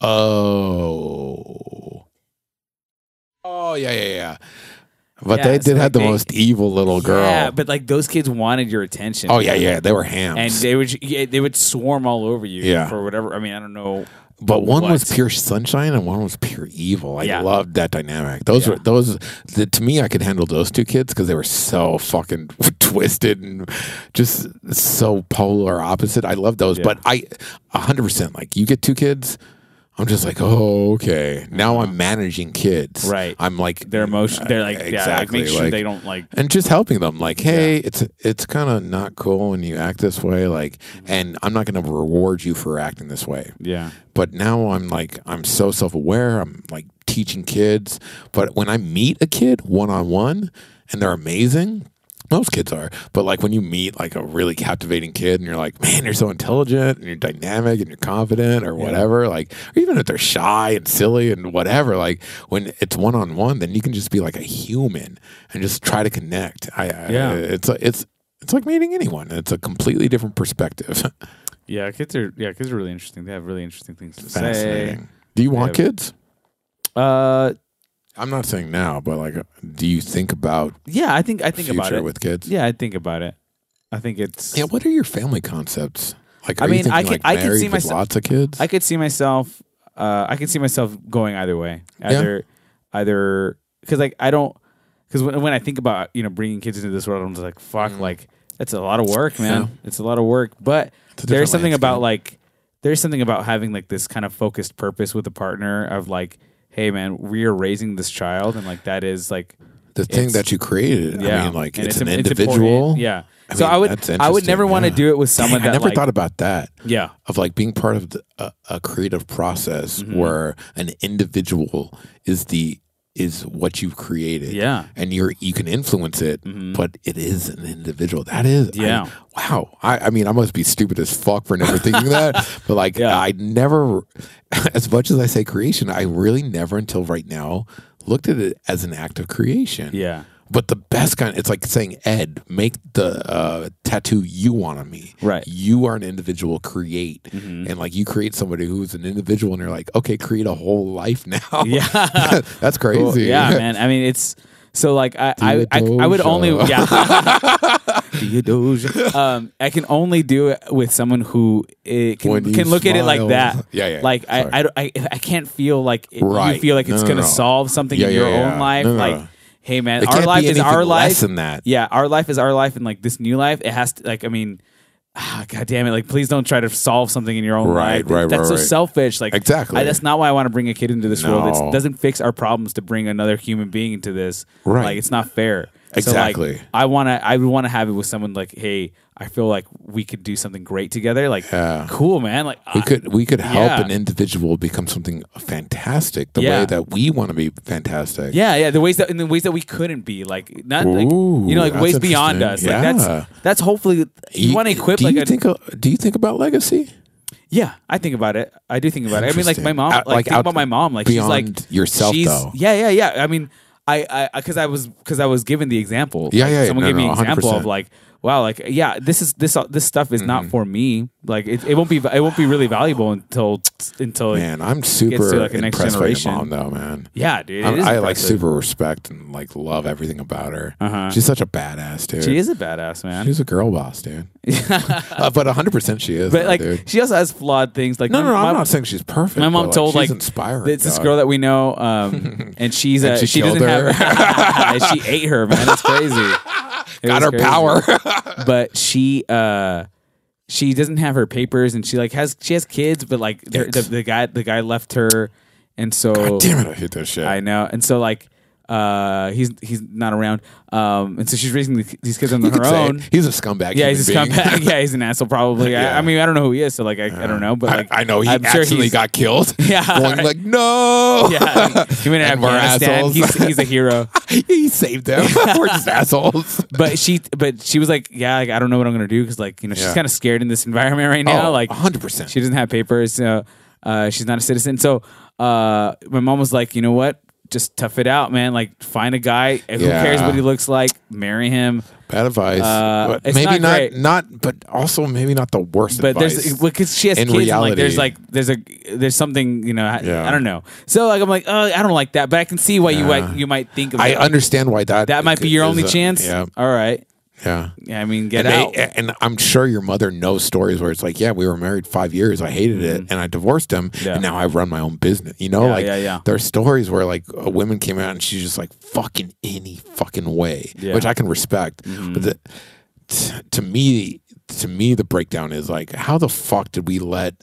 S2: Oh. Oh yeah yeah yeah. But
S1: Yeah,
S2: they
S1: so
S2: did
S1: like
S2: have the
S1: they-
S2: most evil little girl.
S1: Yeah, but like those kids wanted your attention.
S2: oh yeah, yeah, they were
S1: and
S2: hams.
S1: they would yeah, they would swarm all over you
S2: Yeah.
S1: for whatever. I mean, I don't know.
S2: but one was
S1: what?
S2: pure sunshine and one was pure evil. I
S1: Yeah.
S2: loved that dynamic. Those
S1: Yeah.
S2: were those. The, to me, I could handle those two kids because they were so fucking twisted and just so polar opposite. I love those.
S1: Yeah.
S2: But I, hundred percent, like you get two kids. I'm just like, oh, okay. Now I'm managing kids.
S1: Uh-huh. Right.
S2: I'm like
S1: Their emotion, they're like, yeah, like
S2: exactly,
S1: make sure
S2: like-
S1: they don't like.
S2: and just helping them like hey it's it's kind of not cool when you act this way like
S1: Mm-hmm.
S2: and i'm not going to reward you for acting this way
S1: Yeah,
S2: but now i'm like i'm so self-aware i'm like teaching kids but when i meet a kid one-on-one and they're amazing most kids are but like when you meet like a really captivating kid and you're like man you're so intelligent and you're dynamic and you're confident or whatever like or even if they're shy and silly and whatever like when it's one-on-one then you can just be like a human and just try to connect i, I
S1: Yeah.
S2: it's it's it's like meeting anyone it's a completely different perspective
S1: yeah, kids are yeah, kids are really interesting. They have really interesting things to say.
S2: fascinating do you want
S1: Yeah.
S2: kids
S1: Uh,
S2: I'm not saying now, but like, do you think about
S1: yeah, I think I think
S2: future
S1: about it.
S2: with kids?
S1: yeah, I think about it. I think it's.
S2: Yeah, What are your family concepts? Like,
S1: I
S2: are
S1: mean,
S2: you thinking
S1: I can-
S2: like
S1: I
S2: married
S1: can see
S2: with
S1: myself-
S2: lots of kids?
S1: I could see myself. Uh, I could see myself going either way. Either, either because like I don't because when when I think about you know bringing kids into this world, I'm just like fuck, like that's a lot of work, man.
S2: Yeah.
S1: It's a lot of work, but
S2: a
S1: there's
S2: different
S1: something about
S2: landscape.
S1: like there's something about having like this kind of focused purpose with a partner of like, hey man, we are raising this child, and like that is like
S2: the thing
S1: it's-
S2: that you created.
S1: yeah,
S2: I mean, like
S1: And
S2: it's, an
S1: im- important.
S2: individual.
S1: yeah.
S2: I
S1: so
S2: mean,
S1: I would
S2: that's
S1: I would never
S2: interesting,
S1: want to
S2: yeah.
S1: do it with someone
S2: Dang,
S1: that
S2: I never
S1: like,
S2: thought about that.
S1: yeah
S2: Of like being part of the, a, a creative process
S1: Mm-hmm.
S2: where an individual is the is what you've created.
S1: Yeah.
S2: and you're you can influence it, but it is an individual. That is, I-
S1: Mm-hmm. Yeah.
S2: wow. I, I mean, I must be stupid as fuck for never thinking that. But like,
S1: Yeah.
S2: I never, as much as I say creation, I really never until right now looked at it as an act of creation.
S1: yeah
S2: But the best kind, it's like saying, Ed, make the uh, tattoo you want on me.
S1: Right. Mm-hmm.
S2: You are an individual, create. And like you create somebody who's an individual and you're like, okay, create a whole life now.
S1: yeah.
S2: That's crazy.
S1: Cool. Yeah, man. I mean, it's so like I I, I, I would
S2: Theodosia.
S1: only yeah. Theodosia. um, I can only do it with someone who it can,
S2: When you
S1: can look at it like
S2: smile.
S1: that.
S2: Yeah, yeah.
S1: Like I,
S2: Sorry.
S1: I, don't- I I can't feel like it, you
S2: Right.
S1: feel like it's
S2: No, no,
S1: gonna
S2: no.
S1: solve something
S2: Yeah,
S1: in
S2: yeah,
S1: your
S2: yeah.
S1: own life.
S2: No, no,
S1: like,
S2: no.
S1: hey man,
S2: It
S1: our
S2: can't
S1: life
S2: be
S1: is
S2: anything
S1: our life.
S2: less than that.
S1: Yeah, our life is our life, and like this new life, it has to like I mean. ah, God damn it! Like, please don't try to solve something in your own
S2: Right,
S1: life.
S2: right,
S1: That's
S2: right,
S1: so
S2: right.
S1: selfish. Like,
S2: Exactly.
S1: I, that's not why I want to bring a kid into this world. It's,
S2: No.
S1: doesn't fix our problems to bring another human being into this.
S2: Right.
S1: Like it's not fair. So
S2: Exactly.
S1: like, I wanna I would wanna have it with someone like, hey, I feel like we could do something great together. Like
S2: Yeah.
S1: cool, man. Like uh,
S2: We
S1: I-
S2: could we could help
S1: Yeah.
S2: an individual become something fantastic the
S1: Yeah.
S2: way that we want to be fantastic.
S1: yeah, yeah. The ways that in the ways that we couldn't be, like not like
S2: Ooh,
S1: you know, like
S2: that's
S1: ways beyond us.
S2: interesting.
S1: Like
S2: Yeah.
S1: that's that's hopefully you want to equip
S2: do
S1: like
S2: you
S1: a
S2: think uh, do you think about legacy?
S1: Yeah, I think about it. I do think about it. I mean, like my
S2: Interesting.
S1: mom, like,
S2: Out- like,
S1: think
S2: out-
S1: about my mom, like she's
S2: beyond
S1: like
S2: yourself,
S1: she's,
S2: though.
S1: Yeah, yeah, yeah. I mean, I, I, because I was, because I was given the example.
S2: Yeah,
S1: Like,
S2: yeah,
S1: Someone
S2: no,
S1: gave me
S2: no,
S1: an example of
S2: 100%.
S1: like, wow, like yeah, this is this this stuff is
S2: Mm-hmm.
S1: not for me. Like it, it won't be it won't be really valuable until until
S2: Man, I'm super
S1: to, like, a next
S2: impressed
S1: generation.
S2: by your mom though, man.
S1: yeah, dude. it
S2: I'm-
S1: is
S2: I like
S1: impressive.
S2: super respect and like love everything about her.
S1: Uh-huh.
S2: She's such a badass, dude.
S1: She is a badass man,
S2: She's a girl boss, dude. Uh, but 100% she is.
S1: but
S2: though,
S1: like
S2: dude.
S1: she also has flawed things. Like
S2: No,
S1: my-
S2: no, no,
S1: my-
S2: I'm not saying she's perfect.
S1: My mom
S2: but,
S1: told
S2: she's
S1: like
S2: inspiring.
S1: It's this
S2: dog.
S1: girl that we know, um, and she's a,
S2: And she
S1: she
S2: killed
S1: doesn't have she ate her man. It's crazy. It
S2: got
S1: was
S2: her
S1: crazy.
S2: power.
S1: but she uh she doesn't have her papers, and she like has she has kids, but like the, the,
S2: Yikes.
S1: the guy the guy left her, and so
S2: Damn it, I hate that shit.
S1: I know, and so like uh he's he's not around, um, and so she's raising the, these kids on
S2: You
S1: her
S2: could say
S1: own.
S2: He's a scumbag.
S1: Yeah,
S2: human
S1: he's a
S2: being.
S1: scumbag. yeah, he's an asshole. Probably. I,
S2: Yeah.
S1: I mean, I don't know who he is, so like I, I don't know, but
S2: I-
S1: like
S2: I, know he
S1: I'm sure
S2: accidentally
S1: he's-
S2: got killed.
S1: Yeah,
S2: going
S1: right.
S2: like no.
S1: Yeah, he went to
S2: And we're
S1: Afghanistan.
S2: assholes.
S1: He's, he's a hero.
S2: he saved them. We're just assholes.
S1: But she, but she was like, yeah, like, I don't know what I'm gonna do because like you know she's
S2: Yeah. Oh, uh-huh.
S1: kind of scared in this environment right now. like
S2: 100. percent
S1: she doesn't have papers, so uh, she's not a citizen. So uh, my mom was like, you know what? just tough it out, man. Like find a guy and who cares
S2: Yeah.
S1: what he looks like, marry him.
S2: Bad advice.
S1: Uh,
S2: but
S1: it's
S2: maybe
S1: not
S2: not,
S1: great.
S2: not, but also maybe not the worst
S1: But
S2: advice.
S1: there's because she has
S2: In
S1: kids. and, like there's like
S2: reality.
S1: there's a there's something you know. I,
S2: Yeah.
S1: I don't know. So like I'm like oh I don't like that, but I can see why you might you might think of
S2: I
S1: it.
S2: understand why that
S1: uh, that might be your
S2: is
S1: only
S2: a-
S1: chance.
S2: Yeah,
S1: All right.
S2: yeah.
S1: Yeah, I mean get
S2: And, they-
S1: out.
S2: and I'm sure your mother knows stories where it's like, yeah, we were married five years. I hated it, and I divorced him,
S1: Mm-hmm. Yeah.
S2: and now I run my own business. You know,
S1: Yeah,
S2: like
S1: yeah, yeah.
S2: there are stories where like a woman came out and she's just like, fucking any fucking way,
S1: Yeah. Mm-hmm.
S2: which I can respect. But the, t- to me, to me, the breakdown is like, how the fuck did we let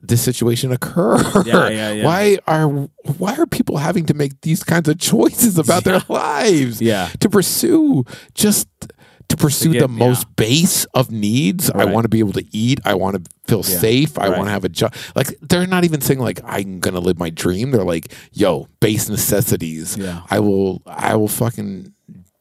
S2: this situation occur?
S1: Yeah, yeah, yeah.
S2: Why are why are people having to make these kinds of choices about their lives?
S1: Yeah.
S2: to pursue just to pursue
S1: get-
S2: the most base of needs.
S1: Right.
S2: I want to be able to eat. I want to feel safe. I
S1: Right.
S2: want to have a job. Like they're not even saying like I'm gonna live my dream. They're like, yo, base necessities.
S1: Yeah.
S2: I will. I will fucking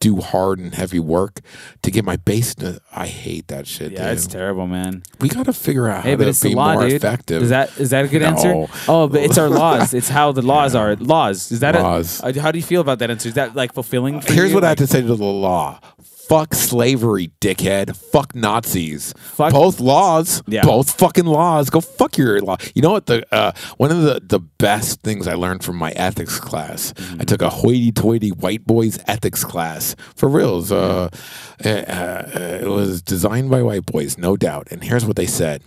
S2: do hard and heavy work to get my base. Ne- I hate that shit.
S1: Yeah,
S2: dude.
S1: it's terrible, man.
S2: we gotta figure out
S1: Hey,
S2: how
S1: but
S2: to
S1: it's the
S2: be
S1: law,
S2: more
S1: dude.
S2: effective.
S1: Is that is that a good
S2: No.
S1: answer? Oh, but it's our laws. It's how the laws are. Laws. Is that
S2: Laws.
S1: A, uh, how do you feel about that answer? Is that like fulfilling? For
S2: Here's
S1: you?
S2: what I have
S1: Like,
S2: to say to the law. Fuck slavery, dickhead. Fuck Nazis.
S1: Fuck-
S2: both laws.
S1: Yeah.
S2: Both fucking laws. Go fuck your law. You know what? The uh, one of the, the best things I learned from my ethics class. I took a hoity-toity white boys ethics class for reals. Uh, uh, uh, it was designed by white boys, no doubt. And here's what they said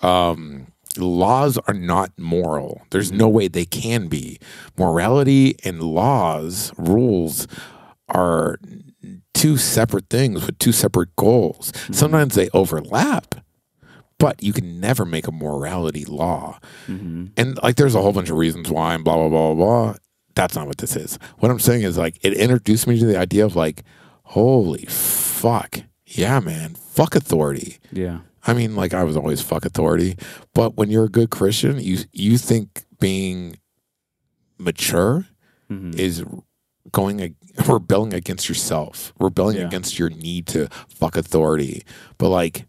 S2: Um, laws are not moral. There's no way they can be. Morality and laws, rules are two separate things with two separate goals. Sometimes they overlap, but you can never make a morality law.
S1: mm-hmm.
S2: And like there's a whole bunch of reasons why and blah blah blah blah blah. That's not what this is. What I'm saying is like it introduced me to the idea of like, holy fuck. Yeah, man. Fuck authority.
S1: Yeah.
S2: I mean, like I was always fuck authority, but when you're a good Christian, you you think being mature
S1: Mm-hmm.
S2: is going ag- rebelling against yourself, rebelling
S1: Yeah.
S2: against your need to fuck authority. But like,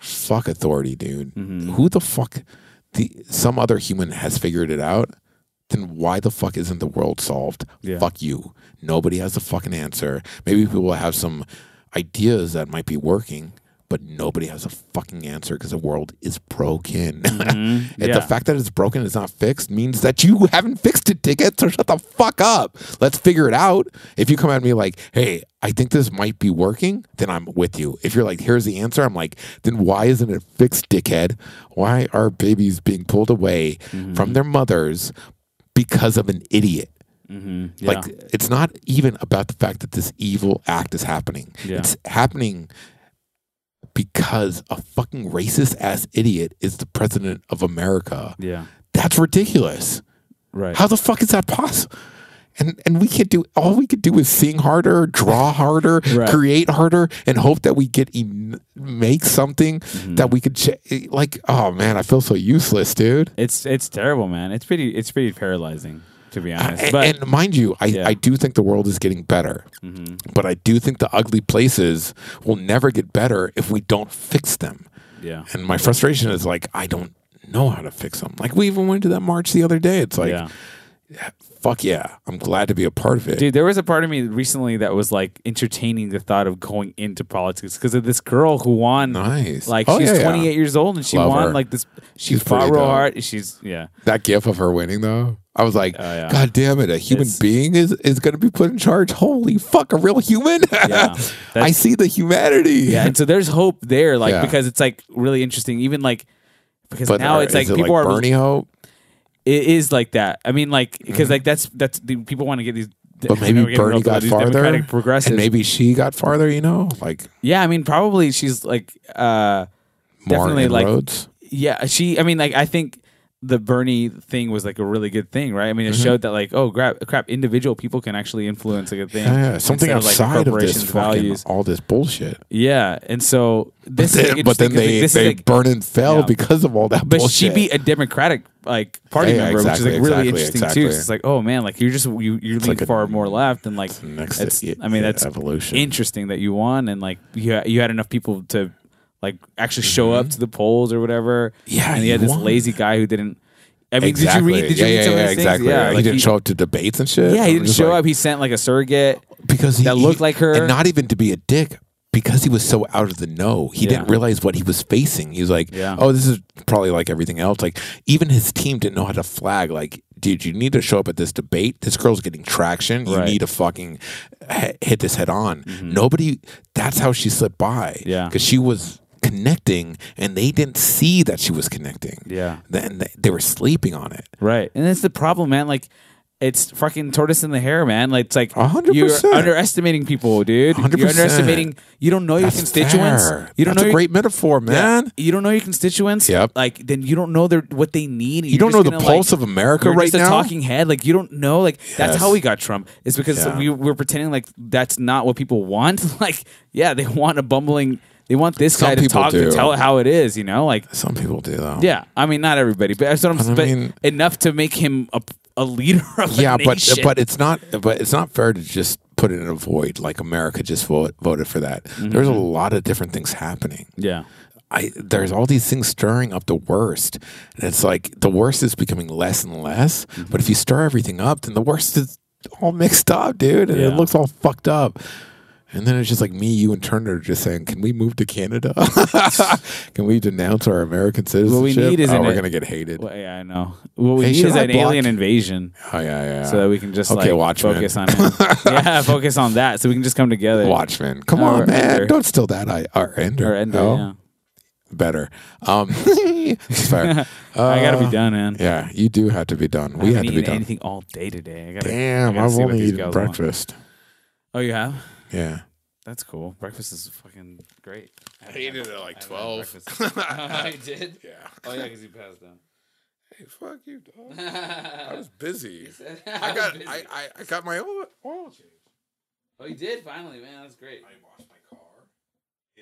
S2: fuck authority, dude.
S1: Mhm.
S2: Who the fuck? The some other human has figured it out. Then why the fuck isn't the world solved?
S1: Yeah.
S2: Fuck you. Nobody has the fucking answer. Maybe people have some ideas that might be working, but nobody has a fucking answer because the world is broken.
S1: Mhm.
S2: And
S1: Yeah.
S2: The fact that it's broken is not fixed means that you haven't fixed it, dickhead. So shut the fuck up. Let's figure it out. If you come at me like, hey, I think this might be working, then I'm with you. If you're like, here's the answer, I'm like, then why isn't it fixed, dickhead? Why are babies being pulled away
S1: Mm-hmm.
S2: from their mothers because of an idiot?
S1: Mhm. Yeah.
S2: Like it's not even about the fact that this evil act is happening.
S1: Yeah.
S2: It's happening because a fucking racist ass idiot is the president of America.
S1: yeah.
S2: That's ridiculous.
S1: Right.
S2: How the fuck is that possible? And and we can't do all we could do is sing harder, draw harder,
S1: Right.
S2: create harder, and hope that we get en- make something
S1: Mm-hmm.
S2: that we could ch- like. Oh man, I feel so useless, dude.
S1: it's it's terrible, man. It's pretty it's pretty paralyzing to be honest.
S2: A-
S1: But
S2: and mind you, I,
S1: Yeah. Mm-hmm.
S2: I do think the world is getting better, but I do think the ugly places will never get better if we don't fix them.
S1: yeah.
S2: And my frustration is like, I don't know how to fix them. Like, we even went to that march the other day. It's like,
S1: yeah.
S2: fuck yeah, I'm glad to be a part of it.
S1: Dude, there was a part of me recently that was like entertaining the thought of going into politics because of this girl who won.
S2: nice.
S1: Like
S2: Oh,
S1: she's
S2: yeah, yeah.
S1: 28 years old and she
S2: Love
S1: won
S2: her.
S1: like this. She
S2: She's
S1: fought
S2: pretty
S1: real
S2: dope.
S1: hard. She's yeah.
S2: That gif of her winning, though. I was like,
S1: Oh, yeah.
S2: God damn it! A human
S1: It's-
S2: being is, is going to be put in charge. Holy fuck! A real human.
S1: that's-
S2: I see the humanity.
S1: Yeah, and so there's hope there, like
S2: Yeah.
S1: because it's like really interesting. Even like because
S2: But
S1: now
S2: are-
S1: it's like
S2: is it
S1: people
S2: like
S1: are.
S2: Bernie Hope.
S1: It is like that. I mean, like because like that's that's the, people want to get these.
S2: But
S1: I know we're getting
S2: maybe Bernie
S1: real
S2: got
S1: these
S2: farther,
S1: Democratic progressives.
S2: and maybe she got farther. You know, like
S1: yeah, I mean, probably she's like uh
S2: more
S1: definitely like
S2: inroads.
S1: yeah. She, I mean, like I think the Bernie thing was like a really good thing, right? I mean, it
S2: Mm-hmm.
S1: showed that like oh crap, crap, individual people can actually influence like, a good thing.
S2: yeah, yeah, something
S1: instead of, like, the
S2: outside of, this
S1: corporation's
S2: fucking- all this bullshit.
S1: Yeah, and so this
S2: But
S1: is
S2: then-
S1: interesting
S2: but then
S1: 'cause, like,
S2: they
S1: this
S2: they
S1: is like,
S2: burn and fail
S1: Yeah.
S2: because of all that
S1: but
S2: bullshit.
S1: she beat a Democratic like party
S2: Yeah, yeah,
S1: member, which is like
S2: exactly,
S1: really
S2: exactly,
S1: interesting
S2: exactly.
S1: too. So it's like, oh man, like you're just you you lean
S2: like a-
S1: far more left, and like
S2: next
S1: that's
S2: e-
S1: I mean
S2: e-
S1: that's
S2: evolution.
S1: interesting that you won, and like you ha- you had enough people to like actually show up to the polls or whatever.
S2: Mm-hmm. Yeah,
S1: and you
S2: you
S1: had this
S2: won.
S1: lazy guy who didn't. I mean,
S2: exactly.
S1: did you read? Did
S2: yeah,
S1: you
S2: yeah,
S1: read some
S2: yeah,
S1: of these things?
S2: exactly.
S1: Yeah,
S2: he
S1: like
S2: didn't show up to debates and shit.
S1: Yeah, he
S2: I'm
S1: didn't
S2: just
S1: show
S2: like-
S1: up. He sent like a surrogate.
S2: because he,
S1: that looked like her.
S2: and not even to be a dick because he was so out of the know he didn't
S1: Yeah.
S2: realize what he was facing he was like
S3: Yeah.
S2: oh this is probably like everything else like even his team didn't know how to flag like dude you need to show up at this debate this girl's getting traction you
S3: Right.
S2: need to fucking he- hit this head on nobody that's how she slipped by
S3: Yeah.
S2: because she was connecting and they didn't see that she was connecting
S3: Yeah.
S2: then they- they were sleeping on it
S1: Right. And that's the problem, man. Like, it's fucking tortoise in the hair, man. Like, it's like
S2: A hundred
S1: you're
S2: percent.
S1: underestimating people, dude.
S2: A hundred
S1: You're
S2: percent.
S1: underestimating. You don't know your
S2: that's
S1: constituents.
S2: fair.
S1: You don't
S2: that's
S1: know
S2: a
S1: your-
S2: great metaphor man
S1: You don't know your constituents.
S2: Yep.
S1: Like, then you don't know their what they need.
S2: You don't know the pulse of America
S1: you're
S2: right
S1: just a
S2: now?
S1: talking head. Like, you don't know. Like, that's
S2: Yes.
S1: how we got Trump. It's because
S2: Yeah.
S1: we we're pretending like that's not what people want. Like, yeah, they want a bumbling. They want this
S2: Some
S1: guy to
S2: people
S1: talk
S2: do.
S1: to tell it how it is. You know, like
S2: some people do though
S1: yeah, I mean not everybody, but that's what I'm.
S2: But I
S1: but
S2: mean-
S1: enough to make him a, a leader of a
S2: yeah, but
S1: nation.
S2: but it's not but it's not fair to just put it in a void like America just vote, voted for that. There's a
S1: Mm-hmm.
S2: lot of different things happening.
S1: yeah,
S2: I there's all these things stirring up the worst, and it's like the worst is becoming less and less.
S1: Mm-hmm.
S2: But if you stir everything up, then the worst is all mixed up, dude, and it
S1: Yeah.
S2: looks all fucked up. And then it's just like me, you, and Turner are just saying, "Can we move to Canada? Can we denounce our American citizenship?
S1: need is
S2: oh,
S1: an-
S2: we're gonna get hated.
S1: well, yeah, I know. What we
S2: Hey,
S1: need
S2: should
S1: is
S2: I
S1: an alien
S2: block-
S1: invasion
S2: Oh yeah, yeah.
S1: so that we can just
S2: Okay,
S1: like
S2: Watchmen.
S1: focus on him. yeah, focus on that so we can just come together.
S2: Watchmen. Come
S1: Or
S2: on, man.
S1: Ender.
S2: Don't steal that. I or Ender.
S1: or end it,
S2: No?
S1: yeah.
S2: Better. Um, it's fair.
S1: I gotta
S2: Uh,
S1: be done, man.
S2: Yeah, you do have to be done. We
S1: I
S2: have
S1: haven't
S2: to be
S1: eaten
S2: done.
S1: anything all day today. I gotta, I
S2: Damn,
S1: gotta
S2: I've
S1: see what
S2: only
S1: these
S2: eaten
S1: gals want.
S2: breakfast.
S1: Oh, you have?
S2: Yeah.
S1: That's cool. Breakfast is fucking great. I Oh,
S2: at like
S3: I did.
S2: yeah.
S3: Oh yeah, because he passed down.
S2: Hey, fuck you, dog. I was busy. I got I, I, I got my oil oil change.
S3: Oh, you did finally, man. That's great.
S2: I washed my car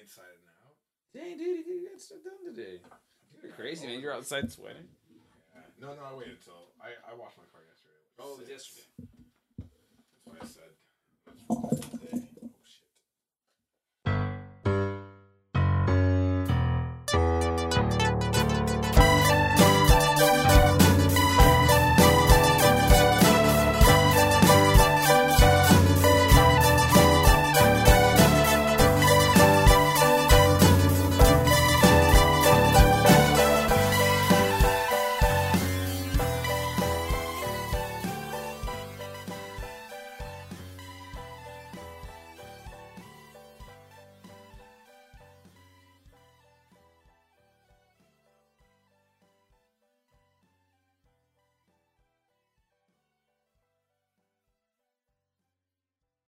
S2: inside and out.
S3: Dang, dude, you got stuff done today. You're crazy, man. You're outside sweating.
S2: No, no, I waited until I, I washed my car yesterday.
S3: Oh, it was yesterday.
S2: That's why I said